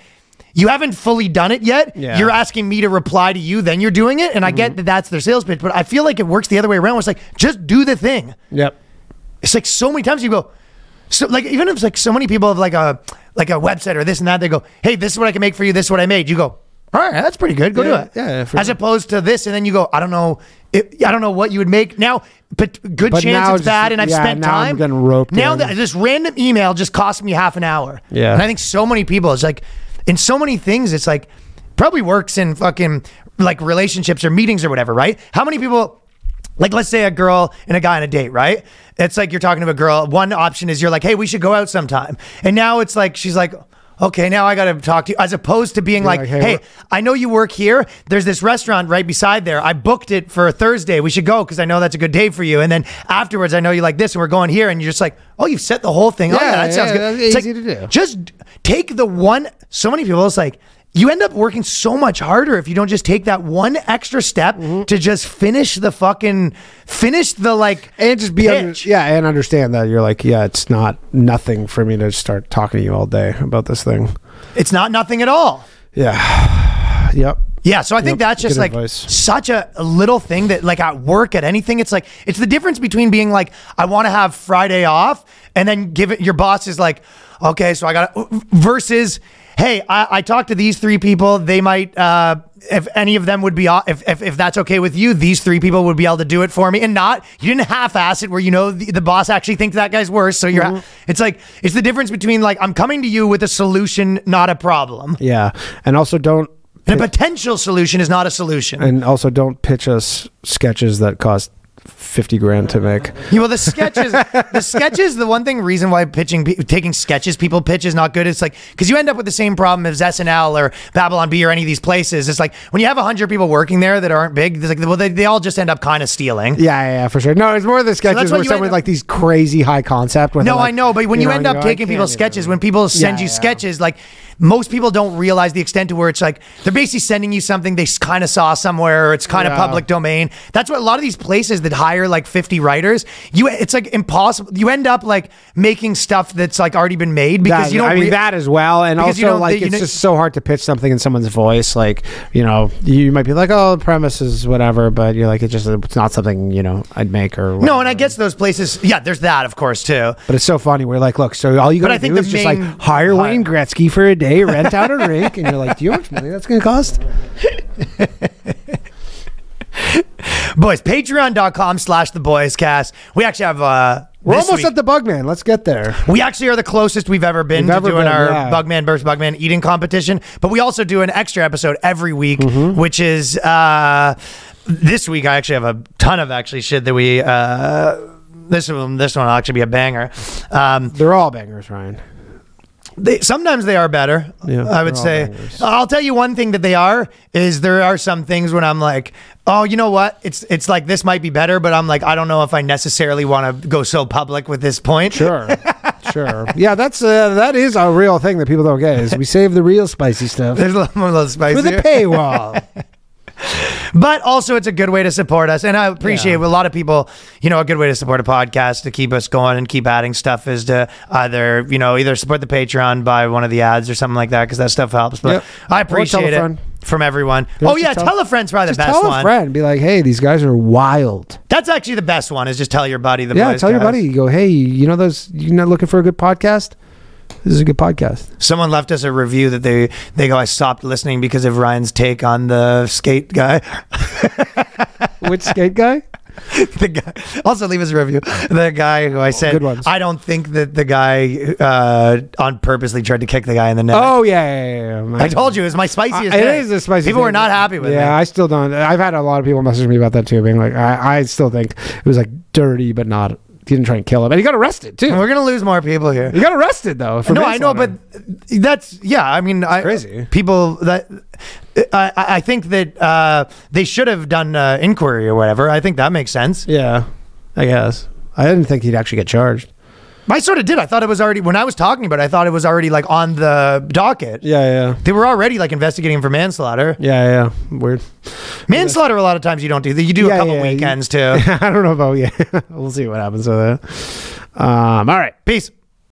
Speaker 1: you haven't fully done it yet.
Speaker 2: Yeah.
Speaker 1: You're asking me to reply to you, then you're doing it. And I get that that's their sales pitch, but I feel like it works the other way around. It's like, just do the thing.
Speaker 2: Yep.
Speaker 1: It's like so many times you go, so like even if it's like so many people have like a like a website or this and that, they go, hey, this is what I can make for you. This is what I made. You go, all right, that's pretty good. Go
Speaker 2: Yeah,
Speaker 1: do it.
Speaker 2: yeah, yeah, for
Speaker 1: As
Speaker 2: sure.
Speaker 1: opposed to this, and then you go, I don't know, it, I don't know what you would make now. But good
Speaker 2: But
Speaker 1: chance
Speaker 2: now
Speaker 1: it's
Speaker 2: just-
Speaker 1: bad, and I've
Speaker 2: yeah,
Speaker 1: spent
Speaker 2: now I'm
Speaker 1: time.
Speaker 2: getting roped
Speaker 1: now
Speaker 2: in.
Speaker 1: that this random email just cost me half an hour.
Speaker 2: Yeah.
Speaker 1: and I think so many people. It's like in so many things, it's like probably works in fucking like relationships or meetings or whatever, right? How many people like let's say a girl and a guy on a date, right? It's like you're talking to a girl. One option is you're like, hey, we should go out sometime. And now it's like she's like, okay, now I gotta talk to you. As opposed to being like,
Speaker 2: like,
Speaker 1: hey,
Speaker 2: "Hey, we're-
Speaker 1: I know you work here. There's this restaurant right beside there. I booked it for Thursday. We should go because I know that's a good day for you. And then afterwards, I know you like this, and we're going here. And you're just like, oh, you've set the whole thing up.
Speaker 2: Yeah,
Speaker 1: Yeah, that sounds
Speaker 2: yeah,
Speaker 1: good.
Speaker 2: that's
Speaker 1: It's
Speaker 2: easy
Speaker 1: like,
Speaker 2: to do.
Speaker 1: Just d- take the one. So many people, it's like you end up working so much harder if you don't just take that one extra step
Speaker 2: Mm-hmm.
Speaker 1: to just finish the fucking finish the like
Speaker 2: And just be under,
Speaker 1: pitch.
Speaker 2: yeah, and understand that you're like, yeah, it's not nothing for me to start talking to you all day about this thing.
Speaker 1: It's not nothing at all.
Speaker 2: Yeah. Yep.
Speaker 1: Yeah, so I think
Speaker 2: Yep,
Speaker 1: that's just
Speaker 2: good
Speaker 1: like
Speaker 2: advice.
Speaker 1: such a a little thing that like at work at anything, it's like it's the difference between being like I want to have Friday off and then give it your boss is like, okay, so I got to versus hey, I, I talked to these three people, they might uh, if any of them would be off, if, if if that's okay with you, these three people would be able to do it for me and not you didn't half-ass it where you know the, the boss actually thinks that guy's worse, so you're
Speaker 2: Mm-hmm.
Speaker 1: it's like it's the difference between like I'm coming to you with a solution, not a problem.
Speaker 2: Yeah. And also don't
Speaker 1: And a potential solution is not a solution.
Speaker 2: and also don't pitch us sketches that cost 50 grand to make.
Speaker 1: Yeah, well, the sketches, the sketches, the one thing reason why pitching, pe- taking sketches, people pitch is not good. It's like because you end up with the same problem as SNL or Babylon B or any of these places. It's like when you have hundred people working there that aren't big, it's like well, they, they all just end up kind of stealing.
Speaker 2: Yeah, yeah, yeah, for sure. No, it's more the sketches
Speaker 1: why
Speaker 2: where
Speaker 1: you
Speaker 2: someone
Speaker 1: end
Speaker 2: like
Speaker 1: up-
Speaker 2: these crazy high concept. where
Speaker 1: No,
Speaker 2: they're like,
Speaker 1: I know, but when you,
Speaker 2: know,
Speaker 1: end
Speaker 2: you
Speaker 1: up
Speaker 2: go, I
Speaker 1: taking
Speaker 2: can't
Speaker 1: people's
Speaker 2: even-
Speaker 1: sketches, when people send
Speaker 2: Yeah,
Speaker 1: you
Speaker 2: yeah.
Speaker 1: sketches, like most people don't realize the extent to where it's like they're basically sending you something they kind of saw somewhere, or it's kind of
Speaker 2: Yeah.
Speaker 1: public domain. That's what a lot of these places that hire like fifty writers, you it's like impossible. You end up like making stuff that's like already been made because
Speaker 2: That-
Speaker 1: you don't.
Speaker 2: I mean
Speaker 1: rea-
Speaker 2: that as well, and
Speaker 1: because you
Speaker 2: also
Speaker 1: don't-
Speaker 2: like
Speaker 1: you
Speaker 2: it's
Speaker 1: know-
Speaker 2: just so hard to pitch something in someone's voice. Like you know, you might be like, "Oh, the premise is whatever," but you're like, "It's just it's not something you know I'd make or
Speaker 1: no,
Speaker 2: whatever.
Speaker 1: and I guess those places. Yeah, there's that of course too.
Speaker 2: But it's so funny. We're like, look, so all you
Speaker 1: I
Speaker 2: gotta
Speaker 1: think
Speaker 2: do
Speaker 1: the
Speaker 2: is just like
Speaker 1: main-
Speaker 2: hire
Speaker 1: Hire.
Speaker 2: Wayne Gretzky for a day, rent out a rink, and you're like, do you know how much money that's gonna cost?
Speaker 1: Boys, patreon.com slash the boys cast. We actually have uh
Speaker 2: We're
Speaker 1: this
Speaker 2: almost
Speaker 1: week-
Speaker 2: at the Bugman. Let's get there.
Speaker 1: We actually are the closest we've ever been
Speaker 2: We've
Speaker 1: to
Speaker 2: ever
Speaker 1: doing
Speaker 2: been,
Speaker 1: our
Speaker 2: yeah.
Speaker 1: Bugman versus Bugman eating competition, but we also do an extra episode every week,
Speaker 2: Mm-hmm.
Speaker 1: which is uh, this week. I actually have a ton of actually shit that we. Uh, this one, this one will actually be a banger. Um,
Speaker 2: They're all bangers, Ryan.
Speaker 1: they, sometimes they are better.
Speaker 2: Yeah,
Speaker 1: I would
Speaker 2: they're all
Speaker 1: say.
Speaker 2: bangers.
Speaker 1: I'll tell you one thing that they are is there are some things when I'm like, oh, you know what? It's it's like this might be better, but I'm like, I don't know if I necessarily want to go so public with this point.
Speaker 2: Sure, sure. Yeah, that's uh, that is a real thing that people don't get is we save the real spicy stuff
Speaker 1: There's a little more little spicy.
Speaker 2: with a paywall.
Speaker 1: but also it's a good way to support us and i appreciate
Speaker 2: Yeah.
Speaker 1: a lot of people you know a good way to support a podcast to keep us going and keep adding stuff is to either you know either support the patreon by one of the ads or something like that because that stuff helps but
Speaker 2: Yep.
Speaker 1: i
Speaker 2: Or tell a
Speaker 1: appreciate it
Speaker 2: friend.
Speaker 1: from everyone
Speaker 2: Yeah,
Speaker 1: oh
Speaker 2: just
Speaker 1: yeah tell,
Speaker 2: tell-
Speaker 1: a friend's probably the
Speaker 2: Just
Speaker 1: best
Speaker 2: tell
Speaker 1: one
Speaker 2: a friend, be like, hey, these guys are wild.
Speaker 1: that's actually the best one is just tell your buddy the
Speaker 2: yeah,
Speaker 1: boys
Speaker 2: tell your
Speaker 1: guys.
Speaker 2: buddy. You go, hey, you know those? You're not looking for a good podcast? This is a good podcast.
Speaker 1: someone left us a review that they they go i stopped listening because of ryan's take on the skate guy
Speaker 2: Which skate guy?
Speaker 1: the guy also leave us a review the guy who i said
Speaker 2: Oh, good ones.
Speaker 1: i don't think that the guy uh on purposely tried to kick the guy in the neck
Speaker 2: Oh yeah, yeah, yeah, yeah.
Speaker 1: i told you it was my
Speaker 2: I-
Speaker 1: spiciest
Speaker 2: it
Speaker 1: day.
Speaker 2: is a spicy.
Speaker 1: people
Speaker 2: thing.
Speaker 1: were not happy with
Speaker 2: yeah,
Speaker 1: me
Speaker 2: I still don't. I've had a lot of people message me about that too, being like, I, I still think it was like dirty, but not. He didn't try and kill him, and he got arrested too.
Speaker 1: And we're gonna lose more people here
Speaker 2: He got arrested though. For
Speaker 1: no i know but
Speaker 2: manslaughter.
Speaker 1: that's yeah i mean I,
Speaker 2: crazy.
Speaker 1: people that I, I I think that uh, they should have done uh, inquiry or whatever. I think that makes sense.
Speaker 2: yeah, I guess I didn't think he'd actually get charged.
Speaker 1: I sort of did. I thought it was already when I was talking about. it, I thought it was already like on the docket.
Speaker 2: Yeah,
Speaker 1: They were already like investigating him for manslaughter.
Speaker 2: yeah, yeah, yeah. Weird.
Speaker 1: Manslaughter, a lot of times you don't do that. You do a
Speaker 2: Yeah,
Speaker 1: couple
Speaker 2: yeah, you-
Speaker 1: weekends too.
Speaker 2: I don't know about yeah. we'll see what happens with it. Um, all right.
Speaker 1: Peace.